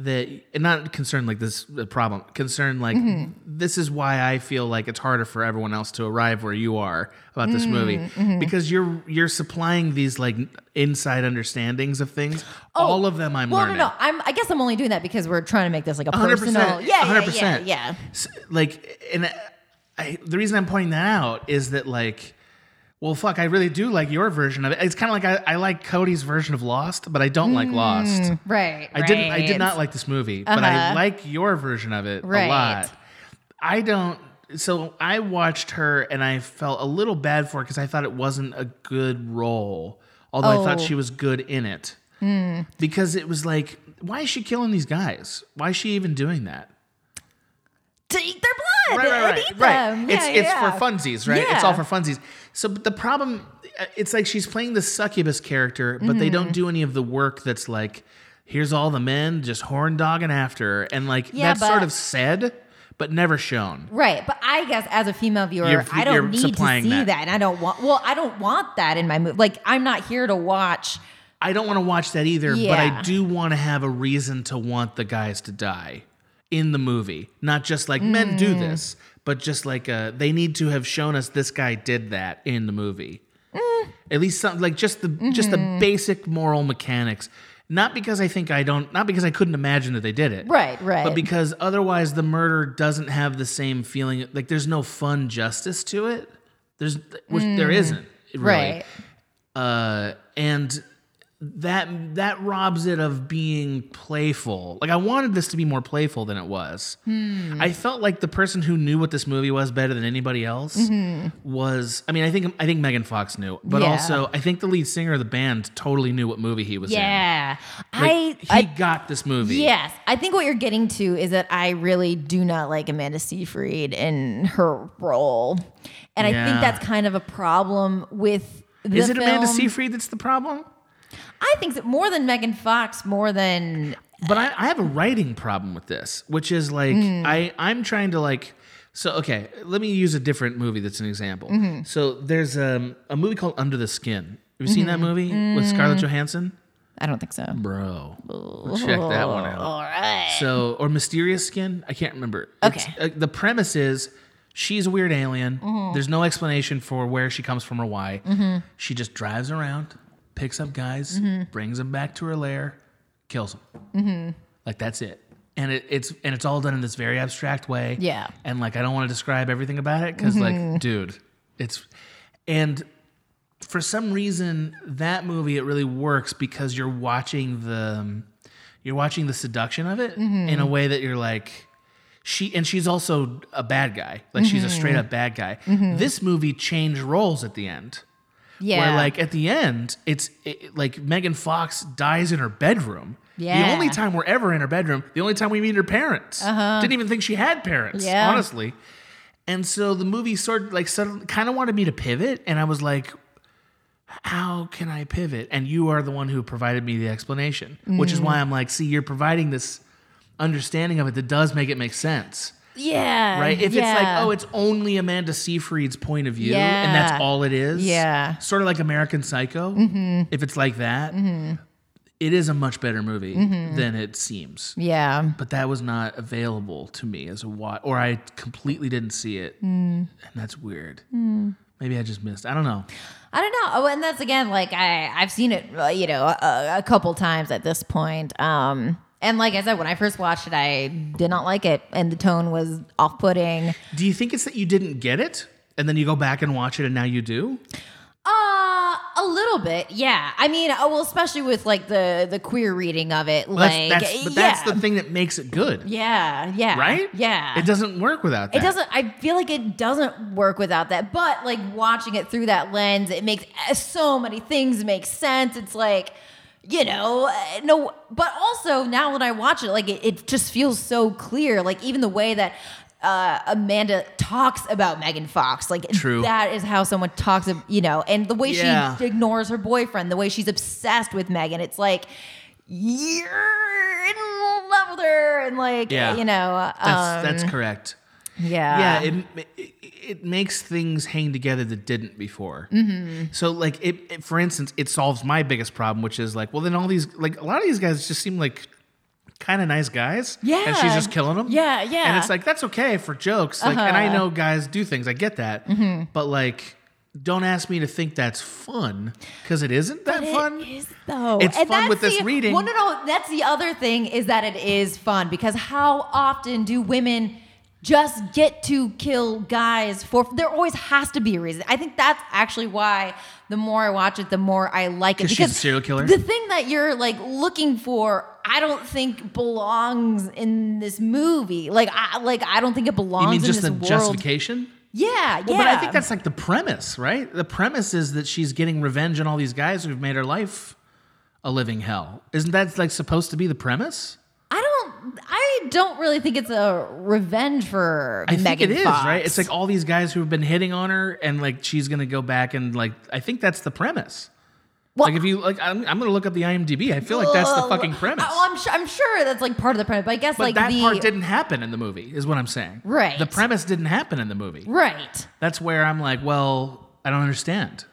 [SPEAKER 2] that and not concern like this the problem concern like
[SPEAKER 3] Mm-hmm.
[SPEAKER 2] this is why i feel like it's harder for everyone else to arrive where you are about
[SPEAKER 3] Mm,
[SPEAKER 2] this movie
[SPEAKER 3] mm-hmm.
[SPEAKER 2] because you're you're supplying these like inside understandings of things all of them i'm
[SPEAKER 3] Oh, well,
[SPEAKER 2] learning
[SPEAKER 3] no, no. I'm. I guess I'm only doing that because we're trying to make this like a personal. Yeah,
[SPEAKER 2] 100%,
[SPEAKER 3] yeah, yeah,
[SPEAKER 2] 100%.
[SPEAKER 3] yeah.
[SPEAKER 2] S- like and I, I, the reason i'm pointing that out is that like well fuck i really do like your version of it it's kind of like I, I like cody's version of lost but i don't like lost
[SPEAKER 3] Hmm. Right.
[SPEAKER 2] i didn't i did
[SPEAKER 3] right.
[SPEAKER 2] not like this movie but i
[SPEAKER 3] Uh-huh.
[SPEAKER 2] like your version of it
[SPEAKER 3] Right.
[SPEAKER 2] a lot i don't so i watched her and i felt a little bad for her because i thought it wasn't a good role although i thought
[SPEAKER 3] Oh. Hmm.
[SPEAKER 2] she was good in it because it was like why is she killing these guys why is she even doing that
[SPEAKER 3] to eat their blood.
[SPEAKER 2] right, right,
[SPEAKER 3] and
[SPEAKER 2] right,
[SPEAKER 3] eat
[SPEAKER 2] right.
[SPEAKER 3] them.
[SPEAKER 2] it's
[SPEAKER 3] Yeah,
[SPEAKER 2] it's
[SPEAKER 3] yeah.
[SPEAKER 2] for funsies, right? It's all for
[SPEAKER 3] Yeah.
[SPEAKER 2] funsies. So but the problem, uh, it's like she's playing the succubus character, but they
[SPEAKER 3] Mm-hmm.
[SPEAKER 2] don't do any of the work that's like, here's all the men just horn dogging after, her. and like
[SPEAKER 3] Yeah,
[SPEAKER 2] that's
[SPEAKER 3] but-
[SPEAKER 2] sort of said, but never shown.
[SPEAKER 3] Right, but I guess as a female viewer,
[SPEAKER 2] You're-
[SPEAKER 3] I
[SPEAKER 2] you're
[SPEAKER 3] don't need to see
[SPEAKER 2] supplying that.
[SPEAKER 3] that. and I don't want. Well, I don't want that in my movie. Like, I'm not here to watch.
[SPEAKER 2] I don't want to watch that either, but I
[SPEAKER 3] Yeah.
[SPEAKER 2] do want to have a reason to want the guys to die in the movie. Not just like men
[SPEAKER 3] Mm.
[SPEAKER 2] do this, but just like uh, they need to have shown us this guy did that in the movie.
[SPEAKER 3] Mm.
[SPEAKER 2] At least something like just the just
[SPEAKER 3] Mm-hmm.
[SPEAKER 2] the basic moral mechanics. Not because I think I don't not because I couldn't imagine that they did it.
[SPEAKER 3] Right, right.
[SPEAKER 2] But because otherwise the murder doesn't have the same feeling like there's no fun justice to it. There's which there isn't. Really
[SPEAKER 3] Mm. Right.
[SPEAKER 2] uh, and that that robs it of being playful. Like I wanted this to be more playful than it was.
[SPEAKER 3] Hmm.
[SPEAKER 2] I felt like the person who knew what this movie was better than anybody else was. I mean, I think I think Megan Fox knew, but
[SPEAKER 3] Mm-hmm. Yeah.
[SPEAKER 2] also I think the lead singer of the band totally knew what movie he was in.
[SPEAKER 3] Yeah,
[SPEAKER 2] Like,
[SPEAKER 3] I.
[SPEAKER 2] he
[SPEAKER 3] I
[SPEAKER 2] got this movie.
[SPEAKER 3] yes, I think what you're getting to is that I really do not like Amanda Seyfried in her role, and I
[SPEAKER 2] Yeah.
[SPEAKER 3] think that's kind of a problem with. The
[SPEAKER 2] Is it Amanda
[SPEAKER 3] film.
[SPEAKER 2] Seyfried that's the problem?
[SPEAKER 3] I think that more than Megan Fox, more than
[SPEAKER 2] but I, I have a writing problem with this, which is like I I'm trying to like so okay. Let me use a different movie that's an example. So there's um, a movie called Under the Skin. Have you seen that movie with Scarlett Johansson?
[SPEAKER 3] I don't think so.
[SPEAKER 2] Bro, check that one out.
[SPEAKER 3] All right.
[SPEAKER 2] So, or Mysterious Skin? I can't remember.
[SPEAKER 3] Okay.
[SPEAKER 2] It's- uh, the premise is she's a weird alien. There's no explanation for where she comes from or why. She just drives around, picks up guys, brings them back to her lair, kills them. Like that's it. And it, it's and it's all done in this very abstract way.
[SPEAKER 3] Yeah.
[SPEAKER 2] And like I don't want to describe everything about it because like dude, it's and for some reason that movie it really works because you're watching the you're watching the seduction of it in a way that you're like she and she's also a bad guy. Like she's a straight up bad guy. This movie changed roles at the end.
[SPEAKER 3] Yeah.
[SPEAKER 2] Where like at the end, it's it, like Megan Fox dies in her bedroom. The
[SPEAKER 3] Yeah.
[SPEAKER 2] only time we're ever in her bedroom, the only time we meet her parents. Didn't even think she had parents,
[SPEAKER 3] Uh-huh. Yeah.
[SPEAKER 2] honestly. And so the movie sort of like suddenly kind of wanted me to pivot, and I was like, how can I pivot? And you are the one who provided me the explanation, which
[SPEAKER 3] Mm.
[SPEAKER 2] is why I'm like, see, you're providing this understanding of it that does make it make sense.
[SPEAKER 3] yeah.
[SPEAKER 2] Right? If it's
[SPEAKER 3] yeah.
[SPEAKER 2] like, oh, it's only Amanda Seyfried's point of view, and
[SPEAKER 3] Yeah.
[SPEAKER 2] that's all it is.
[SPEAKER 3] Yeah. Mm-hmm.
[SPEAKER 2] Sort of like American Psycho. If it's like that, it is a much better movie
[SPEAKER 3] Mm-hmm.
[SPEAKER 2] than it seems.
[SPEAKER 3] yeah.
[SPEAKER 2] But that was not available to me as a watch, or I completely didn't see it. And
[SPEAKER 3] Mm.
[SPEAKER 2] that's weird. Maybe I just missed. I don't know.
[SPEAKER 3] I don't know. Oh, and that's again like I I've seen it uh, you know a, a couple times at this point. Um, and like I said, when I first watched it, I did not like it, and the tone was off-putting.
[SPEAKER 2] Do you think it's that you didn't get it and then you go back and watch it and now you do?
[SPEAKER 3] Uh, a little bit, yeah. I mean, oh, well, especially with like the the queer reading of it,
[SPEAKER 2] Well,
[SPEAKER 3] like
[SPEAKER 2] that's, that's, but
[SPEAKER 3] yeah,
[SPEAKER 2] that's the thing that makes it good,
[SPEAKER 3] yeah, yeah,
[SPEAKER 2] right?
[SPEAKER 3] yeah.
[SPEAKER 2] It doesn't work without that.
[SPEAKER 3] It doesn't. I feel like it doesn't work without that. But like watching it through that lens, it makes eh, so many things make sense. It's like, you know, uh, no. But also now when I watch it, like it, it just feels so clear. Like even the way that. Uh, Amanda talks about Megan Fox. Like
[SPEAKER 2] True.
[SPEAKER 3] that is how someone talks of you know, and the way
[SPEAKER 2] Yeah.
[SPEAKER 3] she ignores her boyfriend, the way she's obsessed with Megan. It's like you're in love with her, and like
[SPEAKER 2] Yeah.
[SPEAKER 3] you know, um,
[SPEAKER 2] That's, that's correct. yeah, it, ma- it it makes things hang together that didn't before.
[SPEAKER 3] Mm-hmm.
[SPEAKER 2] So like it, it- for instance, it solves my biggest problem, which is like, well, then all these like a lot of these guys just seem like kind of nice guys. and she's
[SPEAKER 3] Yeah.
[SPEAKER 2] just killing them.
[SPEAKER 3] Yeah, yeah. Uh-huh.
[SPEAKER 2] And it's like that's okay for jokes. Like, and I know guys do things. I get that,
[SPEAKER 3] Mm-hmm.
[SPEAKER 2] but like. Don't ask me to think that's fun because it isn't that
[SPEAKER 3] But
[SPEAKER 2] fun.
[SPEAKER 3] It is though.
[SPEAKER 2] It's fun
[SPEAKER 3] that's
[SPEAKER 2] with this
[SPEAKER 3] the-
[SPEAKER 2] reading.
[SPEAKER 3] Well, no, no. That's the other thing is that it is fun because how often do women just get to kill guys for? There always has to be a reason. I think that's actually why the more I watch it, the more I like it.
[SPEAKER 2] 'Cause she's a serial killer?
[SPEAKER 3] The thing that you're like looking for, I don't think belongs in this movie. Like, I like I don't think it belongs
[SPEAKER 2] you mean
[SPEAKER 3] in
[SPEAKER 2] just
[SPEAKER 3] this
[SPEAKER 2] the
[SPEAKER 3] world.
[SPEAKER 2] justification?
[SPEAKER 3] Yeah, yeah.
[SPEAKER 2] Well, but I think that's like the premise, right? The premise is that she's getting revenge on all these guys who've made her life a living hell. Isn't that like supposed to be the premise?
[SPEAKER 3] I don't. I don't really think it's a revenge for
[SPEAKER 2] I
[SPEAKER 3] Megan
[SPEAKER 2] think it is,
[SPEAKER 3] Fox.
[SPEAKER 2] right? It's like all these guys who have been hitting on her, and like she's gonna go back and like I think that's the premise.
[SPEAKER 3] Well,
[SPEAKER 2] like if you like, I'm, I'm gonna look up the IMDb. I feel like that's the fucking premise.
[SPEAKER 3] Oh, I'm, su- I'm sure that's like part of the premise, but I guess
[SPEAKER 2] but
[SPEAKER 3] like
[SPEAKER 2] that
[SPEAKER 3] the
[SPEAKER 2] part didn't happen in the movie, is what I'm saying.
[SPEAKER 3] Right.
[SPEAKER 2] The premise didn't happen in the movie.
[SPEAKER 3] right.
[SPEAKER 2] That's where I'm like, well, I don't understand.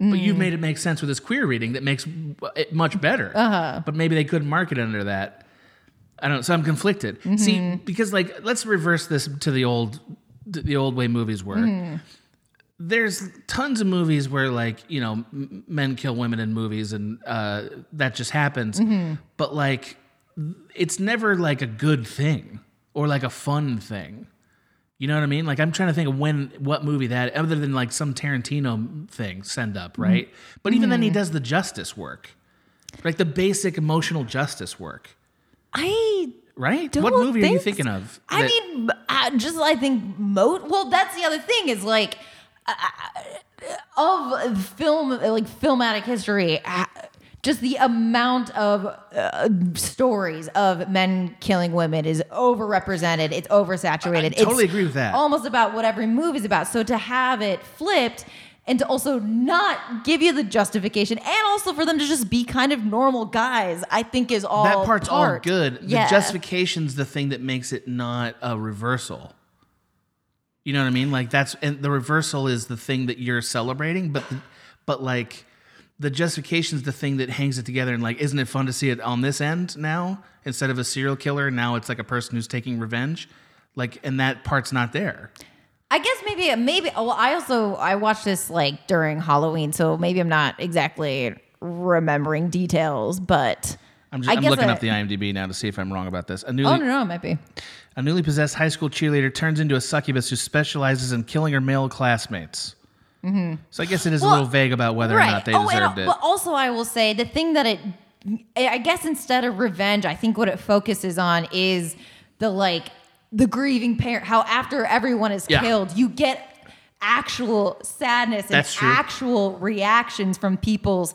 [SPEAKER 2] But you made it make sense with this queer reading that makes it much better. Uh-huh. But maybe they couldn't market under that. I don't. So I'm conflicted. See, because like, let's reverse this to the old, to the old way movies were. There's tons of movies where like you know m- men kill women in movies, and uh, that just happens. But like, it's never like a good thing or like a fun thing. You know what I mean? Like I'm trying to think of when what movie that other than like some Tarantino thing send up,
[SPEAKER 3] Mm-hmm.
[SPEAKER 2] right? But even then he does the justice work. Like the basic emotional justice work,
[SPEAKER 3] I
[SPEAKER 2] right?
[SPEAKER 3] don't
[SPEAKER 2] what movie are you
[SPEAKER 3] think
[SPEAKER 2] thinking
[SPEAKER 3] so.
[SPEAKER 2] of?
[SPEAKER 3] I
[SPEAKER 2] that-
[SPEAKER 3] mean, I just I think mo. Well, that's the other thing is like uh, of film like filmatic history. uh, Just the amount of uh, stories of men killing women is overrepresented. It's oversaturated.
[SPEAKER 2] I totally
[SPEAKER 3] It's
[SPEAKER 2] agree with that.
[SPEAKER 3] Almost about what every movie's about. So to have it flipped. And to also not give you the justification, and also for them to just be kind of normal guys, I think is all
[SPEAKER 2] that part's all
[SPEAKER 3] part.
[SPEAKER 2] good.
[SPEAKER 3] Yeah.
[SPEAKER 2] The justification's the thing that makes it not a reversal. You know what I mean? Like that's and the reversal is the thing that you're celebrating, but the, but like the justification's the thing that hangs it together and like isn't it fun to see it on this end now instead of a serial killer now it's like a person who's taking revenge like and that part's not there
[SPEAKER 3] I guess maybe maybe oh, well I also I watched this like during Halloween so maybe I'm not exactly remembering details but
[SPEAKER 2] i'm
[SPEAKER 3] I
[SPEAKER 2] just I am
[SPEAKER 3] guess
[SPEAKER 2] looking
[SPEAKER 3] I-
[SPEAKER 2] up the imdb now to see if i'm wrong about this a newly,
[SPEAKER 3] oh no no it might be
[SPEAKER 2] a newly possessed high school cheerleader turns into a succubus who specializes in killing her male classmates so i guess it is a
[SPEAKER 3] Mm-hmm. Well,
[SPEAKER 2] little vague about whether or not they
[SPEAKER 3] oh, and,
[SPEAKER 2] deserved it
[SPEAKER 3] but also I will say the thing that it I guess instead of revenge I think what it focuses on is the like the grieving parent, how after everyone is
[SPEAKER 2] Yeah.
[SPEAKER 3] killed, you get actual sadness and
[SPEAKER 2] That's true.
[SPEAKER 3] actual reactions from people's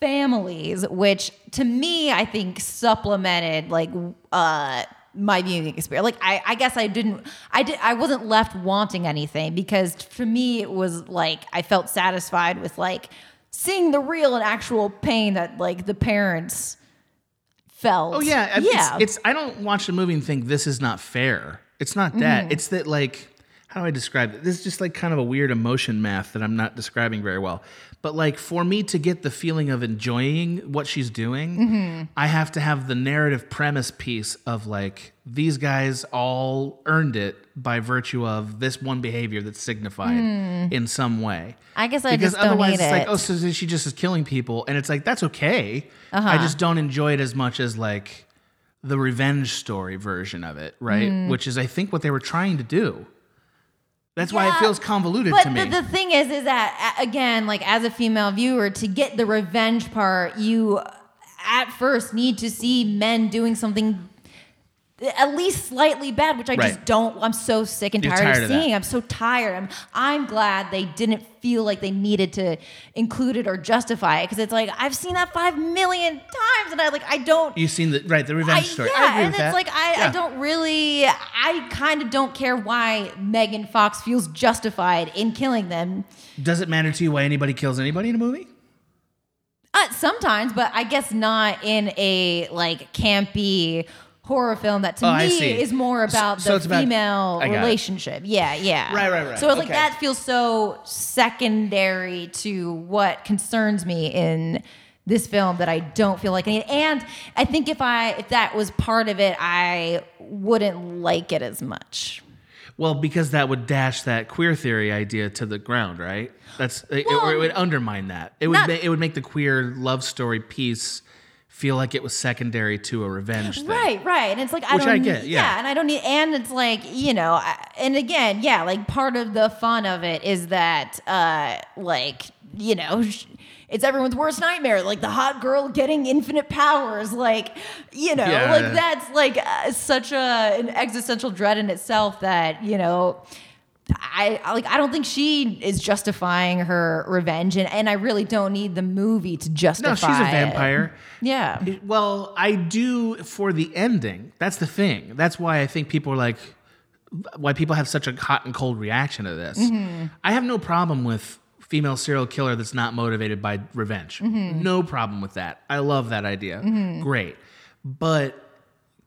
[SPEAKER 3] families, which to me, I think supplemented like uh, my viewing experience. Like, I, I guess I didn't, I did, I wasn't left wanting anything because for me, it was like I felt satisfied with like seeing the real and actual pain that like the parents felt.
[SPEAKER 2] Oh yeah, I-
[SPEAKER 3] yeah.
[SPEAKER 2] It's, it's I don't watch the movie and think this is not fair. It's not that. It's that like how do I describe it? This is just like kind of a weird emotion math that I'm not describing very well. But like for me to get the feeling of enjoying what she's doing, I have to have the narrative premise piece of like these guys all earned it by virtue of this one behavior that's signified in some way
[SPEAKER 3] I guess I
[SPEAKER 2] because
[SPEAKER 3] just don't
[SPEAKER 2] otherwise
[SPEAKER 3] need
[SPEAKER 2] it's
[SPEAKER 3] it.
[SPEAKER 2] like oh so then she just is killing people and it's like that's okay
[SPEAKER 3] Uh-huh.
[SPEAKER 2] i just don't enjoy it as much as like the revenge story version of it right
[SPEAKER 3] Mm.
[SPEAKER 2] which is i think what they were trying to do that's why it
[SPEAKER 3] Yeah,
[SPEAKER 2] feels convoluted
[SPEAKER 3] but
[SPEAKER 2] to me
[SPEAKER 3] The, the thing is, is that a- again, like as a female viewer, to get the revenge part, you at first need to see men doing something at least slightly bad, which I
[SPEAKER 2] Right.
[SPEAKER 3] just don't. I'm so sick and
[SPEAKER 2] You're
[SPEAKER 3] tired,
[SPEAKER 2] tired
[SPEAKER 3] of
[SPEAKER 2] of that.
[SPEAKER 3] seeing. I'm so tired. I'm I'm glad they didn't feel like they needed to include it or justify it because it's like I've seen that five million times, and I like I don't.
[SPEAKER 2] you've seen the right the
[SPEAKER 3] I,
[SPEAKER 2] revenge story
[SPEAKER 3] yeah,
[SPEAKER 2] I agree
[SPEAKER 3] and
[SPEAKER 2] with
[SPEAKER 3] it's
[SPEAKER 2] that.
[SPEAKER 3] like I, I
[SPEAKER 2] Yeah.
[SPEAKER 3] don't really. I kind of don't care why Megan Fox feels justified in killing them.
[SPEAKER 2] does it matter to you why anybody kills anybody in a movie
[SPEAKER 3] Uh, sometimes, but I guess not in a like campy horror film that to
[SPEAKER 2] Oh, I
[SPEAKER 3] me
[SPEAKER 2] see.
[SPEAKER 3] is more
[SPEAKER 2] So-
[SPEAKER 3] about
[SPEAKER 2] so
[SPEAKER 3] the
[SPEAKER 2] it's about-
[SPEAKER 3] female
[SPEAKER 2] I got it.
[SPEAKER 3] relationship. Yeah, yeah.
[SPEAKER 2] Right, right, right.
[SPEAKER 3] So it's like
[SPEAKER 2] Okay.
[SPEAKER 3] that feels so secondary to what concerns me in this film that I don't feel like I need. And I think if I if that was part of it, I wouldn't like it as much.
[SPEAKER 2] well because that would dash that queer theory idea to the ground right that's it, it-
[SPEAKER 3] Well,
[SPEAKER 2] it would undermine that it would
[SPEAKER 3] not-
[SPEAKER 2] ma- it would make the queer love story piece feel like it was secondary to a revenge thing
[SPEAKER 3] Right, right. And it's like I
[SPEAKER 2] Which
[SPEAKER 3] don't
[SPEAKER 2] I get,
[SPEAKER 3] need,
[SPEAKER 2] yeah.
[SPEAKER 3] and I don't need and it's like, you know, I, and again, yeah, like part of the fun of it is that uh like, you know, sh- it's everyone's worst nightmare, like the hot girl getting infinite powers, like, you know,
[SPEAKER 2] Yeah.
[SPEAKER 3] like that's like uh, such a an existential dread in itself that, you know, I I- like I don't think she is justifying her revenge and, and I really don't need the movie to justify
[SPEAKER 2] No, she's a
[SPEAKER 3] it.
[SPEAKER 2] vampire.
[SPEAKER 3] Yeah.
[SPEAKER 2] Well, I do for the ending. That's the thing. That's why I think people are like, why people have such a hot and cold reaction to this.
[SPEAKER 3] Mm-hmm.
[SPEAKER 2] I have no problem with female serial killer that's not motivated by revenge.
[SPEAKER 3] Mm-hmm.
[SPEAKER 2] No problem with that. I love that idea. Great. But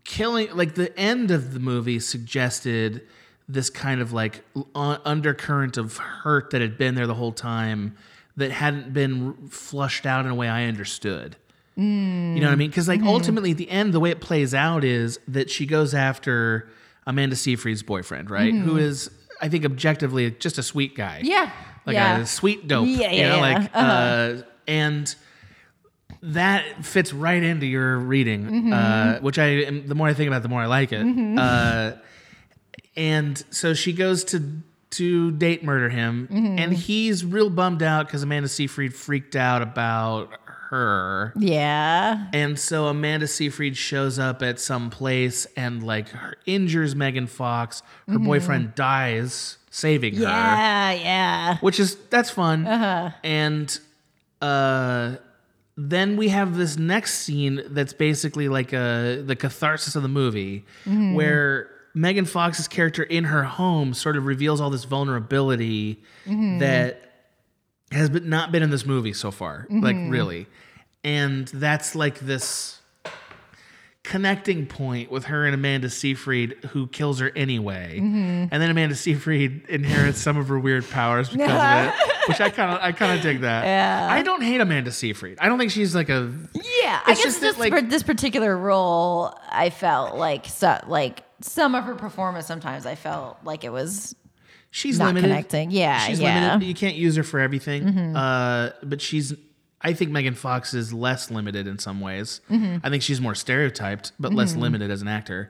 [SPEAKER 2] killing like the end of the movie suggested this kind of like u- undercurrent of hurt that had been there the whole time that hadn't been flushed out in a way I understood. You know what I mean? Because like ultimately at the end, the way it plays out is that she goes after Amanda Seyfried's boyfriend, right? Who is I think objectively just a sweet guy.
[SPEAKER 3] Yeah.
[SPEAKER 2] Like
[SPEAKER 3] yeah.
[SPEAKER 2] a sweet dope.
[SPEAKER 3] Yeah,
[SPEAKER 2] you
[SPEAKER 3] yeah, Uh-huh.
[SPEAKER 2] know,
[SPEAKER 3] yeah.
[SPEAKER 2] like uh, and that fits right into your reading, uh,
[SPEAKER 3] Mm-hmm.
[SPEAKER 2] which I am, the more I think about, it, the more I like it. Uh, and so she goes to to date murder him,
[SPEAKER 3] Mm-hmm.
[SPEAKER 2] and he's real bummed out because Amanda Seyfried freaked out about her.
[SPEAKER 3] yeah.
[SPEAKER 2] And so Amanda Seyfried shows up at some place and like her, injures Megan Fox. Her boyfriend dies saving her,
[SPEAKER 3] Mm-hmm. Yeah, yeah.
[SPEAKER 2] which is that's fun. Uh-huh. And uh, then we have this next scene that's basically like a the catharsis of the movie, where Megan Fox's character in her home sort of reveals all this vulnerability that has been, not been in this movie so far, like really. And that's like this connecting point with her and Amanda Seyfried, who kills her anyway. And then Amanda Seyfried inherits some of her weird powers because of it, which I kind of I kind of dig that. Yeah. I don't hate Amanda Seyfried. I don't think she's like a
[SPEAKER 3] Yeah, I
[SPEAKER 2] It's
[SPEAKER 3] guess
[SPEAKER 2] just that,
[SPEAKER 3] this,
[SPEAKER 2] like-
[SPEAKER 3] for this particular role, I felt like so, like some of her performance. Sometimes I felt like it was
[SPEAKER 2] she's
[SPEAKER 3] Not
[SPEAKER 2] limited.
[SPEAKER 3] connecting. Yeah,
[SPEAKER 2] she's
[SPEAKER 3] yeah. Mm-hmm.
[SPEAKER 2] limited. You can't use her for everything. Uh, but she's. I think Megan Fox is
[SPEAKER 3] Mm-hmm.
[SPEAKER 2] less limited in some ways. I think she's more stereotyped, but less limited as an actor.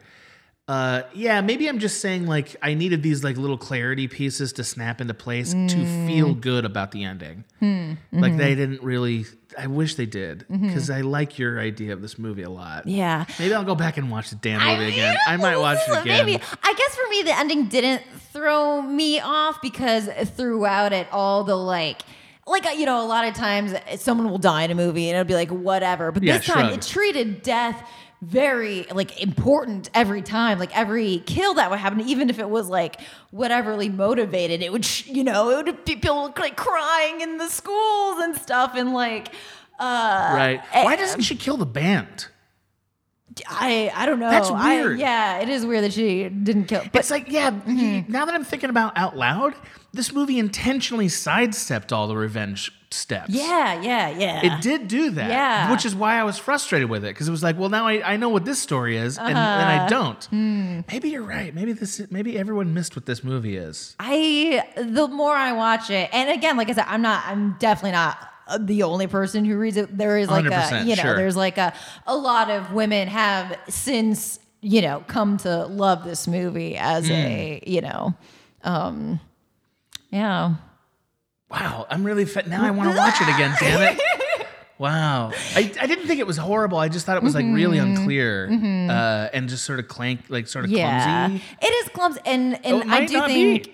[SPEAKER 2] uh, yeah, maybe I'm just saying like I needed these like little clarity pieces to snap into place
[SPEAKER 3] Mm.
[SPEAKER 2] to feel good about the ending.
[SPEAKER 3] Hmm.
[SPEAKER 2] Like
[SPEAKER 3] Mm-hmm.
[SPEAKER 2] they didn't really. I wish they did because I like your idea of this movie a lot.
[SPEAKER 3] Yeah.
[SPEAKER 2] Maybe I'll go back and watch the damn
[SPEAKER 3] I
[SPEAKER 2] movie
[SPEAKER 3] mean,
[SPEAKER 2] again. I might watch it
[SPEAKER 3] listen,
[SPEAKER 2] again.
[SPEAKER 3] Maybe. I guess for me, the ending didn't throw me off because throughout it, all the like, like you know, a lot of times someone will die in a movie and it'll be like whatever. But
[SPEAKER 2] Yeah,
[SPEAKER 3] this time,
[SPEAKER 2] shrug.
[SPEAKER 3] it treated death very like important every time like every kill that would happen even if it was like whateverly motivated it would sh- you know it would be people like crying in the schools and stuff and like uh
[SPEAKER 2] Right?
[SPEAKER 3] eh,
[SPEAKER 2] Why doesn't she kill the band?
[SPEAKER 3] i i don't know
[SPEAKER 2] That's
[SPEAKER 3] I-
[SPEAKER 2] weird.
[SPEAKER 3] yeah it is weird that she didn't kill but Mm-hmm.
[SPEAKER 2] it's like, yeah, y- now that I'm thinking about out loud, this movie intentionally sidestepped all the revenge steps.
[SPEAKER 3] Yeah, yeah, yeah.
[SPEAKER 2] It did do that.
[SPEAKER 3] Yeah.
[SPEAKER 2] Which is why I was frustrated with it because it was like, well, now I, I know what this story is and, and
[SPEAKER 3] Uh-huh.
[SPEAKER 2] I don't.
[SPEAKER 3] Hmm.
[SPEAKER 2] Maybe you're right. Maybe this maybe everyone missed what this movie is.
[SPEAKER 3] I the more I watch it, and again, like I said, I'm not. I'm definitely not uh, the only person who reads it. There is like a
[SPEAKER 2] 100%,
[SPEAKER 3] you know,
[SPEAKER 2] sure.
[SPEAKER 3] there's like a a lot of women have since you know come to love this movie as
[SPEAKER 2] Hmm.
[SPEAKER 3] a you know, um, yeah.
[SPEAKER 2] Wow. I'm really fit. Now I want to watch it again, damn it. Wow. I, I didn't think it was horrible. I just thought it was like really
[SPEAKER 3] Mm-hmm.
[SPEAKER 2] unclear uh, and just sort of clank, like sort of
[SPEAKER 3] Yeah,
[SPEAKER 2] clumsy.
[SPEAKER 3] it is clumsy, and
[SPEAKER 2] Oh,
[SPEAKER 3] and
[SPEAKER 2] it
[SPEAKER 3] I
[SPEAKER 2] might
[SPEAKER 3] do
[SPEAKER 2] not
[SPEAKER 3] think
[SPEAKER 2] be.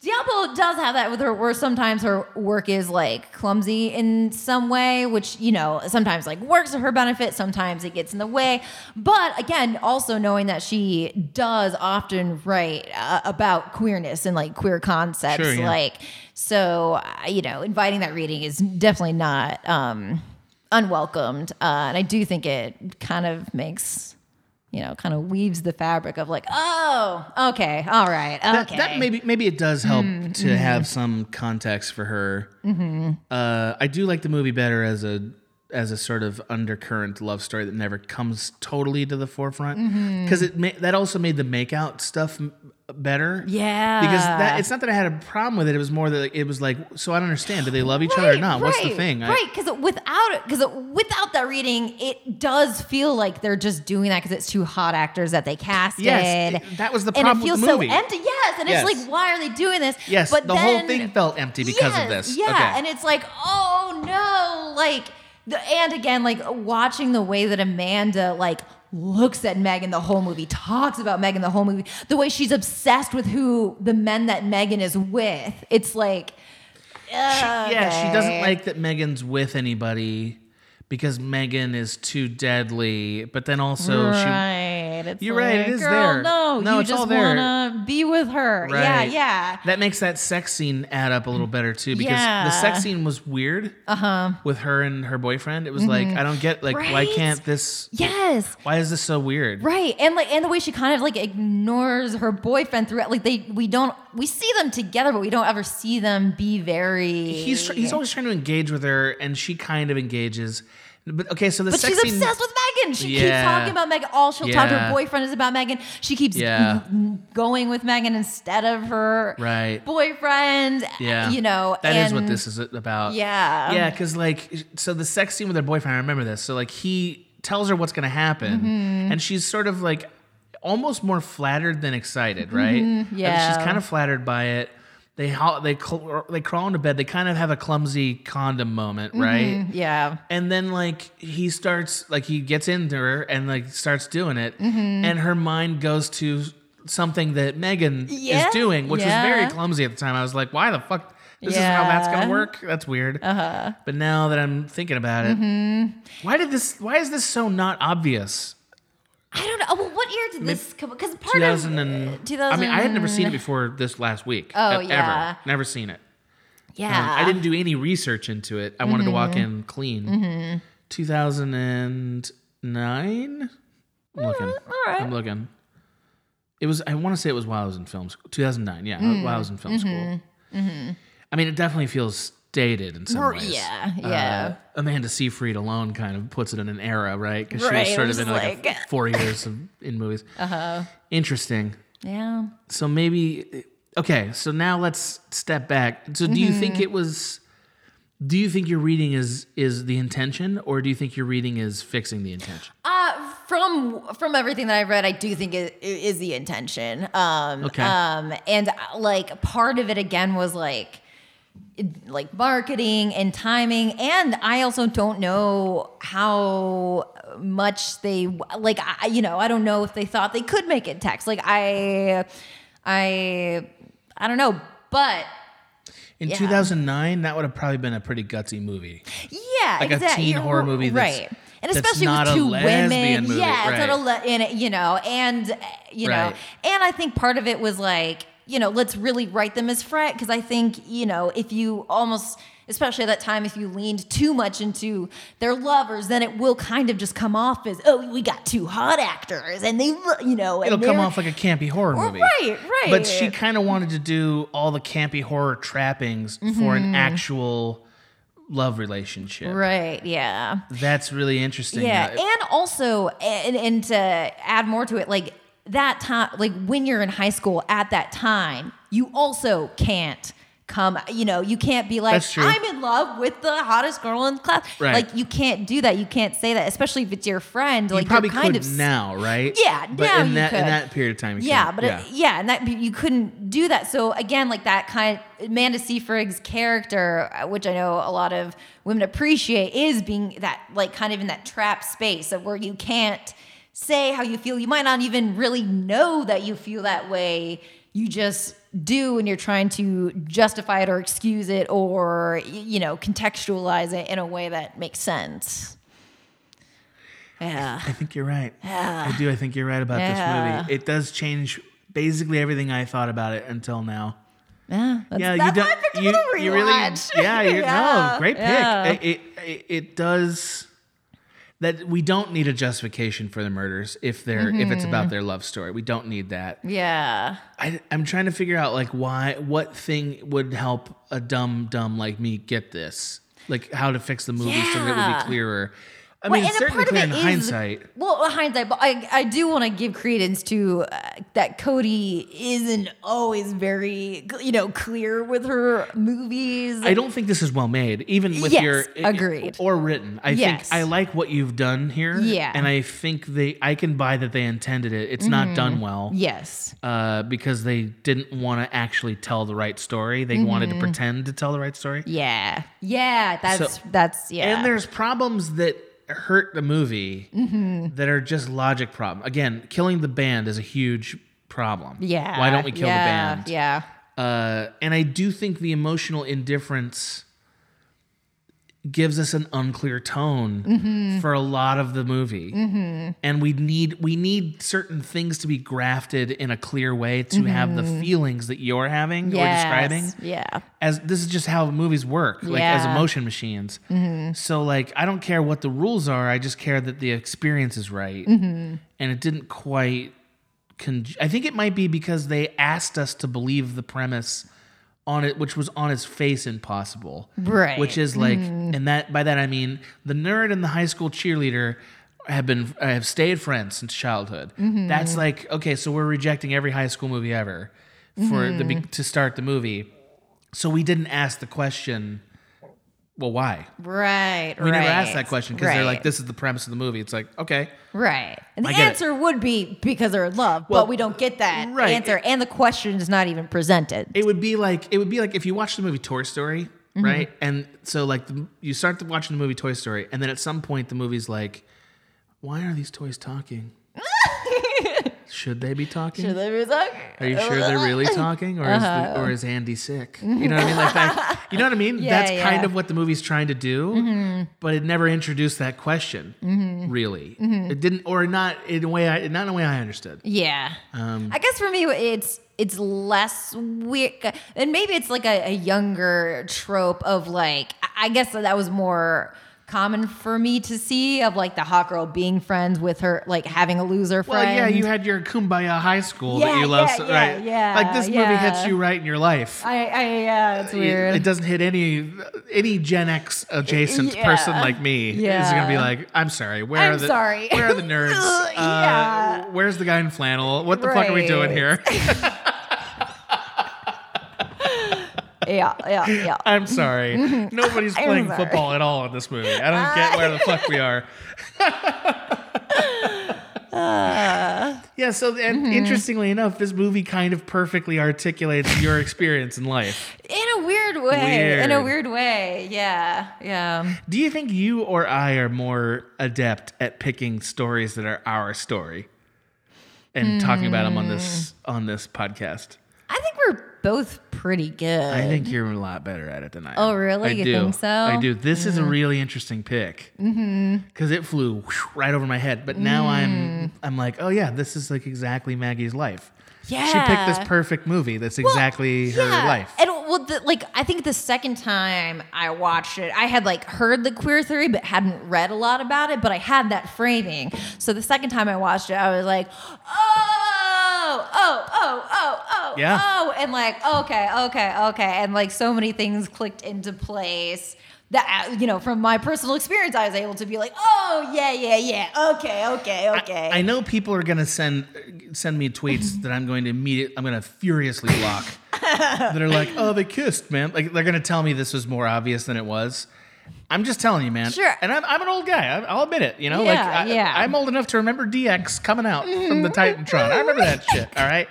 [SPEAKER 3] Diablo does have that with her, where sometimes her work is like clumsy in some way, which you know sometimes like works to her benefit, sometimes it gets in the way. But again, also knowing that she does often write uh, about queerness and like queer concepts,
[SPEAKER 2] Sure, yeah.
[SPEAKER 3] like so uh, you know, inviting that reading is definitely not um, unwelcomed, uh, and I do think it kind of makes you know, kind of weaves the fabric of like, oh, okay, all right, okay. Hmm.
[SPEAKER 2] That, that maybe maybe it does help to have some context for her.
[SPEAKER 3] Mm-hmm.
[SPEAKER 2] Uh, I do like the movie better as a as a sort of undercurrent love story that never comes totally to the forefront
[SPEAKER 3] Mm-hmm.
[SPEAKER 2] because it ma- that also made the makeout stuff m- better.
[SPEAKER 3] yeah,
[SPEAKER 2] Because that, it's not that I had a problem with it. It was more that like, it was like, so I don't understand. Do they love each other or not? What's the thing? I-
[SPEAKER 3] Right, because without it, because without that reading, it does feel like they're just doing that because it's two hot actors that they casted.
[SPEAKER 2] Yes, it- that was the problem
[SPEAKER 3] And
[SPEAKER 2] with
[SPEAKER 3] it feels
[SPEAKER 2] the movie.
[SPEAKER 3] so empty. Yes, and
[SPEAKER 2] Yes.
[SPEAKER 3] it's like, why are they doing this?
[SPEAKER 2] yes,
[SPEAKER 3] but
[SPEAKER 2] the
[SPEAKER 3] then,
[SPEAKER 2] whole thing felt empty because of this.
[SPEAKER 3] Yeah,
[SPEAKER 2] Okay.
[SPEAKER 3] and it's like, oh no, like, the, and again, like watching the way that Amanda like looks at Megan the whole movie, talks about Megan the whole movie, the way she's obsessed with who the men that Megan is with. It's like,
[SPEAKER 2] she, yeah, she doesn't
[SPEAKER 3] okay.
[SPEAKER 2] like that Megan's with anybody because Megan is too deadly. But then also
[SPEAKER 3] right. It's
[SPEAKER 2] You're right,
[SPEAKER 3] like,
[SPEAKER 2] it is
[SPEAKER 3] Girl,
[SPEAKER 2] there.
[SPEAKER 3] No,
[SPEAKER 2] No,
[SPEAKER 3] you
[SPEAKER 2] it's
[SPEAKER 3] just
[SPEAKER 2] all there.
[SPEAKER 3] wanna be with her.
[SPEAKER 2] she
[SPEAKER 3] Yeah,
[SPEAKER 2] right,
[SPEAKER 3] yeah.
[SPEAKER 2] that makes that sex scene add up a little better too because the
[SPEAKER 3] Yeah. Uh-huh.
[SPEAKER 2] sex scene was weird. Uh huh. With her and her boyfriend, it was like I don't get like why
[SPEAKER 3] Mm-hmm. Right?
[SPEAKER 2] can't this?
[SPEAKER 3] Yes.
[SPEAKER 2] Why is this so weird?
[SPEAKER 3] Right. And like and the way she kind of like ignores her boyfriend throughout like they we don't we see them together, but we don't ever see them be very
[SPEAKER 2] He's tr- he's always trying to engage with her, and she kind of engages. But okay, so the
[SPEAKER 3] But
[SPEAKER 2] sex
[SPEAKER 3] she's
[SPEAKER 2] scene.
[SPEAKER 3] obsessed with Megan. She
[SPEAKER 2] Yeah.
[SPEAKER 3] keeps talking about Megan. All she'll talk to
[SPEAKER 2] Yeah.
[SPEAKER 3] her boyfriend is about Megan. She keeps
[SPEAKER 2] Yeah.
[SPEAKER 3] n- going with Megan instead of her
[SPEAKER 2] Right.
[SPEAKER 3] boyfriend.
[SPEAKER 2] yeah,
[SPEAKER 3] You know,
[SPEAKER 2] that is what
[SPEAKER 3] and-
[SPEAKER 2] this is about.
[SPEAKER 3] Yeah.
[SPEAKER 2] Yeah, because like, so the sex scene with her boyfriend, I remember this. So like, he tells her what's gonna happen,
[SPEAKER 3] Mm-hmm.
[SPEAKER 2] and she's sort of like almost more flattered than excited, right?
[SPEAKER 3] Mm-hmm. yeah.
[SPEAKER 2] she's kind of flattered by it. They ho- they cl- they crawl into bed. They kind of have a clumsy condom moment, right?
[SPEAKER 3] Mm-hmm. Yeah.
[SPEAKER 2] And then like he starts like he gets into her and like starts doing it,
[SPEAKER 3] Mm-hmm.
[SPEAKER 2] and her mind goes to something that Megan
[SPEAKER 3] Yeah,
[SPEAKER 2] is doing, which
[SPEAKER 3] yeah.
[SPEAKER 2] was very clumsy at the time. I was like, why the fuck? This is how that's
[SPEAKER 3] Yeah.
[SPEAKER 2] gonna work. That's weird. Uh-huh. But now that I'm thinking about it,
[SPEAKER 3] Mm-hmm.
[SPEAKER 2] why did this? Why is this so not obvious?
[SPEAKER 3] I don't know. Oh, Well, what year did this come? Because part
[SPEAKER 2] Two thousand
[SPEAKER 3] of uh,
[SPEAKER 2] and I
[SPEAKER 3] 2000,
[SPEAKER 2] mean, I had never seen it before this last week.
[SPEAKER 3] Oh,
[SPEAKER 2] e-
[SPEAKER 3] yeah.
[SPEAKER 2] ever never seen it. Um,
[SPEAKER 3] Yeah, Mm-hmm.
[SPEAKER 2] I didn't do any research into it. I wanted to walk in clean. 2009? I'm looking.
[SPEAKER 3] right.
[SPEAKER 2] I'm looking. It was, I want to say it was while I was in film school. 2009, yeah,
[SPEAKER 3] Mm-hmm.
[SPEAKER 2] while I was in film school. I mean, it definitely feels dated in some
[SPEAKER 3] Or-
[SPEAKER 2] ways.
[SPEAKER 3] Mm-hmm. yeah, yeah.
[SPEAKER 2] Uh, Amanda Seyfried alone kind of puts it in an era, right? Because
[SPEAKER 3] Right,
[SPEAKER 2] she was
[SPEAKER 3] it
[SPEAKER 2] sort
[SPEAKER 3] was
[SPEAKER 2] of in
[SPEAKER 3] just
[SPEAKER 2] like, a
[SPEAKER 3] like-
[SPEAKER 2] f- four years of, in movies. Uh-huh. Interesting
[SPEAKER 3] Yeah.
[SPEAKER 2] so maybe okay so now let's step back so do you
[SPEAKER 3] Mm-hmm.
[SPEAKER 2] think it was do you think your reading is is the intention or do you think your reading is fixing the intention
[SPEAKER 3] Uh, from from everything that I've read, I do think it, it is the intention. Um,
[SPEAKER 2] Okay.
[SPEAKER 3] Um, and uh, like part of it again was like it- like marketing and timing and i also don't know how much they like i you know i don't know if they thought they could make it text like i i i don't know but
[SPEAKER 2] In
[SPEAKER 3] Yeah.
[SPEAKER 2] 2009, that would have probably been a pretty gutsy movie.
[SPEAKER 3] Yeah,
[SPEAKER 2] Like a
[SPEAKER 3] exactly.
[SPEAKER 2] teen horror movie that's-
[SPEAKER 3] right? And
[SPEAKER 2] that's
[SPEAKER 3] especially
[SPEAKER 2] not a
[SPEAKER 3] with two
[SPEAKER 2] lesbian
[SPEAKER 3] women,
[SPEAKER 2] movie,
[SPEAKER 3] yeah, it's
[SPEAKER 2] right.
[SPEAKER 3] not a le- and it- you know, and uh, you
[SPEAKER 2] Right.
[SPEAKER 3] know, and I think part of it was like you know, let's really write them as friends because I think you know if you almost. Especially at that time, if you leaned too much into their lovers, then it will kind of just come off as, oh, we got two hot actors, and they, lo- you know, and
[SPEAKER 2] It'll come
[SPEAKER 3] they're-
[SPEAKER 2] off like a campy horror
[SPEAKER 3] Well,
[SPEAKER 2] movie.
[SPEAKER 3] right, right.
[SPEAKER 2] But she kind of wanted to do all the campy horror trappings for an actual love relationship.
[SPEAKER 3] Mm-hmm. right, yeah.
[SPEAKER 2] That's really interesting.
[SPEAKER 3] Yeah,
[SPEAKER 2] Uh,
[SPEAKER 3] and also, and, and to add more to it, like that time, like when you're in high school at that time, you also can't come. You know, you can't be like,
[SPEAKER 2] That's true.
[SPEAKER 3] I'm in love with the hottest girl in class.
[SPEAKER 2] Right.
[SPEAKER 3] Like you can't do that. You can't say that, especially if it's your friend.
[SPEAKER 2] you
[SPEAKER 3] like
[SPEAKER 2] probably
[SPEAKER 3] are kind
[SPEAKER 2] could
[SPEAKER 3] of s-
[SPEAKER 2] now, right?
[SPEAKER 3] Yeah,
[SPEAKER 2] but
[SPEAKER 3] now
[SPEAKER 2] in
[SPEAKER 3] you
[SPEAKER 2] that in
[SPEAKER 3] could.
[SPEAKER 2] that period of time, you
[SPEAKER 3] Yeah,
[SPEAKER 2] couldn't.
[SPEAKER 3] but yeah. It, yeah, and that you couldn't do that. So again, like that kind Amanda Seyfried's character, uh, which I know a lot of women appreciate, is being that like kind of in that trap space of where you can't say how you feel. You might not even really know that you feel that way. You just do, and you're trying to justify it or excuse it or y- you know contextualize it in a way that makes sense. Yeah.
[SPEAKER 2] I think you're right. I do. I think you're right about
[SPEAKER 3] Yeah.
[SPEAKER 2] this movie. It does change basically everything I thought about it until now.
[SPEAKER 3] Yeah, that's,
[SPEAKER 2] yeah,
[SPEAKER 3] that's
[SPEAKER 2] you
[SPEAKER 3] why I
[SPEAKER 2] don't.
[SPEAKER 3] picked it
[SPEAKER 2] You,
[SPEAKER 3] for the
[SPEAKER 2] you really.
[SPEAKER 3] rewatch.
[SPEAKER 2] Yeah, you're,
[SPEAKER 3] Yeah,
[SPEAKER 2] no, great pick.
[SPEAKER 3] yeah.
[SPEAKER 2] It, it, it it does that we don't need a justification for the murders if they're if it's
[SPEAKER 3] Mm-hmm.
[SPEAKER 2] about their love story. We don't need that.
[SPEAKER 3] Yeah.
[SPEAKER 2] I, I'm trying to figure out like why what thing would help a dumb dumb like me get this like how to fix the movie so that it would
[SPEAKER 3] Yeah.
[SPEAKER 2] be clearer. I
[SPEAKER 3] Well,
[SPEAKER 2] mean,
[SPEAKER 3] and a
[SPEAKER 2] certainly
[SPEAKER 3] part of
[SPEAKER 2] clear
[SPEAKER 3] it
[SPEAKER 2] in
[SPEAKER 3] is-
[SPEAKER 2] hindsight.
[SPEAKER 3] Well, hindsight, but I, I do want to give credence to uh, that Cody isn't always very, you know, clear with her movies.
[SPEAKER 2] I don't think this is well made, even with
[SPEAKER 3] Yes,
[SPEAKER 2] your eh,
[SPEAKER 3] agreed.
[SPEAKER 2] or written. I
[SPEAKER 3] Yes.
[SPEAKER 2] think I like what you've done here.
[SPEAKER 3] Yeah.
[SPEAKER 2] and I think they I can buy that they intended it. It's not done
[SPEAKER 3] Mm-hmm.
[SPEAKER 2] well
[SPEAKER 3] yes.
[SPEAKER 2] uh, because they didn't want to actually tell the right story. They wanted
[SPEAKER 3] Mm-hmm.
[SPEAKER 2] to pretend to tell the right story.
[SPEAKER 3] Yeah. Yeah. That's,
[SPEAKER 2] So-
[SPEAKER 3] that's, yeah.
[SPEAKER 2] And there's problems that hurt the movie
[SPEAKER 3] Mm-hmm.
[SPEAKER 2] that are just logic problem. Again, killing the band is a huge problem.
[SPEAKER 3] yeah.
[SPEAKER 2] why don't we kill the
[SPEAKER 3] yeah,
[SPEAKER 2] band?
[SPEAKER 3] Yeah.
[SPEAKER 2] Uh, and I do think the emotional indifference gives us an unclear tone for a lot of the movie, and we need we need certain things to be grafted in a clear way to have the feelings that you're having or
[SPEAKER 3] Yes,
[SPEAKER 2] describing.
[SPEAKER 3] Yeah.
[SPEAKER 2] As this is just how movies work, like as
[SPEAKER 3] Yeah. Mm-hmm.
[SPEAKER 2] emotion machines. So like I don't care what the rules are, I just care that the experience is right,
[SPEAKER 3] Mm-hmm.
[SPEAKER 2] and it didn't quite con- I think it might be because they asked us to believe the premise on it, which was on its face impossible.
[SPEAKER 3] Right.
[SPEAKER 2] Which is like,
[SPEAKER 3] Mm.
[SPEAKER 2] and that by that I mean the nerd and the high school cheerleader have been have stayed friends since childhood.
[SPEAKER 3] Mm-hmm.
[SPEAKER 2] That's like okay, so we're rejecting every high school movie ever for the
[SPEAKER 3] Mm-hmm.
[SPEAKER 2] be- to start the movie. So we didn't ask the question. Well, why?
[SPEAKER 3] Right.
[SPEAKER 2] We
[SPEAKER 3] right.
[SPEAKER 2] never asked that question because they're like,
[SPEAKER 3] Right.
[SPEAKER 2] "This is the premise of the movie." It's like, okay,
[SPEAKER 3] Right. And the
[SPEAKER 2] I get it.
[SPEAKER 3] answer would be because they're in love,
[SPEAKER 2] Well,
[SPEAKER 3] but we don't get that
[SPEAKER 2] right.
[SPEAKER 3] answer. and the question is not even presented.
[SPEAKER 2] it would be like it would be like if you watch the movie Toy Story,
[SPEAKER 3] Mm-hmm.
[SPEAKER 2] right? And so like the, you start to watching the movie Toy Story, and then at some point the movie's like, why are these toys talking? Should they be talking?
[SPEAKER 3] Should they be talking?
[SPEAKER 2] Are you sure they're really talking, or is the, or is Andy sick? You know what I mean? Like that. You know what I mean?
[SPEAKER 3] Yeah,
[SPEAKER 2] That's kind
[SPEAKER 3] yeah. Mm-hmm.
[SPEAKER 2] of what the movie's trying to do, but it never introduced that question. Really,
[SPEAKER 3] Mm-hmm.
[SPEAKER 2] it didn't, or not in a way. I, not in a way I understood.
[SPEAKER 3] Yeah.
[SPEAKER 2] Um,
[SPEAKER 3] I guess for me, it's it's less weird, and maybe it's like a, a younger trope of like. I- I guess that was more common for me to see of like the hot girl being friends with her, like having a loser
[SPEAKER 2] Well,
[SPEAKER 3] friend.
[SPEAKER 2] yeah, you had your kumbaya high school that
[SPEAKER 3] Yeah,
[SPEAKER 2] you love,
[SPEAKER 3] yeah,
[SPEAKER 2] so,
[SPEAKER 3] yeah,
[SPEAKER 2] right?
[SPEAKER 3] yeah,
[SPEAKER 2] like this movie
[SPEAKER 3] yeah.
[SPEAKER 2] hits you right in your life.
[SPEAKER 3] I, I yeah, it's
[SPEAKER 2] It-
[SPEAKER 3] weird.
[SPEAKER 2] It, doesn't hit any any Gen X adjacent
[SPEAKER 3] Yeah.
[SPEAKER 2] person like me. Is gonna be
[SPEAKER 3] Yeah.
[SPEAKER 2] like, I'm sorry. Where
[SPEAKER 3] I'm
[SPEAKER 2] are the
[SPEAKER 3] sorry."
[SPEAKER 2] Where are the nerds? Uh,
[SPEAKER 3] Yeah.
[SPEAKER 2] Where's the guy in flannel? What the fuck are we doing
[SPEAKER 3] Right.
[SPEAKER 2] here?
[SPEAKER 3] yeah, yeah, yeah.
[SPEAKER 2] I'm sorry. Nobody's
[SPEAKER 3] Mm-hmm. I'm
[SPEAKER 2] playing
[SPEAKER 3] sorry.
[SPEAKER 2] football at all in this movie. I don't get where the fuck we are. Yeah, so and
[SPEAKER 3] Mm-hmm.
[SPEAKER 2] interestingly enough, this movie kind of perfectly articulates your experience in life.
[SPEAKER 3] In a weird way. In a
[SPEAKER 2] Weird.
[SPEAKER 3] weird way. Yeah. Yeah.
[SPEAKER 2] Do you think you or I are more adept at picking stories that are our story and talking about them on this
[SPEAKER 3] Hmm.
[SPEAKER 2] on this podcast?
[SPEAKER 3] I think we're both pretty good.
[SPEAKER 2] I think you're a lot better at it than I am.
[SPEAKER 3] Oh, really?
[SPEAKER 2] I
[SPEAKER 3] You
[SPEAKER 2] do.
[SPEAKER 3] think so? Mm. Mm-hmm.
[SPEAKER 2] I do. This is a really interesting pick because it flew whew, right over my head. But now
[SPEAKER 3] Mm.
[SPEAKER 2] I'm I'm like, oh yeah, this is like exactly Maggie's life.
[SPEAKER 3] yeah.
[SPEAKER 2] She picked this perfect movie that's exactly her life.
[SPEAKER 3] And well, the, like I think the second time I watched it, I had like heard the queer theory, but hadn't read a lot about it. But I had that framing. So the second time I watched it, I was like, oh, oh, oh, oh, oh,
[SPEAKER 2] Yeah.
[SPEAKER 3] oh, and like okay, okay, okay, and like so many things clicked into place. That uh, you know, from my personal experience, I was able to be like, oh yeah, yeah, yeah, okay, okay, okay.
[SPEAKER 2] I know people are gonna send send me tweets that I'm going to immediately I'm gonna furiously block. that are like, oh, they kissed, man. Like they're gonna tell me this was more obvious than it was. I'm just telling you, man.
[SPEAKER 3] Sure.
[SPEAKER 2] And I'm, I'm an old guy. I- I'll admit it. You know,
[SPEAKER 3] Yeah,
[SPEAKER 2] like I,
[SPEAKER 3] yeah.
[SPEAKER 2] I'm old enough to remember DX coming out from the Titantron. I remember that shit. All right.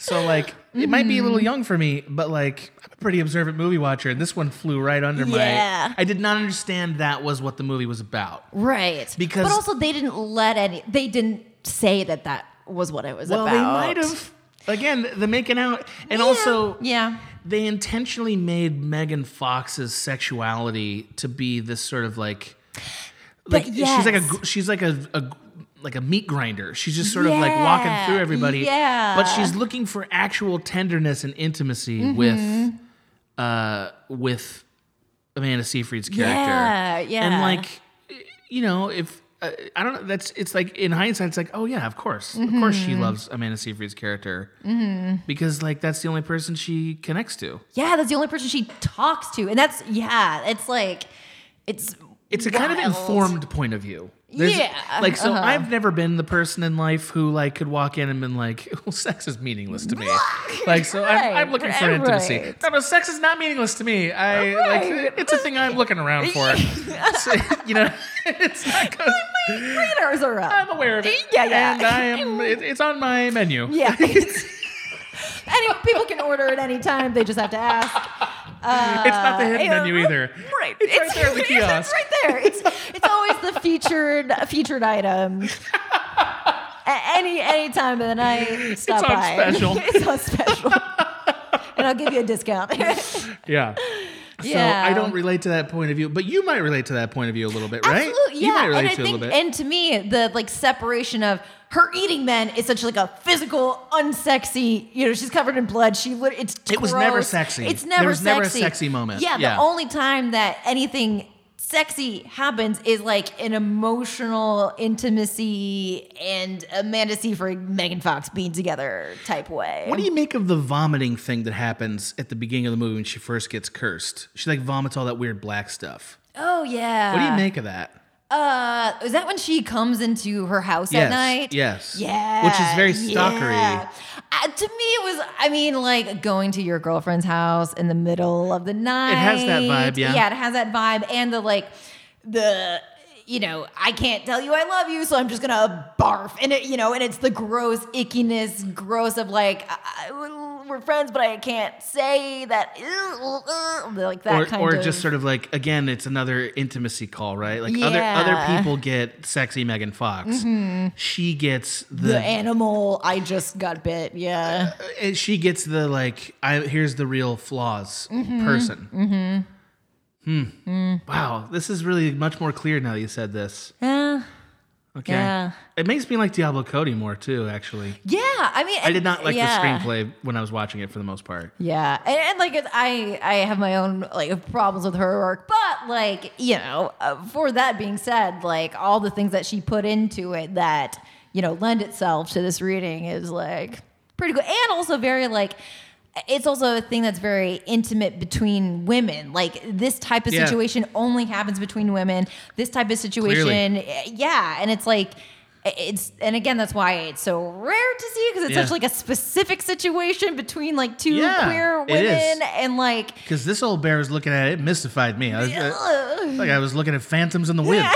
[SPEAKER 2] So like, it might be a
[SPEAKER 3] Mm.
[SPEAKER 2] little young for me, but like, I'm a pretty observant movie watcher, and this one flew right under
[SPEAKER 3] Yeah.
[SPEAKER 2] my. I did not understand that was what the movie was about.
[SPEAKER 3] Right.
[SPEAKER 2] Because-
[SPEAKER 3] but also they didn't let any. They didn't say that that was what it was
[SPEAKER 2] Well,
[SPEAKER 3] about.
[SPEAKER 2] they might have. Again, the making out, and
[SPEAKER 3] Yeah.
[SPEAKER 2] also
[SPEAKER 3] yeah.
[SPEAKER 2] they intentionally made Megan Fox's sexuality to be this sort of like, like
[SPEAKER 3] But
[SPEAKER 2] she's like a
[SPEAKER 3] yes.
[SPEAKER 2] gr- she's like a, a like a meat grinder. She's just sort of like walking
[SPEAKER 3] Yeah,
[SPEAKER 2] through everybody.
[SPEAKER 3] yeah.
[SPEAKER 2] But she's looking for actual tenderness and intimacy
[SPEAKER 3] Mm-hmm.
[SPEAKER 2] with, uh, with Amanda Seyfried's character.
[SPEAKER 3] Yeah,
[SPEAKER 2] And
[SPEAKER 3] yeah.
[SPEAKER 2] like, you know, if. Uh, I don't know. That's it's like in hindsight, it's like, oh yeah, of course, of course,
[SPEAKER 3] Mm-hmm.
[SPEAKER 2] she loves Amanda Seyfried's character because like that's the only person she connects to.
[SPEAKER 3] Yeah, that's the only person she talks to, and that's yeah. It's like, it's
[SPEAKER 2] it's a kind of
[SPEAKER 3] wild.
[SPEAKER 2] informed point of view.
[SPEAKER 3] Yeah, uh-huh.
[SPEAKER 2] Like so I've never been the person in life who like could walk in and been like, well, sex is meaningless to me. like so I'm, I'm
[SPEAKER 3] Right,
[SPEAKER 2] looking for
[SPEAKER 3] right,
[SPEAKER 2] intimacy.
[SPEAKER 3] right.
[SPEAKER 2] No, no, sex is not meaningless to me. I like
[SPEAKER 3] Right.
[SPEAKER 2] it's a thing I'm looking around for. so, you know, it's not gonna,
[SPEAKER 3] Radars are up.
[SPEAKER 2] I'm aware of it.
[SPEAKER 3] Yeah, yeah.
[SPEAKER 2] And I am it, it's on my menu.
[SPEAKER 3] yeah. it's- anyway, people can order at any time. They just have to ask.
[SPEAKER 2] it's not the hidden
[SPEAKER 3] yeah,
[SPEAKER 2] menu either.
[SPEAKER 3] Right.
[SPEAKER 2] It's, right there at the
[SPEAKER 3] it's
[SPEAKER 2] kiosk.
[SPEAKER 3] right there. It's it's always the featured featured item. A- any any time of the night, stop
[SPEAKER 2] on
[SPEAKER 3] by.
[SPEAKER 2] special.
[SPEAKER 3] it's on special. and I'll give you a discount.
[SPEAKER 2] Yeah.
[SPEAKER 3] Yeah.
[SPEAKER 2] So I don't relate to that point of view, but you might relate to that point of view a little bit, right?
[SPEAKER 3] Absolutely, yeah.
[SPEAKER 2] You might relate
[SPEAKER 3] and I
[SPEAKER 2] to it a
[SPEAKER 3] think,
[SPEAKER 2] little bit.
[SPEAKER 3] and to me, the like separation of her eating men is such like a physical, unsexy. You know, she's covered in blood. She lit- it's
[SPEAKER 2] It was never
[SPEAKER 3] gross.
[SPEAKER 2] sexy.
[SPEAKER 3] It's
[SPEAKER 2] There
[SPEAKER 3] never
[SPEAKER 2] was
[SPEAKER 3] sexy.
[SPEAKER 2] never a sexy moment.
[SPEAKER 3] Yeah,
[SPEAKER 2] Yeah.
[SPEAKER 3] the only time that anything sexy happens is like an emotional intimacy and Amanda Seyfried, Megan Fox being together type way.
[SPEAKER 2] What do you make of the vomiting thing that happens at the beginning of the movie when she first gets cursed? She like vomits all that weird black stuff.
[SPEAKER 3] oh yeah.
[SPEAKER 2] What do you make of that?
[SPEAKER 3] Uh, is that when she comes into her house
[SPEAKER 2] yes.
[SPEAKER 3] at night?
[SPEAKER 2] Yes.
[SPEAKER 3] Yeah.
[SPEAKER 2] Which is very stalkery.
[SPEAKER 3] yeah. Uh, to me, it was, I mean, like going to your girlfriend's house in the middle of the night.
[SPEAKER 2] has that vibe, yeah.
[SPEAKER 3] Yeah, it has that vibe. And the, like, the, you know, I can't tell you I love you, so I'm just going to barf. And, it, you know, and it's the gross ickiness, gross of like, I, I- we're friends, but I can't say that. Ew, uh, like that
[SPEAKER 2] Or,
[SPEAKER 3] kind
[SPEAKER 2] or
[SPEAKER 3] of.
[SPEAKER 2] just sort of like again, it's another intimacy call, right? Like other other
[SPEAKER 3] Yeah. Mm-hmm.
[SPEAKER 2] people get sexy Megan Fox. She gets the,
[SPEAKER 3] the animal I just got bit. Yeah.
[SPEAKER 2] and she gets the like I here's the real flaws person. Mm-hmm.
[SPEAKER 3] Mm.
[SPEAKER 2] Wow, this is really much more clear now that you said this.
[SPEAKER 3] Yeah.
[SPEAKER 2] Okay.
[SPEAKER 3] Yeah.
[SPEAKER 2] It makes me like Diablo Cody more too, actually.
[SPEAKER 3] Yeah, I mean,
[SPEAKER 2] I did not like the screenplay when I was watching it for the most part.
[SPEAKER 3] Yeah, and, and like it's, I, I have my own like problems with her work, but like you know, uh, for that being said, like all the things that she put into it that you know lend itself to this reading is like pretty good, and also very like. It's also a thing that's very intimate between women. Like this type of
[SPEAKER 2] Yeah.
[SPEAKER 3] situation only happens between women. This type of situation
[SPEAKER 2] Clearly.
[SPEAKER 3] and yeah and it's like eh, it's and again that's why it's so rare to see because it's
[SPEAKER 2] Yeah.
[SPEAKER 3] such like a specific situation between like two
[SPEAKER 2] Yeah,
[SPEAKER 3] queer
[SPEAKER 2] it is.
[SPEAKER 3] women and like
[SPEAKER 2] Because this old bear was looking at it, it mystified me. I was, uh,
[SPEAKER 3] ugh.
[SPEAKER 2] like I was looking at phantoms in the wind.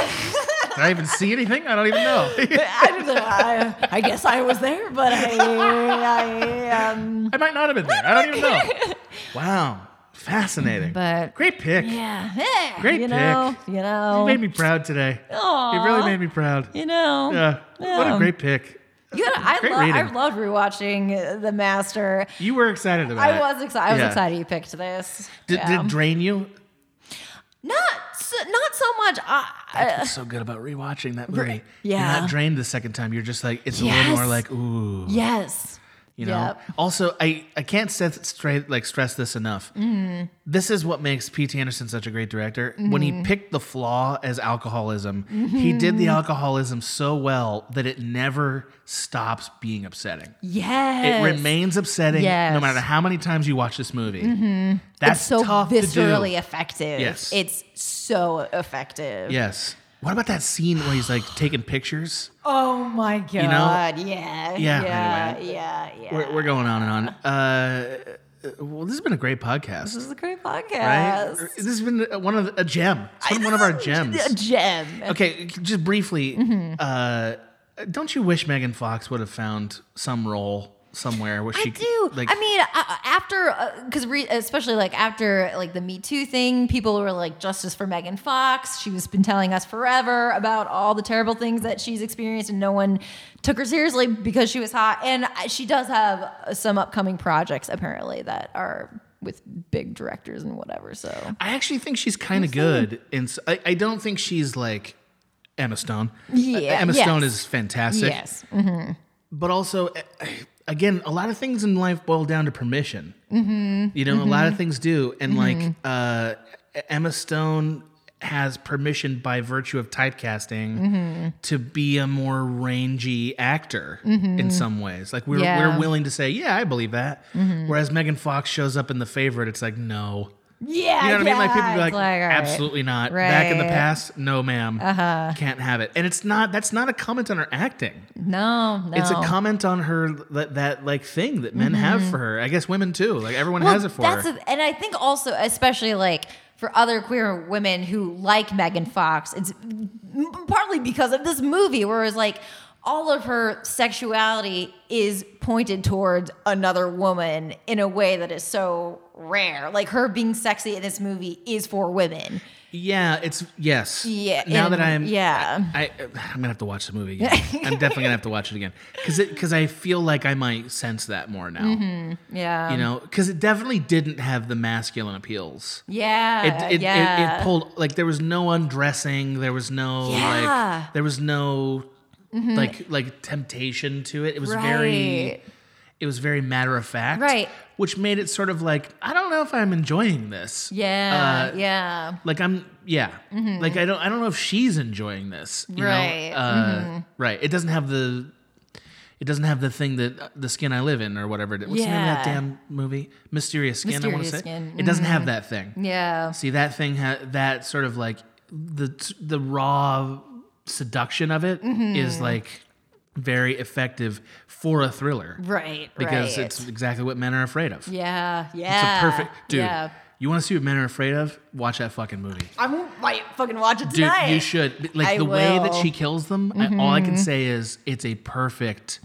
[SPEAKER 2] Did I even see anything? I don't even know.
[SPEAKER 3] I, just, I, I guess I was there, but I, I um,
[SPEAKER 2] I might not have been there. I don't even know. Wow. Fascinating.
[SPEAKER 3] But-
[SPEAKER 2] great pick.
[SPEAKER 3] yeah, eh,
[SPEAKER 2] Great
[SPEAKER 3] you
[SPEAKER 2] pick.
[SPEAKER 3] know, you
[SPEAKER 2] You
[SPEAKER 3] know,
[SPEAKER 2] made me proud today. You really
[SPEAKER 3] Aw.
[SPEAKER 2] made me proud.
[SPEAKER 3] you know,
[SPEAKER 2] Yeah. What a
[SPEAKER 3] Yeah.
[SPEAKER 2] great pick.
[SPEAKER 3] You gotta- I,
[SPEAKER 2] Great
[SPEAKER 3] lo- I
[SPEAKER 2] reading.
[SPEAKER 3] loved rewatching uh, The Master.
[SPEAKER 2] You were excited about it.
[SPEAKER 3] I was excited. I was
[SPEAKER 2] Yeah.
[SPEAKER 3] excited you picked this.
[SPEAKER 2] Did,
[SPEAKER 3] Yeah.
[SPEAKER 2] did it drain you?
[SPEAKER 3] not so, not so much. uh, I, I,
[SPEAKER 2] It's so good about rewatching that movie. You're
[SPEAKER 3] yeah.
[SPEAKER 2] not drained the second time. You're just like, it's a
[SPEAKER 3] Yes.
[SPEAKER 2] little more like, ooh.
[SPEAKER 3] yes.
[SPEAKER 2] You know.
[SPEAKER 3] Yep.
[SPEAKER 2] Also, I I can't set straight like stress this enough.
[SPEAKER 3] Mm.
[SPEAKER 2] This is what makes Pete Anderson such a great director. When he picked the flaw as alcoholism, he did
[SPEAKER 3] Mm-hmm.
[SPEAKER 2] the alcoholism so well that it never stops being upsetting.
[SPEAKER 3] Yes.
[SPEAKER 2] It remains upsetting no
[SPEAKER 3] Yes. Mm-hmm.
[SPEAKER 2] matter how many times you watch this movie. That's
[SPEAKER 3] It's so
[SPEAKER 2] tough
[SPEAKER 3] viscerally
[SPEAKER 2] to do.
[SPEAKER 3] effective.
[SPEAKER 2] Yes.
[SPEAKER 3] It's so effective.
[SPEAKER 2] Yes. What about that scene where he's like taking pictures?
[SPEAKER 3] Oh my god.
[SPEAKER 2] Yeah,
[SPEAKER 3] yeah. Yeah.
[SPEAKER 2] anyway.
[SPEAKER 3] Yeah. Yeah.
[SPEAKER 2] We're, we're going on and on. Uh, well, this has been a great podcast.
[SPEAKER 3] this is a great podcast.
[SPEAKER 2] right? This has been one of the- a gem. It's been one of our gems.
[SPEAKER 3] A gem. Mm-hmm.
[SPEAKER 2] Okay, just briefly, uh, don't you wish Megan Fox would have found some role somewhere where
[SPEAKER 3] I
[SPEAKER 2] she
[SPEAKER 3] do.
[SPEAKER 2] like
[SPEAKER 3] I mean, uh, after because re- especially like after like the Me Too thing, people were like justice for Megan Fox. She's been telling us forever about all the terrible things that she's experienced, and no one took her seriously because she was hot. And I- she does have uh, some upcoming projects apparently that are with big directors and whatever. So
[SPEAKER 2] I actually think she's kind of good, and so, I, I don't think she's like Emma Stone.
[SPEAKER 3] Yeah,
[SPEAKER 2] Uh, Emma
[SPEAKER 3] yes.
[SPEAKER 2] Stone is fantastic.
[SPEAKER 3] yes,
[SPEAKER 2] but also eh, again a lot of things in life boil down to permission mm-hmm. you know a lot of things do and
[SPEAKER 3] Mm-hmm.
[SPEAKER 2] like uh, emma stone has permission by virtue of typecasting
[SPEAKER 3] Mm-hmm.
[SPEAKER 2] to be a more rangy actor in some ways like we're,
[SPEAKER 3] Mm-hmm. Yeah. Mm-hmm.
[SPEAKER 2] we're willing to say yeah i believe that whereas megan fox shows up in the favorite it's like no
[SPEAKER 3] yeah,
[SPEAKER 2] you know what I mean? Like people
[SPEAKER 3] yeah,
[SPEAKER 2] be like,
[SPEAKER 3] it's all right.
[SPEAKER 2] absolutely not. Back in the
[SPEAKER 3] Right.
[SPEAKER 2] past, no, ma'am, uh-huh. can't have it. And it's not. That's not a comment on her acting.
[SPEAKER 3] no, no. Mm-hmm.
[SPEAKER 2] It's a comment on her that, that like thing that men have for her. I guess women too. Like everyone has it for
[SPEAKER 3] that's
[SPEAKER 2] her.
[SPEAKER 3] the- and I think also, especially like for other queer women who like Megan Fox, it's m- partly because of this movie, where it's like all of her sexuality is pointed towards another woman in a way that is so rare. Like her being sexy in this movie is for women.
[SPEAKER 2] yeah, it's yes.
[SPEAKER 3] Yeah,
[SPEAKER 2] Now
[SPEAKER 3] and-
[SPEAKER 2] that I'm
[SPEAKER 3] yeah.
[SPEAKER 2] I, I I'm gonna have to watch the movie again. I'm definitely gonna have to watch it again because because I feel like I might sense that more now.
[SPEAKER 3] Yeah.
[SPEAKER 2] You know, because it definitely didn't have the masculine appeals.
[SPEAKER 3] Yeah.
[SPEAKER 2] It, it,
[SPEAKER 3] yeah.
[SPEAKER 2] it, it pulled like there was no undressing. There was no
[SPEAKER 3] Yeah. Mm-hmm.
[SPEAKER 2] like there was no like like temptation to it. It was very
[SPEAKER 3] Right.
[SPEAKER 2] it was very matter of fact,
[SPEAKER 3] Right.
[SPEAKER 2] Which made it sort of like I don't know if I'm enjoying this.
[SPEAKER 3] yeah.
[SPEAKER 2] Uh,
[SPEAKER 3] yeah.
[SPEAKER 2] Like I'm yeah. Like I don't I don't know if she's enjoying this. You
[SPEAKER 3] Right. Mm-hmm.
[SPEAKER 2] Know? Uh, Right. It doesn't have the. It doesn't have the thing that uh, the skin I live in or whatever. it- What's the name of that
[SPEAKER 3] Yeah.
[SPEAKER 2] damn movie? Mysterious skin. I want
[SPEAKER 3] Mysterious
[SPEAKER 2] to say
[SPEAKER 3] Skin. Mm-hmm.
[SPEAKER 2] it doesn't have that thing.
[SPEAKER 3] Yeah.
[SPEAKER 2] See that thing ha- that sort of like the the raw seduction of it is
[SPEAKER 3] Mm-hmm.
[SPEAKER 2] like very effective for a thriller.
[SPEAKER 3] Right.
[SPEAKER 2] Because
[SPEAKER 3] right.
[SPEAKER 2] it's exactly what men are afraid of.
[SPEAKER 3] Yeah.
[SPEAKER 2] It's
[SPEAKER 3] Yeah.
[SPEAKER 2] a perfect dude.
[SPEAKER 3] Yeah.
[SPEAKER 2] You want to see what men are afraid of? Watch that fucking movie.
[SPEAKER 3] I might fucking watch it
[SPEAKER 2] Dude,
[SPEAKER 3] tonight.
[SPEAKER 2] you should. Like
[SPEAKER 3] I
[SPEAKER 2] the way that
[SPEAKER 3] will. Mm-hmm.
[SPEAKER 2] she kills them, I, all I can say is it's a perfect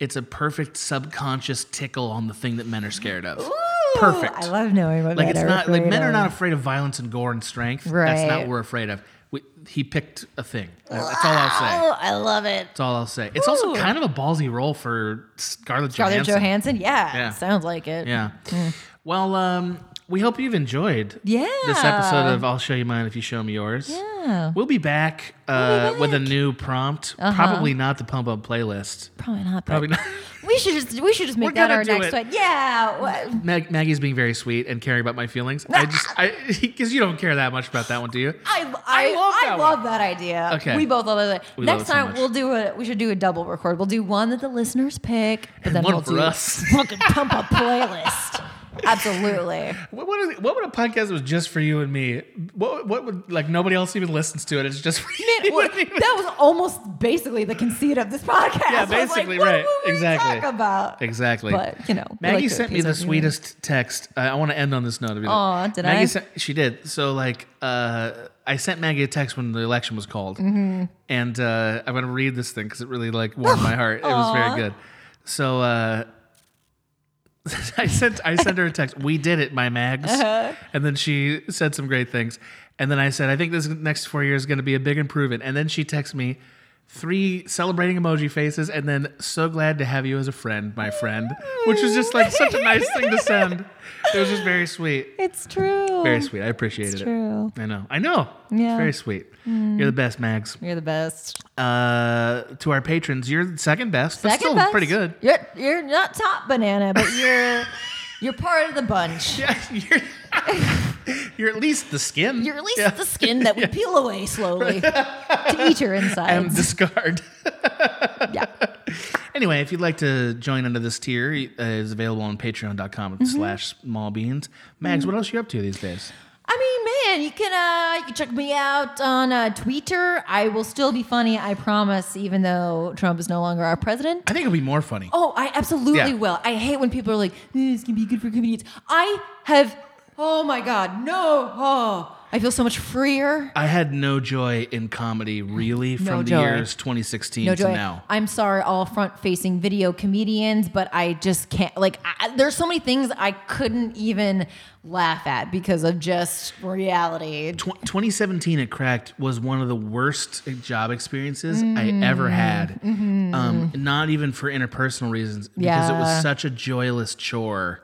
[SPEAKER 2] it's a perfect subconscious tickle on the thing that men are scared of. perfect.
[SPEAKER 3] I love knowing what
[SPEAKER 2] Like
[SPEAKER 3] men
[SPEAKER 2] it's
[SPEAKER 3] are
[SPEAKER 2] not like
[SPEAKER 3] afraid
[SPEAKER 2] men are
[SPEAKER 3] of.
[SPEAKER 2] not afraid of violence and gore and strength. That's not
[SPEAKER 3] Right.
[SPEAKER 2] what we're afraid of. We, he picked a thing. That's all I'll say.
[SPEAKER 3] Oh, I love it.
[SPEAKER 2] That's all I'll say. It's also
[SPEAKER 3] Ooh.
[SPEAKER 2] kind of a ballsy role for Scarlett Johansson.
[SPEAKER 3] Scarlett Johansson. Yeah,
[SPEAKER 2] Yeah.
[SPEAKER 3] sounds like it.
[SPEAKER 2] Yeah. Well, um, we hope you've enjoyed
[SPEAKER 3] Yeah.
[SPEAKER 2] this episode of I'll Show You Mine If You Show Me Yours.
[SPEAKER 3] Yeah.
[SPEAKER 2] We'll be back, uh, with a new prompt.
[SPEAKER 3] Uh-huh.
[SPEAKER 2] Probably not the Pump Up playlist.
[SPEAKER 3] Probably not. But
[SPEAKER 2] Probably not.
[SPEAKER 3] We should just we should just
[SPEAKER 2] We're
[SPEAKER 3] make that
[SPEAKER 2] gonna
[SPEAKER 3] our
[SPEAKER 2] do
[SPEAKER 3] next
[SPEAKER 2] it.
[SPEAKER 3] one. Yeah. What?
[SPEAKER 2] Mag- Maggie's being very sweet and caring about my feelings. I just, I, because you don't care that much about that one, do you?
[SPEAKER 3] I, I, I
[SPEAKER 2] love
[SPEAKER 3] love,
[SPEAKER 2] that one.
[SPEAKER 3] that, idea.
[SPEAKER 2] Okay.
[SPEAKER 3] We both love that.
[SPEAKER 2] We love
[SPEAKER 3] Next
[SPEAKER 2] it so
[SPEAKER 3] time
[SPEAKER 2] much.
[SPEAKER 3] we'll do a we should do a double record. We'll do one that the listeners pick, but
[SPEAKER 2] And
[SPEAKER 3] then
[SPEAKER 2] one
[SPEAKER 3] we'll
[SPEAKER 2] for
[SPEAKER 3] do
[SPEAKER 2] us.
[SPEAKER 3] fucking pump a playlist. Absolutely.
[SPEAKER 2] What, what, is, what would a podcast that was just for you and me? What, what would like nobody else even listens to it? It's just for you.
[SPEAKER 3] Man, well,
[SPEAKER 2] and me.
[SPEAKER 3] that was almost basically the conceit of this podcast.
[SPEAKER 2] Yeah,
[SPEAKER 3] was like,
[SPEAKER 2] basically,
[SPEAKER 3] what
[SPEAKER 2] right.
[SPEAKER 3] will we
[SPEAKER 2] Exactly.
[SPEAKER 3] Talk about
[SPEAKER 2] Exactly.
[SPEAKER 3] But you know, we
[SPEAKER 2] Maggie
[SPEAKER 3] like to
[SPEAKER 2] sent me
[SPEAKER 3] appease
[SPEAKER 2] the
[SPEAKER 3] our viewers.
[SPEAKER 2] sweetest text. I, I want to end on this note.
[SPEAKER 3] Aw, did
[SPEAKER 2] Maggie
[SPEAKER 3] I?
[SPEAKER 2] Sent, she did. So like, uh, I sent Maggie a text when the election was called,
[SPEAKER 3] Mm-hmm.
[SPEAKER 2] and uh, I'm gonna read this thing because it really like warmed my heart. It was very good. So uh, I sent I sent her a text. We did it, my Mags,
[SPEAKER 3] Uh-huh.
[SPEAKER 2] and then she said some great things. And then I said, I think this next four years is gonna be a big improvement. And then she texted me three celebrating emoji faces, and then so glad to have you as a friend, my friend, which was just like such a nice thing to send. It was just very sweet.
[SPEAKER 3] It's true.
[SPEAKER 2] Very sweet. I appreciated it.
[SPEAKER 3] true.
[SPEAKER 2] I know. I know.
[SPEAKER 3] Yeah. Mm.
[SPEAKER 2] It's very sweet. You're the best, Mags.
[SPEAKER 3] You're the best.
[SPEAKER 2] Uh, to our patrons, you're the second best. That's
[SPEAKER 3] Second
[SPEAKER 2] still
[SPEAKER 3] best.
[SPEAKER 2] pretty good.
[SPEAKER 3] You're you're not top banana, but you're you're part of the bunch.
[SPEAKER 2] Yeah, you're, you're at least the skin.
[SPEAKER 3] You're at least
[SPEAKER 2] Yeah.
[SPEAKER 3] the skin that we peel away slowly to eat your
[SPEAKER 2] and
[SPEAKER 3] insides.
[SPEAKER 2] discard.
[SPEAKER 3] yeah.
[SPEAKER 2] anyway, if you'd like to join under this tier, uh, it's available on patreon.com
[SPEAKER 3] Mm-hmm.
[SPEAKER 2] slash small beans. Mags, what else are you up to these days?
[SPEAKER 3] I mean, man, you can uh, you can check me out on uh, Twitter. I will still be funny, I promise, even though Trump is no longer our president.
[SPEAKER 2] I think it'll be more funny.
[SPEAKER 3] Oh, I absolutely
[SPEAKER 2] Yeah.
[SPEAKER 3] will. I hate when people are like, "Eh, "This can be good for comedians." I have. Oh my God, no! Oh, I feel so much freer.
[SPEAKER 2] I had no joy in comedy really from the
[SPEAKER 3] joy.
[SPEAKER 2] years 2016
[SPEAKER 3] No
[SPEAKER 2] to
[SPEAKER 3] joy.
[SPEAKER 2] now.
[SPEAKER 3] I'm sorry, all front-facing video comedians, but I just can't. Like, I, there's so many things I couldn't even laugh at because of just reality.
[SPEAKER 2] Tw- 2017 at Cracked was one of the worst job experiences I ever
[SPEAKER 3] Mm-hmm.
[SPEAKER 2] had. Um, not even for interpersonal reasons, because it
[SPEAKER 3] Yeah.
[SPEAKER 2] was such a joyless chore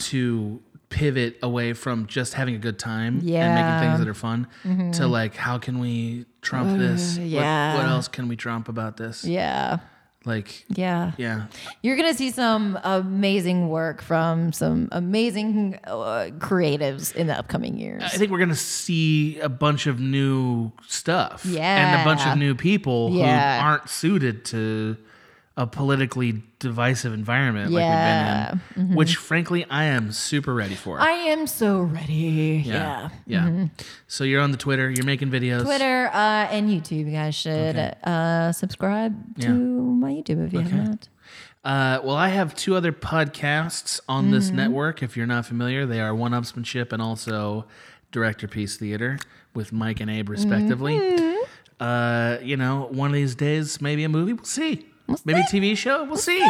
[SPEAKER 2] to pivot away from just having a good time and
[SPEAKER 3] Yeah. Mm-hmm.
[SPEAKER 2] making things that are fun to like, how can we trump this? What-
[SPEAKER 3] yeah.
[SPEAKER 2] What, else can we trump about this?
[SPEAKER 3] Yeah,
[SPEAKER 2] Like,
[SPEAKER 3] yeah.
[SPEAKER 2] yeah.
[SPEAKER 3] You're gonna see some amazing work from some amazing uh, creatives in the upcoming years.
[SPEAKER 2] I think we're gonna see a bunch of new stuff, and a bunch
[SPEAKER 3] Yeah.
[SPEAKER 2] of new people
[SPEAKER 3] Yeah.
[SPEAKER 2] who aren't suited to a politically divisive environment
[SPEAKER 3] Yeah. Mm-hmm.
[SPEAKER 2] like we've been in, which frankly I am super ready for.
[SPEAKER 3] I am so ready.
[SPEAKER 2] yeah,
[SPEAKER 3] Yeah. Mm-hmm.
[SPEAKER 2] yeah. So you're on the Twitter, you're making videos.
[SPEAKER 3] Twitter uh, and YouTube. You guys should
[SPEAKER 2] Okay.
[SPEAKER 3] uh, subscribe to
[SPEAKER 2] Yeah.
[SPEAKER 3] my YouTube if you have not.
[SPEAKER 2] Uh, well, I have two other podcasts on this
[SPEAKER 3] Mm-hmm.
[SPEAKER 2] network. If you're not familiar, they are One Upsmanship and also Director Piece Theater with Mike and Abe, respectively.
[SPEAKER 3] Mm-hmm.
[SPEAKER 2] Uh, you know, one of these days, maybe a movie. We'll see. maybe a TV show. We'll see.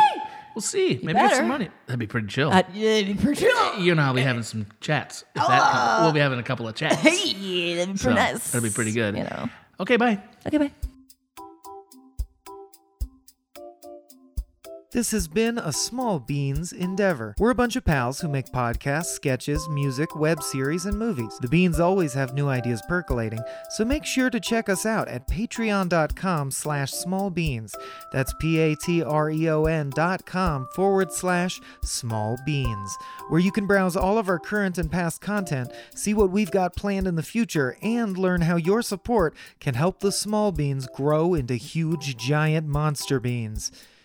[SPEAKER 2] We'll see. maybe get some
[SPEAKER 3] better.
[SPEAKER 2] money. That'd be pretty chill.
[SPEAKER 3] Uh, eh. yeah, that'd be pretty chill.
[SPEAKER 2] you know, I'll be having some chats. If that comes- we'll be having a couple of chats.
[SPEAKER 3] Hey, that'd be pretty
[SPEAKER 2] So,
[SPEAKER 3] nice.
[SPEAKER 2] That'd be pretty good.
[SPEAKER 3] You know.
[SPEAKER 2] Okay, bye.
[SPEAKER 3] Okay, bye.
[SPEAKER 4] This has been a Small Beans endeavor. We're a bunch of pals who make podcasts, sketches, music, web series, and movies. The beans always have new ideas percolating, so make sure to check us out at patreon.com slash smallbeans. That's p-a-t-r-e-o-n E dot com forward slash small beans, where you can browse all of our current and past content, see what we've got planned in the future, and learn how your support can help the small beans grow into huge, giant monster beans.